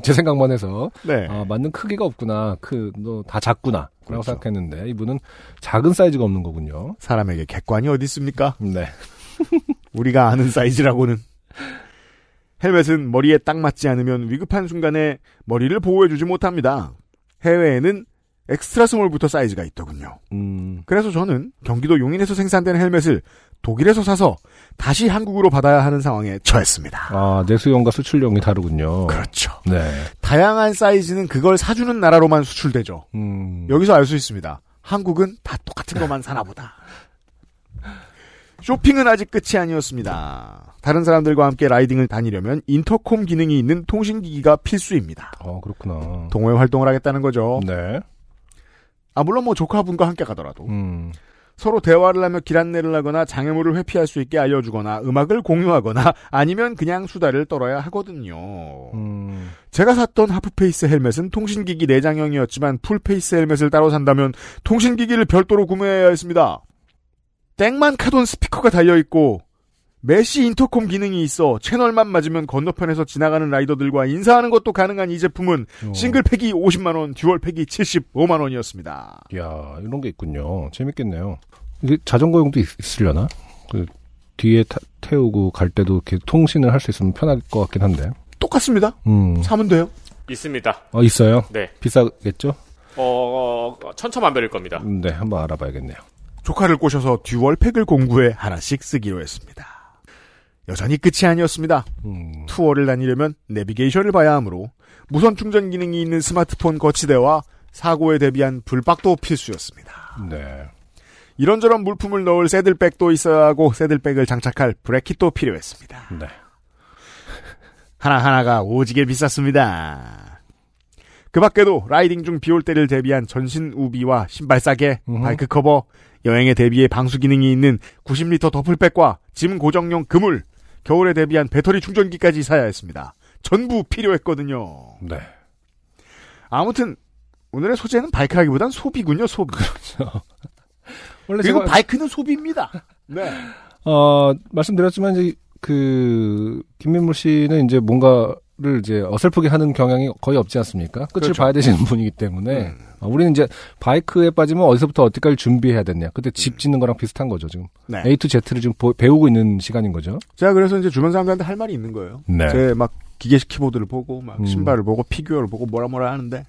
Speaker 2: 제 생각만 해서
Speaker 1: 네. 그렇죠.
Speaker 2: 아, 맞는 크기가 없구나. 그, 너, 다 작구나. 라고 생각했는데, 이분은 작은 사이즈가 없는 거군요.
Speaker 1: 사람에게 객관이 어디 있습니까?
Speaker 2: 네.
Speaker 1: 우리가 아는 사이즈라고는. 헬멧은 머리에 딱 맞지 않으면 위급한 순간에 머리를 보호해주지 못합니다. 해외에는 엑스트라 스몰부터 사이즈가 있더군요.
Speaker 2: 음,
Speaker 1: 그래서 저는 경기도 용인에서 생산된 헬멧을 독일에서 사서 다시 한국으로 받아야 하는 상황에 처했습니다.
Speaker 2: 아, 내수용과 수출용이 다르군요.
Speaker 1: 그렇죠.
Speaker 2: 네.
Speaker 1: 다양한 사이즈는 그걸 사주는 나라로만 수출되죠.
Speaker 2: 음,
Speaker 1: 여기서 알 수 있습니다. 한국은 다 똑같은 것만 사나 보다. 쇼핑은 아직 끝이 아니었습니다. 다른 사람들과 함께 라이딩을 다니려면 인터콤 기능이 있는 통신기기가 필수입니다.
Speaker 2: 어, 그렇구나.
Speaker 1: 동호회 활동을 하겠다는 거죠.
Speaker 2: 네.
Speaker 1: 아, 물론 뭐 조카분과 함께 가더라도.
Speaker 2: 음,
Speaker 1: 서로 대화를 하며 길 안내를 하거나 장애물을 회피할 수 있게 알려주거나 음악을 공유하거나 아니면 그냥 수다를 떨어야 하거든요.
Speaker 2: 음,
Speaker 1: 제가 샀던 하프페이스 헬멧은 통신기기 내장형이었지만 풀페이스 헬멧을 따로 산다면 통신기기를 별도로 구매해야 했습니다. 땡만 카돈 스피커가 달려있고 메시 인터콤 기능이 있어 채널만 맞으면 건너편에서 지나가는 라이더들과 인사하는 것도 가능한 이 제품은
Speaker 2: 어.
Speaker 1: 싱글팩이 50만원, 듀얼팩이 75만원이었습니다.
Speaker 2: 야 이런 게 있군요. 재밌겠네요. 이게 자전거용도 있, 있으려나? 그, 뒤에 타- 태우고 갈 때도 이렇게 통신을 할 수 있으면 편할 것 같긴 한데.
Speaker 1: 똑같습니다.
Speaker 2: 음,
Speaker 1: 사면 돼요.
Speaker 9: 있습니다.
Speaker 2: 어, 있어요?
Speaker 9: 네.
Speaker 2: 비싸겠죠?
Speaker 9: 어, 어, 천차만별일 겁니다.
Speaker 2: 음, 네, 한번 알아봐야겠네요.
Speaker 1: 조카를 꼬셔서 듀얼팩을 공구해 하나씩 쓰기로 했습니다. 여전히 끝이 아니었습니다.
Speaker 2: 음.
Speaker 1: 투어를 다니려면 내비게이션을 봐야 하므로 무선 충전 기능이 있는 스마트폰 거치대와 사고에 대비한 불박도 필수였습니다.
Speaker 2: 네.
Speaker 1: 이런저런 물품을 넣을 새들백도 있어야 하고 새들백을 장착할 브래킷도 필요했습니다.
Speaker 2: 네.
Speaker 1: 하나하나가 오지게 비쌌습니다. 그 밖에도 라이딩 중 비올 때를 대비한 전신 우비와 신발 싸개,
Speaker 2: 음흠.
Speaker 1: 바이크 커버, 여행에 대비해 방수 기능이 있는 90리터 더플백과 짐 고정용 그물, 겨울에 대비한 배터리 충전기까지 사야 했습니다. 전부 필요했거든요.
Speaker 2: 네.
Speaker 1: 아무튼 오늘의 소재는 바이크라기보단 소비군요, 소비.
Speaker 2: 원래
Speaker 1: 그리고
Speaker 2: 제가-
Speaker 1: 바이크는 소비입니다. 네.
Speaker 2: 어, 말씀드렸지만 이제 그 김민무 씨는 이제 뭔가를 이제 어설프게 하는 경향이 거의 없지 않습니까? 끝을
Speaker 1: 그렇죠. 네.
Speaker 2: 봐야 되시는 분이기 때문에 어, 우리는 이제 바이크에 빠지면 어디서부터 어디까지 준비해야 됐냐. 그때 집 짓는 거랑 비슷한 거죠 지금
Speaker 1: 음. 네.
Speaker 2: A to Z를 지금 보- 배우고 있는 시간인 거죠.
Speaker 1: 제가 그래서 이제 주변 사람들한테 할 말이 있는 거예요.
Speaker 2: 네.
Speaker 1: 제 막 기계식 키보드를 보고 막
Speaker 2: 음.
Speaker 1: 신발을 보고 피규어를 보고 뭐라 뭐라 하는데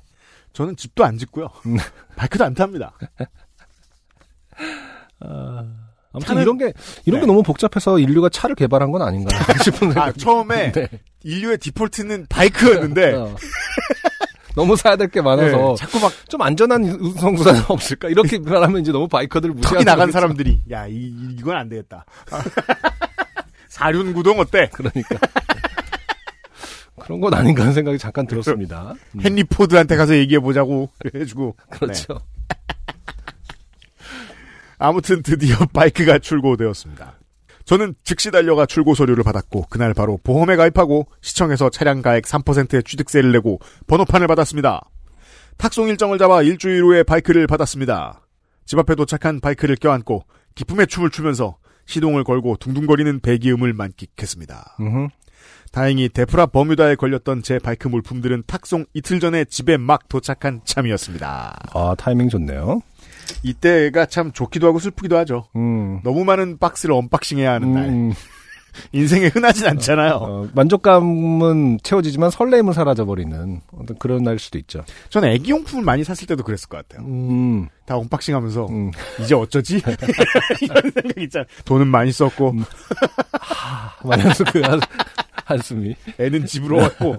Speaker 1: 저는 집도 안 짓고요.
Speaker 2: 음.
Speaker 1: 바이크도 안 탑니다.
Speaker 2: 아무튼
Speaker 1: 차는-
Speaker 2: 이런 게 이런
Speaker 1: 네.
Speaker 2: 게 너무 복잡해서 인류가 차를 개발한 건 아닌가 싶은
Speaker 1: 아,
Speaker 2: 생각.
Speaker 1: 처음에
Speaker 2: 네.
Speaker 1: 인류의 디폴트는 바이크였는데
Speaker 2: 어. 너무 사야 될 게 많아서
Speaker 1: 네,
Speaker 2: 자꾸 막 좀 안전한 운송수단 없을까 이렇게 말하면 이제 너무 바이커들
Speaker 1: 턱이
Speaker 2: 무시하는
Speaker 1: 나간
Speaker 2: 거겠죠.
Speaker 1: 사람들이 야 이, 건안 되겠다. 사륜 구동 어때?
Speaker 2: 그러니까 그런 건 아닌가 하는 생각이 잠깐 들었습니다. 음,
Speaker 1: 헨리 포드한테 가서 얘기해 보자고 해주고 네.
Speaker 2: 그렇죠.
Speaker 1: 아무튼 드디어 바이크가 출고되었습니다. 저는 즉시 달려가 출고 서류를 받았고 그날 바로 보험에 가입하고 시청에서 차량 가액 3%의 취득세를 내고 번호판을 받았습니다. 탁송 일정을 잡아 일주일 후에 바이크를 받았습니다. 집 앞에 도착한 바이크를 껴안고 기쁨의 춤을 추면서 시동을 걸고 둥둥거리는 배기음을 만끽했습니다.
Speaker 2: 네. 음흠.
Speaker 1: 다행히 데프라 버뮤다에 걸렸던 제 바이크 물품들은 탁송 이틀 전에 집에 막 도착한 참이었습니다.
Speaker 2: 아 타이밍 좋네요.
Speaker 1: 이때가 참 좋기도 하고 슬프기도 하죠.
Speaker 2: 음.
Speaker 1: 너무 많은 박스를 언박싱해야 하는 날.
Speaker 2: 음,
Speaker 1: 인생에 흔하진 않잖아요.
Speaker 2: 어, 만족감은 채워지지만 설렘은 사라져버리는 어떤 그런 날 수도 있죠.
Speaker 1: 저는 애기용품을 많이 샀을 때도 그랬을 것 같아요.
Speaker 2: 음,
Speaker 1: 다 언박싱하면서
Speaker 2: 음.
Speaker 1: 이제 어쩌지? 이런 생각 있잖아. 돈은 많이 썼고
Speaker 2: 음. 말하면서 그 한- 한숨이.
Speaker 1: 애는 집으로 왔고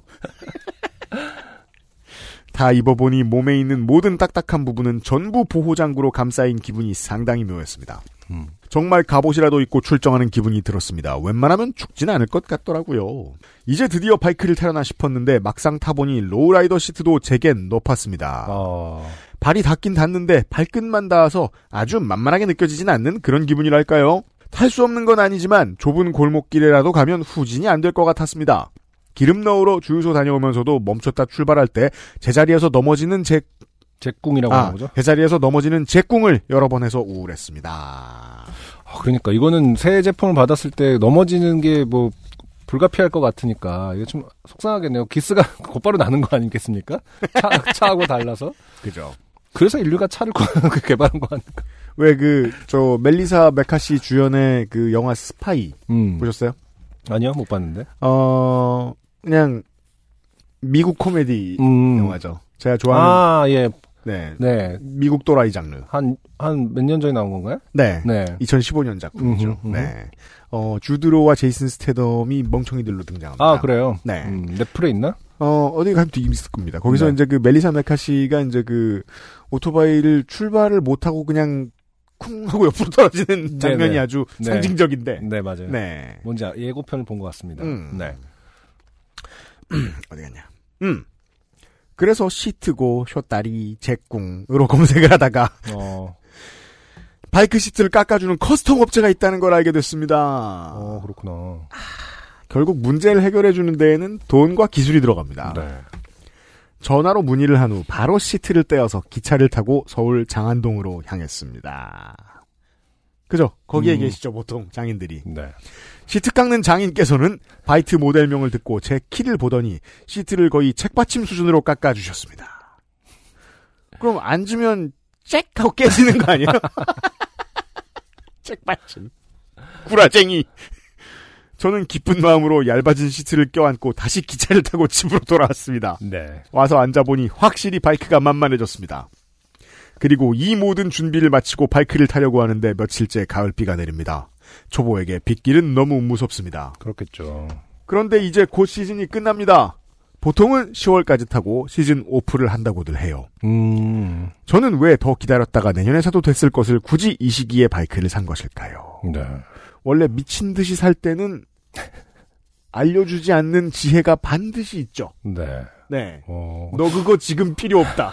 Speaker 1: 다 입어보니 몸에 있는 모든 딱딱한 부분은 전부 보호장구로 감싸인 기분이 상당히 묘했습니다.
Speaker 2: 음.
Speaker 1: 정말 갑옷이라도 입고 출정하는 기분이 들었습니다. 웬만하면 죽진 않을 것 같더라고요. 이제 드디어 바이크를 타려나 싶었는데 막상 타보니 로우라이더 시트도 제겐 높았습니다.
Speaker 2: 어,
Speaker 1: 발이 닿긴 닿는데 발끝만 닿아서 아주 만만하게 느껴지진 않는 그런 기분이랄까요? 탈 수 없는 건 아니지만 좁은 골목길에라도 가면 후진이 안 될 것 같았습니다. 기름 넣으러 주유소 다녀오면서도 멈췄다 출발할 때 제자리에서 넘어지는 제,
Speaker 2: 제꿍이라고 하는
Speaker 1: 아,
Speaker 2: 거죠.
Speaker 1: 제자리에서 넘어지는 제 꿍을 여러 번 해서 우울했습니다.
Speaker 2: 아, 그러니까 이거는 새 제품을 받았을 때 넘어지는 게 뭐 불가피할 것 같으니까 이게 좀 속상하겠네요. 기스가 곧바로 나는 거 아니겠습니까? 차, 차하고 달라서.
Speaker 1: 그죠.
Speaker 2: 그래서 인류가 차를 그 개발한 거 아닌가.
Speaker 1: 왜 그 저 멜리사 메카시 주연의 그 영화 스파이
Speaker 2: 음.
Speaker 1: 보셨어요?
Speaker 2: 아니요, 못 봤는데.
Speaker 1: 어 그냥 미국 코미디
Speaker 2: 음.
Speaker 1: 영화죠. 제가 좋아하는
Speaker 2: 아, 예.
Speaker 1: 네
Speaker 2: 네.
Speaker 1: 미국 도라이 장르.
Speaker 2: 한, 한 몇 년 전에 나온 건가요?
Speaker 1: 네.
Speaker 2: 네.
Speaker 1: 2015년 작품이죠.
Speaker 2: 음흠, 음흠.
Speaker 1: 네. 어, 주드로와 제이슨 스테덤이 멍청이들로 등장합니다.
Speaker 2: 아, 그래요?
Speaker 1: 네.
Speaker 2: 음, 넷플에 있나?
Speaker 1: 어, 어디 가면 뒤 있을 겁니다. 거기서
Speaker 2: 네.
Speaker 1: 이제 그 멜리사 메카시가 이제 그 오토바이를 출발을 못하고 그냥 쿵 하고 옆으로 떨어지는
Speaker 2: 네,
Speaker 1: 장면이
Speaker 2: 네.
Speaker 1: 아주
Speaker 2: 네.
Speaker 1: 상징적인데.
Speaker 2: 네, 맞아요.
Speaker 1: 네.
Speaker 2: 뭔지 아- 예고편을 본 것 같습니다.
Speaker 1: 음.
Speaker 2: 네.
Speaker 1: 어디 갔냐. 음. 그래서 시트고, 쇼다리, 제꿍으로 검색을 하다가
Speaker 2: 어,
Speaker 1: 바이크 시트를 깎아주는 커스텀 업체가 있다는 걸 알게 됐습니다.
Speaker 2: 어, 그렇구나.
Speaker 1: 결국 문제를 해결해 주는 데에는 돈과 기술이 들어갑니다.
Speaker 2: 네.
Speaker 1: 전화로 문의를 한 후 바로 시트를 떼어서 기차를 타고 서울 장안동으로 향했습니다. 그죠? 거기에
Speaker 2: 음.
Speaker 1: 계시죠, 보통 장인들이.
Speaker 2: 네.
Speaker 1: 시트 깎는 장인께서는 바이트 모델명을 듣고 제 키를 보더니 시트를 거의 책받침 수준으로 깎아주셨습니다. 그럼 앉으면 잭 하고 깨지는 거 아니에요? 책받침. 구라쟁이. 저는 기쁜 마음으로 얇아진 시트를 껴안고 다시 기차를 타고 집으로 돌아왔습니다.
Speaker 2: 네.
Speaker 1: 와서 앉아보니 확실히 바이크가 만만해졌습니다. 그리고 이 모든 준비를 마치고 바이크를 타려고 하는데 며칠째 가을비가 내립니다. 초보에게 빗길은 너무 무섭습니다.
Speaker 2: 그렇겠죠.
Speaker 1: 그런데 이제 곧 시즌이 끝납니다. 보통은 10월까지 타고 시즌 오프를 한다고들 해요.
Speaker 2: 음,
Speaker 1: 저는 왜 더 기다렸다가 내년에 사도 됐을 것을 굳이 이 시기에 바이크를 산 것일까요?
Speaker 2: 네.
Speaker 1: 원래 미친 듯이 살 때는 알려주지 않는 지혜가 반드시 있죠.
Speaker 2: 네.
Speaker 1: 네.
Speaker 2: 어.
Speaker 1: 너 그거 지금 필요 없다.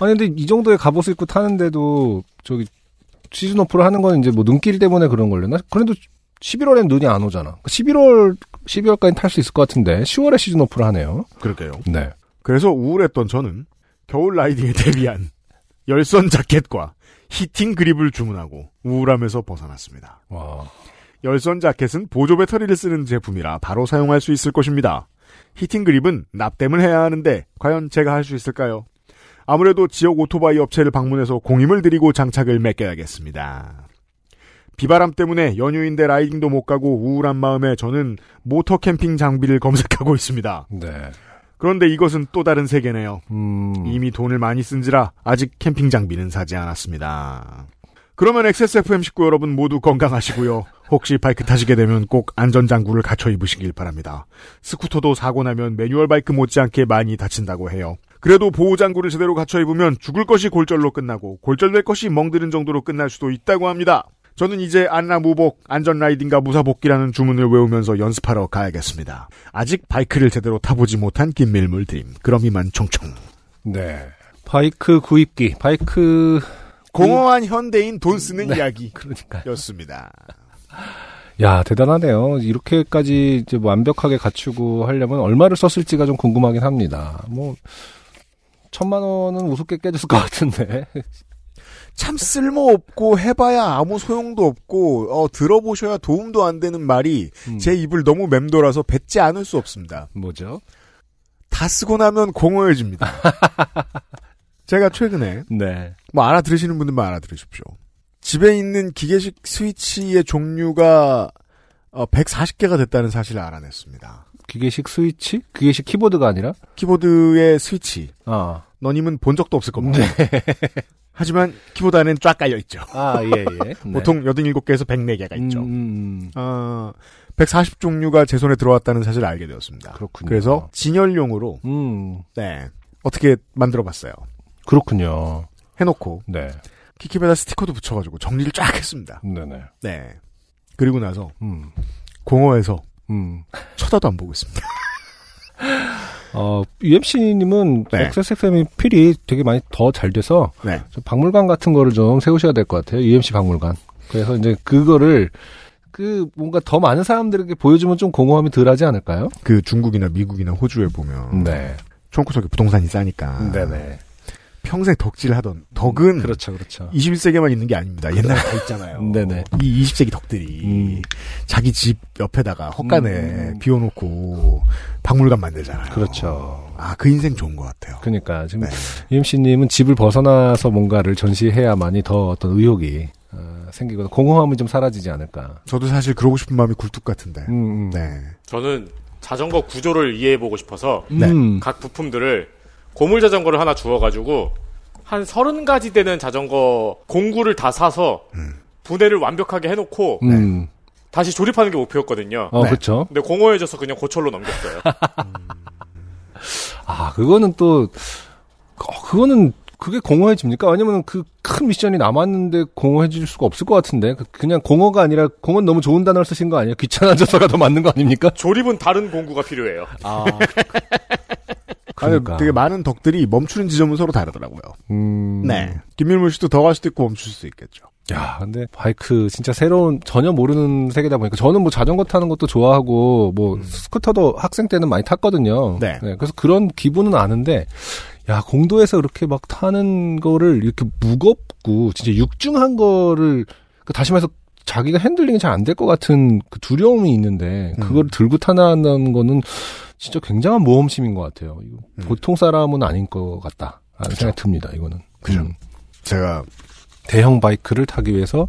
Speaker 2: 아니, 근데 이 정도의 갑옷을 입고 타는데도, 저기, 시즌 오프를 하는 건 이제 뭐 눈길 때문에 그런 걸려나? 그래도 11월엔 눈이 안 오잖아. 11월, 12월까지 탈 수 있을 것 같은데, 10월에 시즌 오프를 하네요.
Speaker 1: 그럴게요.
Speaker 2: 네.
Speaker 1: 그래서 우울했던 저는 겨울 라이딩에 대비한 열선 자켓과 히팅 그립을 주문하고 우울함에서 벗어났습니다.
Speaker 2: 와.
Speaker 1: 열선 자켓은 보조 배터리를 쓰는 제품이라 바로 사용할 수 있을 것입니다. 히팅 그립은 납땜을 해야 하는데 과연 제가 할 수 있을까요? 아무래도 지역 오토바이 업체를 방문해서 공임을 드리고 장착을 맡겨야겠습니다. 비바람 때문에 연휴인데 라이딩도 못 가고 우울한 마음에 저는 모터 캠핑 장비를 검색하고 있습니다.
Speaker 2: 네.
Speaker 1: 그런데 이것은 또 다른 세계네요.
Speaker 2: 음.
Speaker 1: 이미 돈을 많이 쓴지라 아직 캠핑 장비는 사지 않았습니다. 그러면 XSFM 식구 여러분 모두 건강하시고요. 혹시 바이크 타시게 되면 꼭 안전장구를 갖춰 입으시길 바랍니다. 스쿠터도 사고 나면 매뉴얼 바이크 못지않게 많이 다친다고 해요. 그래도 보호장구를 제대로 갖춰 입으면 죽을 것이 골절로 끝나고 골절될 것이 멍드는 정도로 끝날 수도 있다고 합니다. 저는 이제 안나무복, 안전라이딩과 무사복귀라는 주문을 외우면서 연습하러 가야겠습니다. 아직 바이크를 제대로 타보지 못한 김밀물 드림. 그럼 이만 총총.
Speaker 2: 네. 바이크 구입기, 바이크,
Speaker 1: 공허한 현대인 돈 쓰는 이야기.
Speaker 2: 그러니까.
Speaker 1: 였습니다.
Speaker 2: 야, 대단하네요. 이렇게까지 이제 뭐 완벽하게 갖추고 하려면 얼마를 썼을지가 좀 궁금하긴 합니다. 뭐, 천만 원은 우습게 깨졌을 것 같은데.
Speaker 1: 참 쓸모없고 해봐야 아무 소용도 없고 어, 들어보셔야 도움도 안 되는 말이
Speaker 2: 음,
Speaker 1: 제 입을 너무 맴돌아서 뱉지 않을 수 없습니다.
Speaker 2: 뭐죠?
Speaker 1: 다 쓰고 나면 공허해집니다. 제가 최근에
Speaker 2: 네.
Speaker 1: 뭐 알아들으시는 분들만 알아들으십시오. 집에 있는 기계식 스위치의 종류가 140개가 됐다는 사실을 알아냈습니다.
Speaker 2: 기계식 스위치? 기계식 키보드가 아니라?
Speaker 1: 키보드의 스위치,
Speaker 2: 아.
Speaker 1: 너님은 본 적도 없을 겁니다. 하지만 키보드 안엔 쫙 깔려 있죠.
Speaker 2: 아, 예, 예. 네.
Speaker 1: 보통 87개에서 104개가 있죠.
Speaker 2: 음, 음,
Speaker 1: 아, 140 종류가 제 손에 들어왔다는 사실을 알게 되었습니다.
Speaker 2: 그렇군요.
Speaker 1: 래서 진열용으로
Speaker 2: 음,
Speaker 1: 네, 어떻게 만들어봤어요.
Speaker 2: 그렇군요.
Speaker 1: 해놓고
Speaker 2: 네.
Speaker 1: 키키에다 스티커도 붙여가지고 정리를 쫙 했습니다.
Speaker 2: 네네.
Speaker 1: 네. 그리고 나서
Speaker 2: 음,
Speaker 1: 공허해서
Speaker 2: 음.
Speaker 1: 쳐다도 안 보고 있습니다.
Speaker 2: 어, UMC님은
Speaker 1: 네.
Speaker 2: XSFM이 필이 되게 많이 더 잘 돼서
Speaker 1: 네.
Speaker 2: 저 박물관 같은 거를 좀 세우셔야 될 것 같아요. UMC 박물관. 그래서 이제 그거를 그 뭔가 더 많은 사람들에게 보여주면 좀 공허함이 덜하지 않을까요?
Speaker 1: 그 중국이나 미국이나 호주에 보면
Speaker 2: 네.
Speaker 1: 총구석에 부동산이 싸니까
Speaker 2: 네네.
Speaker 1: 평생 덕질하던 덕은
Speaker 2: 그렇죠, 그렇죠.
Speaker 1: 21세기만 있는 게 아닙니다. 옛날에 다 있잖아요.
Speaker 2: 네네.
Speaker 1: 이 20세기 덕들이
Speaker 2: 음.
Speaker 1: 자기 집 옆에다가 헛간에
Speaker 2: 음.
Speaker 1: 비워놓고 박물관 만들잖아요.
Speaker 2: 그렇죠.
Speaker 1: 아, 그 인생 좋은 것 같아요.
Speaker 2: 그러니까 지금
Speaker 1: 네.
Speaker 2: UMC님은 집을 벗어나서 뭔가를 전시해야만이 더 어떤 의욕이 어, 생기거나 공허함이 좀 사라지지 않을까.
Speaker 1: 저도 사실 그러고 싶은 마음이 굴뚝 같은데.
Speaker 2: 음, 음.
Speaker 1: 네.
Speaker 9: 저는 자전거 구조를 이해해보고 싶어서
Speaker 1: 네.
Speaker 2: 음.
Speaker 9: 각 부품들을 고물 자전거를 하나 주워가지고 한 서른 가지 되는 자전거 공구를 다 사서 분해를 완벽하게 해놓고
Speaker 2: 음.
Speaker 9: 다시 조립하는 게 목표였거든요.
Speaker 2: 어,
Speaker 1: 네.
Speaker 2: 그렇죠.
Speaker 9: 근데 공허해져서 그냥 고철로 넘겼어요.
Speaker 2: 아, 그거는 또, 어, 그거는, 그게 공허해집니까? 왜냐면 그 큰 미션이 남았는데 공허해질 수가 없을 것 같은데. 그- 그냥 공허가 아니라, 공허는 너무 좋은 단어를 쓰신 거 아니에요? 귀찮아져서가 더 맞는 거 아닙니까?
Speaker 9: 조립은 다른 공구가 필요해요.
Speaker 2: 아.
Speaker 1: 아니, 되게 많은 덕들이 멈추는 지점은 서로 다르더라고요.
Speaker 2: 그러니까. 음.
Speaker 1: 네. 김밀물 씨도 더 갈 수도 있고 멈출 수도 있겠죠.
Speaker 2: 야, 근데 바이크 진짜 새로운 전혀 모르는 세계다 보니까 저는 뭐 자전거 타는 것도 좋아하고 뭐 스쿠터도 학생 때는 많이 탔거든요.
Speaker 1: 음. 네.
Speaker 2: 그래서 그런 기분은 아는데 야, 공도에서 이렇게 막 타는 거를 이렇게 무겁고 진짜 육중한 거를 그 다시 말해서 자기가 핸들링이 잘 안 될 것 같은 그 두려움이 있는데
Speaker 1: 음.
Speaker 2: 그걸 들고 타는 거는 진짜 굉장한 모험심인 것 같아요. 이거
Speaker 1: 음. 그렇죠.
Speaker 2: 보통 사람은 아닌 것 같다. 라는 생각이 듭니다. 이거는.
Speaker 1: 그죠.
Speaker 2: 음.
Speaker 1: 제가
Speaker 2: 대형 바이크를 타기 위해서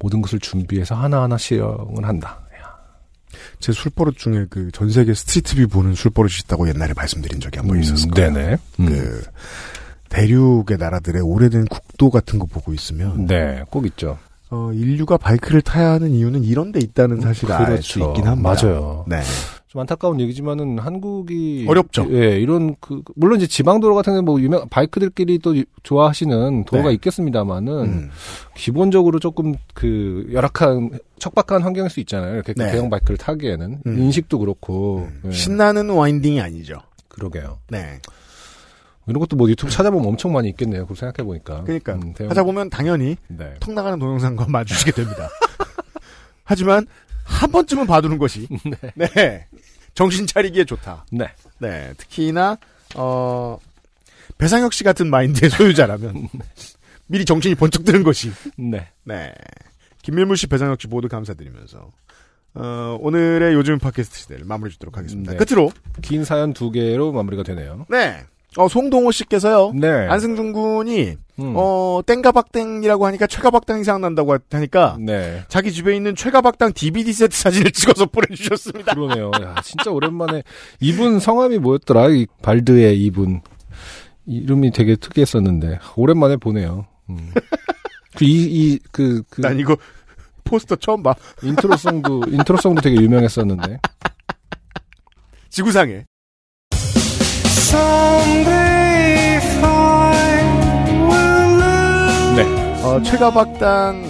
Speaker 2: 모든 것을 준비해서 하나하나 실행을 한다. 야.
Speaker 1: 제 술버릇 중에 그 전 세계 스트리트뷰 보는 술버릇이 있다고 옛날에 말씀드린 적이 한 번 있었을 거예요.
Speaker 2: 네네. 뭐 음.
Speaker 1: 그 대륙의 나라들의 오래된 국도 같은 거 보고 있으면
Speaker 2: 네, 꼭 있죠.
Speaker 1: 어, 인류가 바이크를 타야 하는 이유는 이런 데 있다는 사실을 알 수
Speaker 2: 음, 그렇죠.
Speaker 1: 있긴 합니다.
Speaker 2: 맞아요.
Speaker 1: 네.
Speaker 2: 좀 안타까운 얘기지만은 한국이
Speaker 1: 어렵죠.
Speaker 2: 예, 이런 그 물론 이제 지방 도로 같은 데뭐 유명 바이크들끼리 또 유- 좋아하시는 도로가
Speaker 1: 네.
Speaker 2: 있겠습니다만은
Speaker 1: 음.
Speaker 2: 기본적으로 조금 그 열악한 척박한 환경일 수 있잖아요. 이렇게 그
Speaker 1: 네.
Speaker 2: 대형 바이크를 타기에는
Speaker 1: 음.
Speaker 2: 인식도 그렇고 예,
Speaker 1: 신나는 와인딩이 아니죠.
Speaker 2: 그러게요.
Speaker 1: 네.
Speaker 2: 이런 것도 뭐 유튜브 찾아보면 엄청 많이 있겠네요. 그걸 생각해 보니까. 음,
Speaker 1: 그러니까 하다 보면 당연히
Speaker 2: 네.
Speaker 1: 턱 나가는 동영상과 마주치게 됩니다. 하지만 한 번쯤은 봐두는 것이 네. 정신 차리기에 좋다.
Speaker 2: 네.
Speaker 1: 네, 특히나 어 배상혁 씨 같은 마인드의 소유자라면 미리 정신이 번쩍 드는 것이
Speaker 2: 네.
Speaker 1: 네. 김밀물 씨, 배상혁 씨 모두 감사드리면서 어, 오늘의 요즘 팟캐스트 시대를 마무리 짓도록 하겠습니다.
Speaker 2: 네.
Speaker 1: 끝으로
Speaker 2: 긴 사연 두 개로 마무리가 되네요.
Speaker 1: 네. 어, 송동호 씨께서요.
Speaker 2: 네.
Speaker 1: 어? 안승준 군이
Speaker 2: 음.
Speaker 1: 어, 땡가박땡이라고 하니까 최가박당이 생각난다고 하니까
Speaker 2: 네.
Speaker 1: 자기 집에 있는 최가박당 DVD 세트 사진을 찍어서 보내주셨습니다.
Speaker 2: 그러네요. 야, 진짜 오랜만에 이분 성함이 뭐였더라? 이 발드의 이분 이름이 되게 특이했었는데 오랜만에 보네요. 음. 그이이그그
Speaker 1: 난 이거 포스터 처음 봐.
Speaker 2: 인트로송도 인트로송도 되게 유명했었는데
Speaker 1: 지구상에. 네. 어, 최가박당,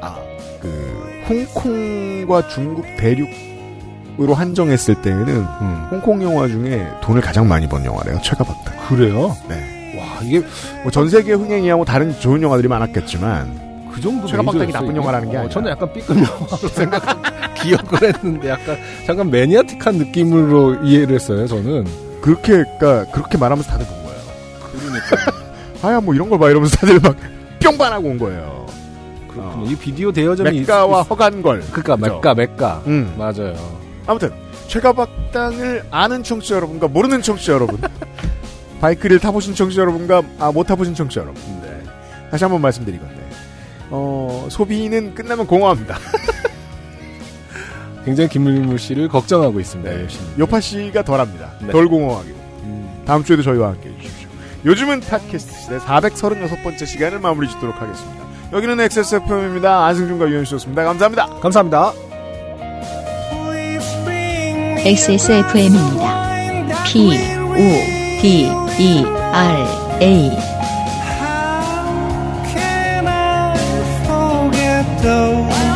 Speaker 1: 아, 그, 홍콩과 중국 대륙으로 한정했을 때에는
Speaker 2: 음.
Speaker 1: 홍콩 영화 중에 돈을 가장 많이 번 영화래요, 최가박당.
Speaker 2: 그래요?
Speaker 1: 네.
Speaker 2: 와 이게
Speaker 1: 뭐 전 세계 흥행이야 뭐 다른 좋은 영화들이 많았겠지만,
Speaker 2: 그 정도
Speaker 1: 최가박당이
Speaker 2: 메이저였어요,
Speaker 1: 나쁜
Speaker 2: 이게?
Speaker 1: 영화라는 게
Speaker 2: 어,
Speaker 1: 아니라.
Speaker 2: 저는 약간 B급 영화로 생각 기억을 했는데 약간 잠깐 매니아틱한 느낌으로 이해를 했어요. 저는
Speaker 1: 그렇게, 그러니까 그니까, 그렇게 말하면서 다들 본 거예요. 그러니까. 아야, 뭐 이런 걸 봐, 이러면서 다들 막 뿅반하고 온 거예요.
Speaker 2: 그렇군요.
Speaker 1: 어.
Speaker 2: 이 비디오 대여점이
Speaker 1: 맥가와
Speaker 2: 있,
Speaker 1: 허간걸.
Speaker 2: 있, 그니까
Speaker 1: 그죠?
Speaker 2: 맥가 맥가
Speaker 1: 음.
Speaker 2: 맞아요.
Speaker 1: 아무튼 최가박당을 아는 청취자 여러분과 모르는 청취자 여러분 바이크를 타보신 청취자 여러분과 아, 못 타보신 청취자 여러분 네. 다시 한번 말씀드리건데 어, 소비는 끝나면 공허합니다
Speaker 2: 굉장히 김민물 씨를 걱정하고 있습니다.
Speaker 1: 네.
Speaker 2: 열심히.
Speaker 1: 요파 씨가 덜합니다
Speaker 2: 네.
Speaker 1: 덜 공허하게 다음 주에도 저희와 함께 해주십시오 요즘은 팟캐스트 시대 436번째 시간을 마무리 짓도록 하겠습니다 여기는 XSFM입니다 안승준과 유현수였습니다 감사합니다
Speaker 2: 감사합니다.
Speaker 3: XSFM입니다. P, O, D, E, R, A.
Speaker 10: How can I forget those